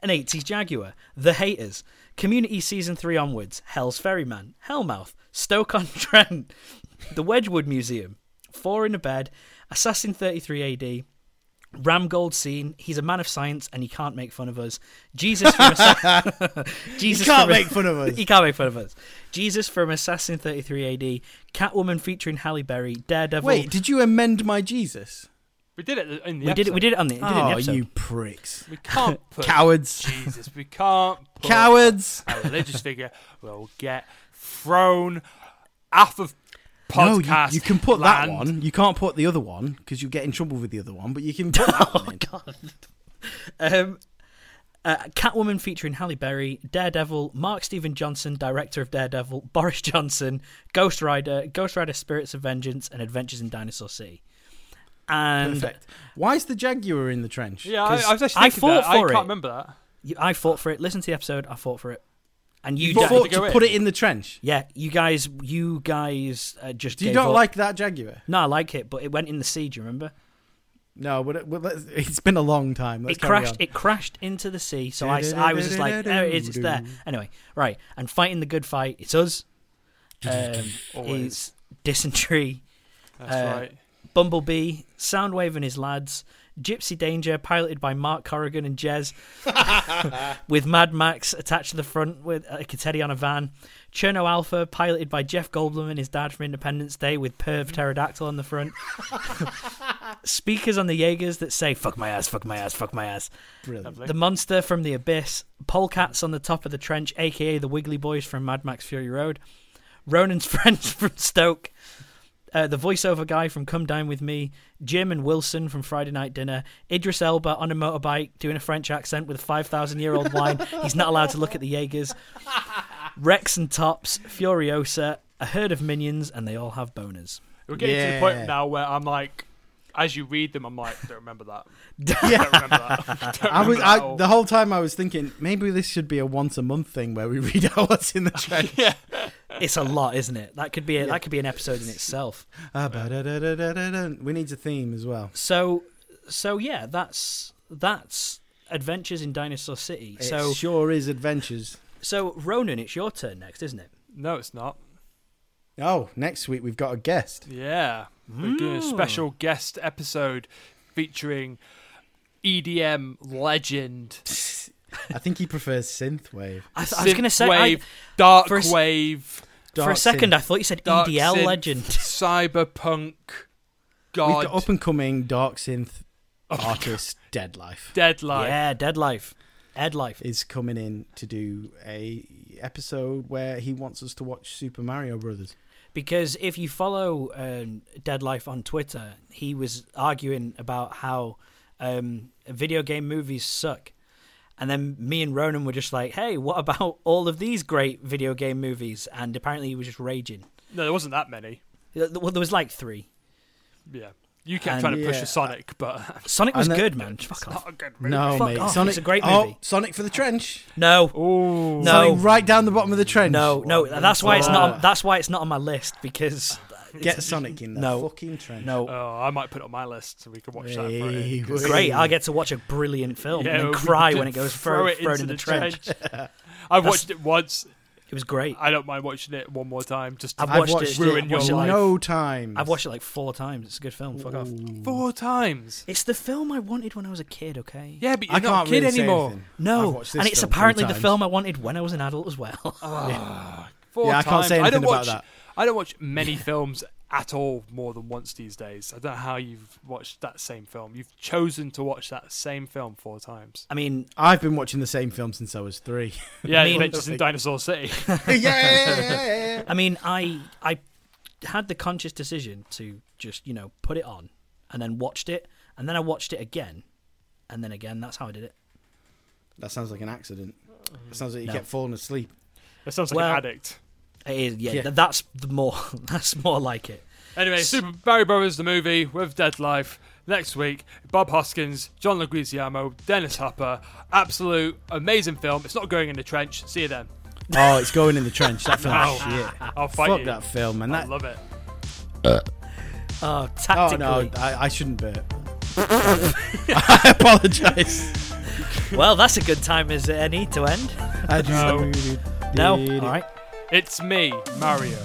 Speaker 1: an 80s Jaguar, The Haters, Community Season 3 onwards, Hell's Ferryman, Hellmouth, Stoke on Trent, The Wedgwood Museum, Four in a Bed, Assassin 33 AD, Ramgold scene. He's a man of science, and he can't make fun of us. Jesus from Assassin. Jesus
Speaker 2: can't
Speaker 1: from a-
Speaker 2: make fun of us.
Speaker 1: He can't make fun of us. Jesus from Assassin 33 AD. Catwoman featuring Halle Berry. Daredevil.
Speaker 2: wait, did you amend my Jesus?
Speaker 3: We did it in the
Speaker 1: we did it.
Speaker 3: episode.
Speaker 1: We did it on the. We did it in the
Speaker 2: Oh,
Speaker 1: episode.
Speaker 2: you pricks,
Speaker 3: We can't put
Speaker 2: cowards,
Speaker 3: Jesus. We can't put
Speaker 2: cowards!
Speaker 3: a religious figure will get thrown off of podcast.
Speaker 2: no, you, you can put
Speaker 3: land.
Speaker 2: that one. You can't put the other one because you get in trouble with the other one. But you can. Put that one in.
Speaker 1: Um, uh, Catwoman featuring Halle Berry, Daredevil, Mark Steven Johnson, director of Daredevil, Boris Johnson, Ghost Rider, Ghost Rider: Spirits of Vengeance, and Adventures in Dinosaur City. And
Speaker 2: Perfect. Why is the Jaguar in the trench?
Speaker 3: Yeah, I, I was actually
Speaker 1: I
Speaker 3: thinking
Speaker 1: fought
Speaker 3: that. I
Speaker 1: for
Speaker 3: can't
Speaker 1: it.
Speaker 3: remember that.
Speaker 1: you- I fought for it. Listen to the episode. I fought for it. And you,
Speaker 2: you
Speaker 1: guys,
Speaker 2: thought
Speaker 3: to go
Speaker 2: to
Speaker 3: in.
Speaker 2: put it in the trench.
Speaker 1: yeah, you guys, you guys uh, just.
Speaker 2: Do you
Speaker 1: gave
Speaker 2: not
Speaker 1: up.
Speaker 2: like that Jaguar?
Speaker 1: No, I like it, but it went in the sea. Do you remember?
Speaker 2: No, but it, well, let's- it's been a long time. Let's
Speaker 1: it
Speaker 2: carry
Speaker 1: crashed.
Speaker 2: on.
Speaker 1: It crashed into the sea. So I, I was just like, there it is. It's there. Anyway, right. And fighting the good fight. It's us. Um, it's dysentery.
Speaker 3: That's
Speaker 1: Uh,
Speaker 3: right.
Speaker 1: Bumblebee, Soundwave and his lads, Gypsy Danger, piloted by Mark Corrigan and Jez, with Mad Max attached to the front with uh, a Catetti on a van, Cherno Alpha, piloted by Jeff Goldblum and his dad from Independence Day, with Perv Pterodactyl on the front, speakers on the Jaegers that say, fuck my ass, fuck my ass, fuck my ass,
Speaker 2: Brilliant.
Speaker 1: the monster from the abyss, polecats on the top of the trench, aka the Wiggly Boys from Mad Max Fury Road, Ronan's friends from Stoke, uh, the voiceover guy from Come Dine with Me, Jim and Wilson from Friday Night Dinner, Idris Elba on a motorbike doing a French accent with a five thousand year old wine. He's not allowed to look at the Jaegers. Rex and Tops, Furiosa, a herd of minions, and they all have boners.
Speaker 3: We're getting to
Speaker 2: Yeah.
Speaker 3: the point now where I'm like, as you read them, I'm like, don't remember that.
Speaker 2: Yeah.
Speaker 3: Don't remember that. Don't
Speaker 2: I was
Speaker 3: remember that at
Speaker 2: I,
Speaker 3: all.
Speaker 2: the whole time I was thinking maybe this should be a once a month thing where we read out what's in the trench.
Speaker 1: It's a lot, isn't it? That could be a, that could be an episode in itself.
Speaker 2: Ah, ba-da-da-da-da-da-da. we need a theme as well.
Speaker 1: So, so yeah, that's that's Adventures in Dinosaur City.
Speaker 2: It
Speaker 1: so,
Speaker 2: sure is adventures.
Speaker 1: so Ronan, it's your turn next, isn't it?
Speaker 3: No, it's not.
Speaker 2: Oh, next week we've got a guest.
Speaker 3: Yeah. We're doing a special guest episode featuring EDM legend.
Speaker 2: I think he prefers synthwave.
Speaker 1: I, th- I was going to say I,
Speaker 3: Synthwave, dark
Speaker 1: for a s-
Speaker 3: wave,
Speaker 1: for a
Speaker 2: Dark
Speaker 1: second.
Speaker 2: synth.
Speaker 1: I thought you said
Speaker 3: dark
Speaker 1: EDL
Speaker 3: synth,
Speaker 1: legend.
Speaker 3: cyberpunk,
Speaker 2: we've
Speaker 3: god,
Speaker 2: got up and coming dark synth
Speaker 3: Oh
Speaker 2: artist Dead Life
Speaker 3: deadline.
Speaker 1: Yeah, Dead Life, Ed Life.
Speaker 2: is coming in to do a episode where he wants us to watch Super Mario Brothers.
Speaker 1: Because if you follow um, Dead Life on Twitter, he was arguing about how um, video game movies suck. And then me and Ronan were just like, hey, what about all of these great video game movies? And apparently he was just raging.
Speaker 3: No, there wasn't that many.
Speaker 1: Well, there was like three.
Speaker 3: Yeah. You kept
Speaker 1: And-
Speaker 3: trying to push
Speaker 2: Yeah.
Speaker 3: a Sonic, but
Speaker 1: Sonic was
Speaker 2: And the-
Speaker 1: good, man. Fuck off.
Speaker 3: not a good movie.
Speaker 2: No,
Speaker 1: Fuck
Speaker 2: mate,
Speaker 1: off,
Speaker 2: Sonic
Speaker 1: it's a great movie.
Speaker 2: Oh, Sonic for the trench.
Speaker 1: No,
Speaker 3: Ooh.
Speaker 1: no,
Speaker 2: Sonic right down the bottom of the trench.
Speaker 1: no, no. That's why it's not.
Speaker 2: Ah.
Speaker 1: On, that's why it's not on my list because
Speaker 2: Get Sonic in the
Speaker 1: No.
Speaker 2: fucking trench.
Speaker 1: no.
Speaker 3: Oh, I might put it on my list so we can watch that. For
Speaker 2: Hey,
Speaker 3: it.
Speaker 2: wait.
Speaker 1: Great, I get to watch a brilliant film and then
Speaker 3: we
Speaker 1: cry
Speaker 3: could
Speaker 1: when it goes
Speaker 3: throw
Speaker 1: throw, thrown in the, trench.
Speaker 3: I watched it once.
Speaker 1: It was great.
Speaker 3: I don't mind watching it one more time. Just
Speaker 1: I've
Speaker 3: to
Speaker 2: I've
Speaker 1: watched it.
Speaker 2: watched, it.
Speaker 3: Ruin your
Speaker 2: watched it
Speaker 3: life.
Speaker 2: no time.
Speaker 1: I've watched it like four times. It's a good film. Fuck off.
Speaker 3: four times.
Speaker 1: It's the film I wanted when I was a kid. Okay.
Speaker 3: Yeah, but you're
Speaker 2: I can't
Speaker 3: not a kid
Speaker 2: really say
Speaker 3: anymore.
Speaker 2: anything. I've
Speaker 1: No,
Speaker 2: watched this
Speaker 1: and it's
Speaker 2: film
Speaker 1: apparently
Speaker 2: three
Speaker 1: the
Speaker 2: times.
Speaker 1: film I wanted when I was an adult as well.
Speaker 3: Four
Speaker 2: Yeah, I can't
Speaker 3: times.
Speaker 2: say
Speaker 3: I don't
Speaker 2: anything about
Speaker 3: watch,
Speaker 2: that.
Speaker 3: I don't watch many films at all more than once these days. I don't know how you've watched that same film. You've chosen to watch that same film four times.
Speaker 1: I mean,
Speaker 2: I've been watching the same film since I was three.
Speaker 3: Yeah,
Speaker 1: mean-
Speaker 3: Adventures in Dinosaur City.
Speaker 2: yeah, yeah, yeah, yeah.
Speaker 1: I mean, I I had the conscious decision to just you know put it on, and then watched it, and then I watched it again, and then again. That's how I did it.
Speaker 2: That sounds like an accident. It sounds like you
Speaker 1: No.
Speaker 2: kept falling asleep.
Speaker 3: That sounds like
Speaker 1: Well-
Speaker 3: an addict.
Speaker 1: It is, yeah.
Speaker 2: Yeah.
Speaker 1: th- that's the more. That's more like it.
Speaker 3: Anyway, Super Barry Brothers the movie with Dead Life next week. Bob Hoskins, John Leguizamo, Dennis Hopper. Absolute amazing film. It's not going in the trench. See you then.
Speaker 2: Oh, it's going in the trench. That film.
Speaker 3: No.
Speaker 2: is shit.
Speaker 3: I'll fight
Speaker 2: Fuck
Speaker 3: you.
Speaker 2: that film, man.
Speaker 3: I
Speaker 2: That.
Speaker 3: love it.
Speaker 1: Oh,
Speaker 2: Oh
Speaker 1: tactically.
Speaker 2: no, I, I shouldn't burp. I apologize.
Speaker 1: Well, that's a good time as any to end.
Speaker 2: I just
Speaker 3: No.
Speaker 1: No. All right.
Speaker 3: It's me, Mario.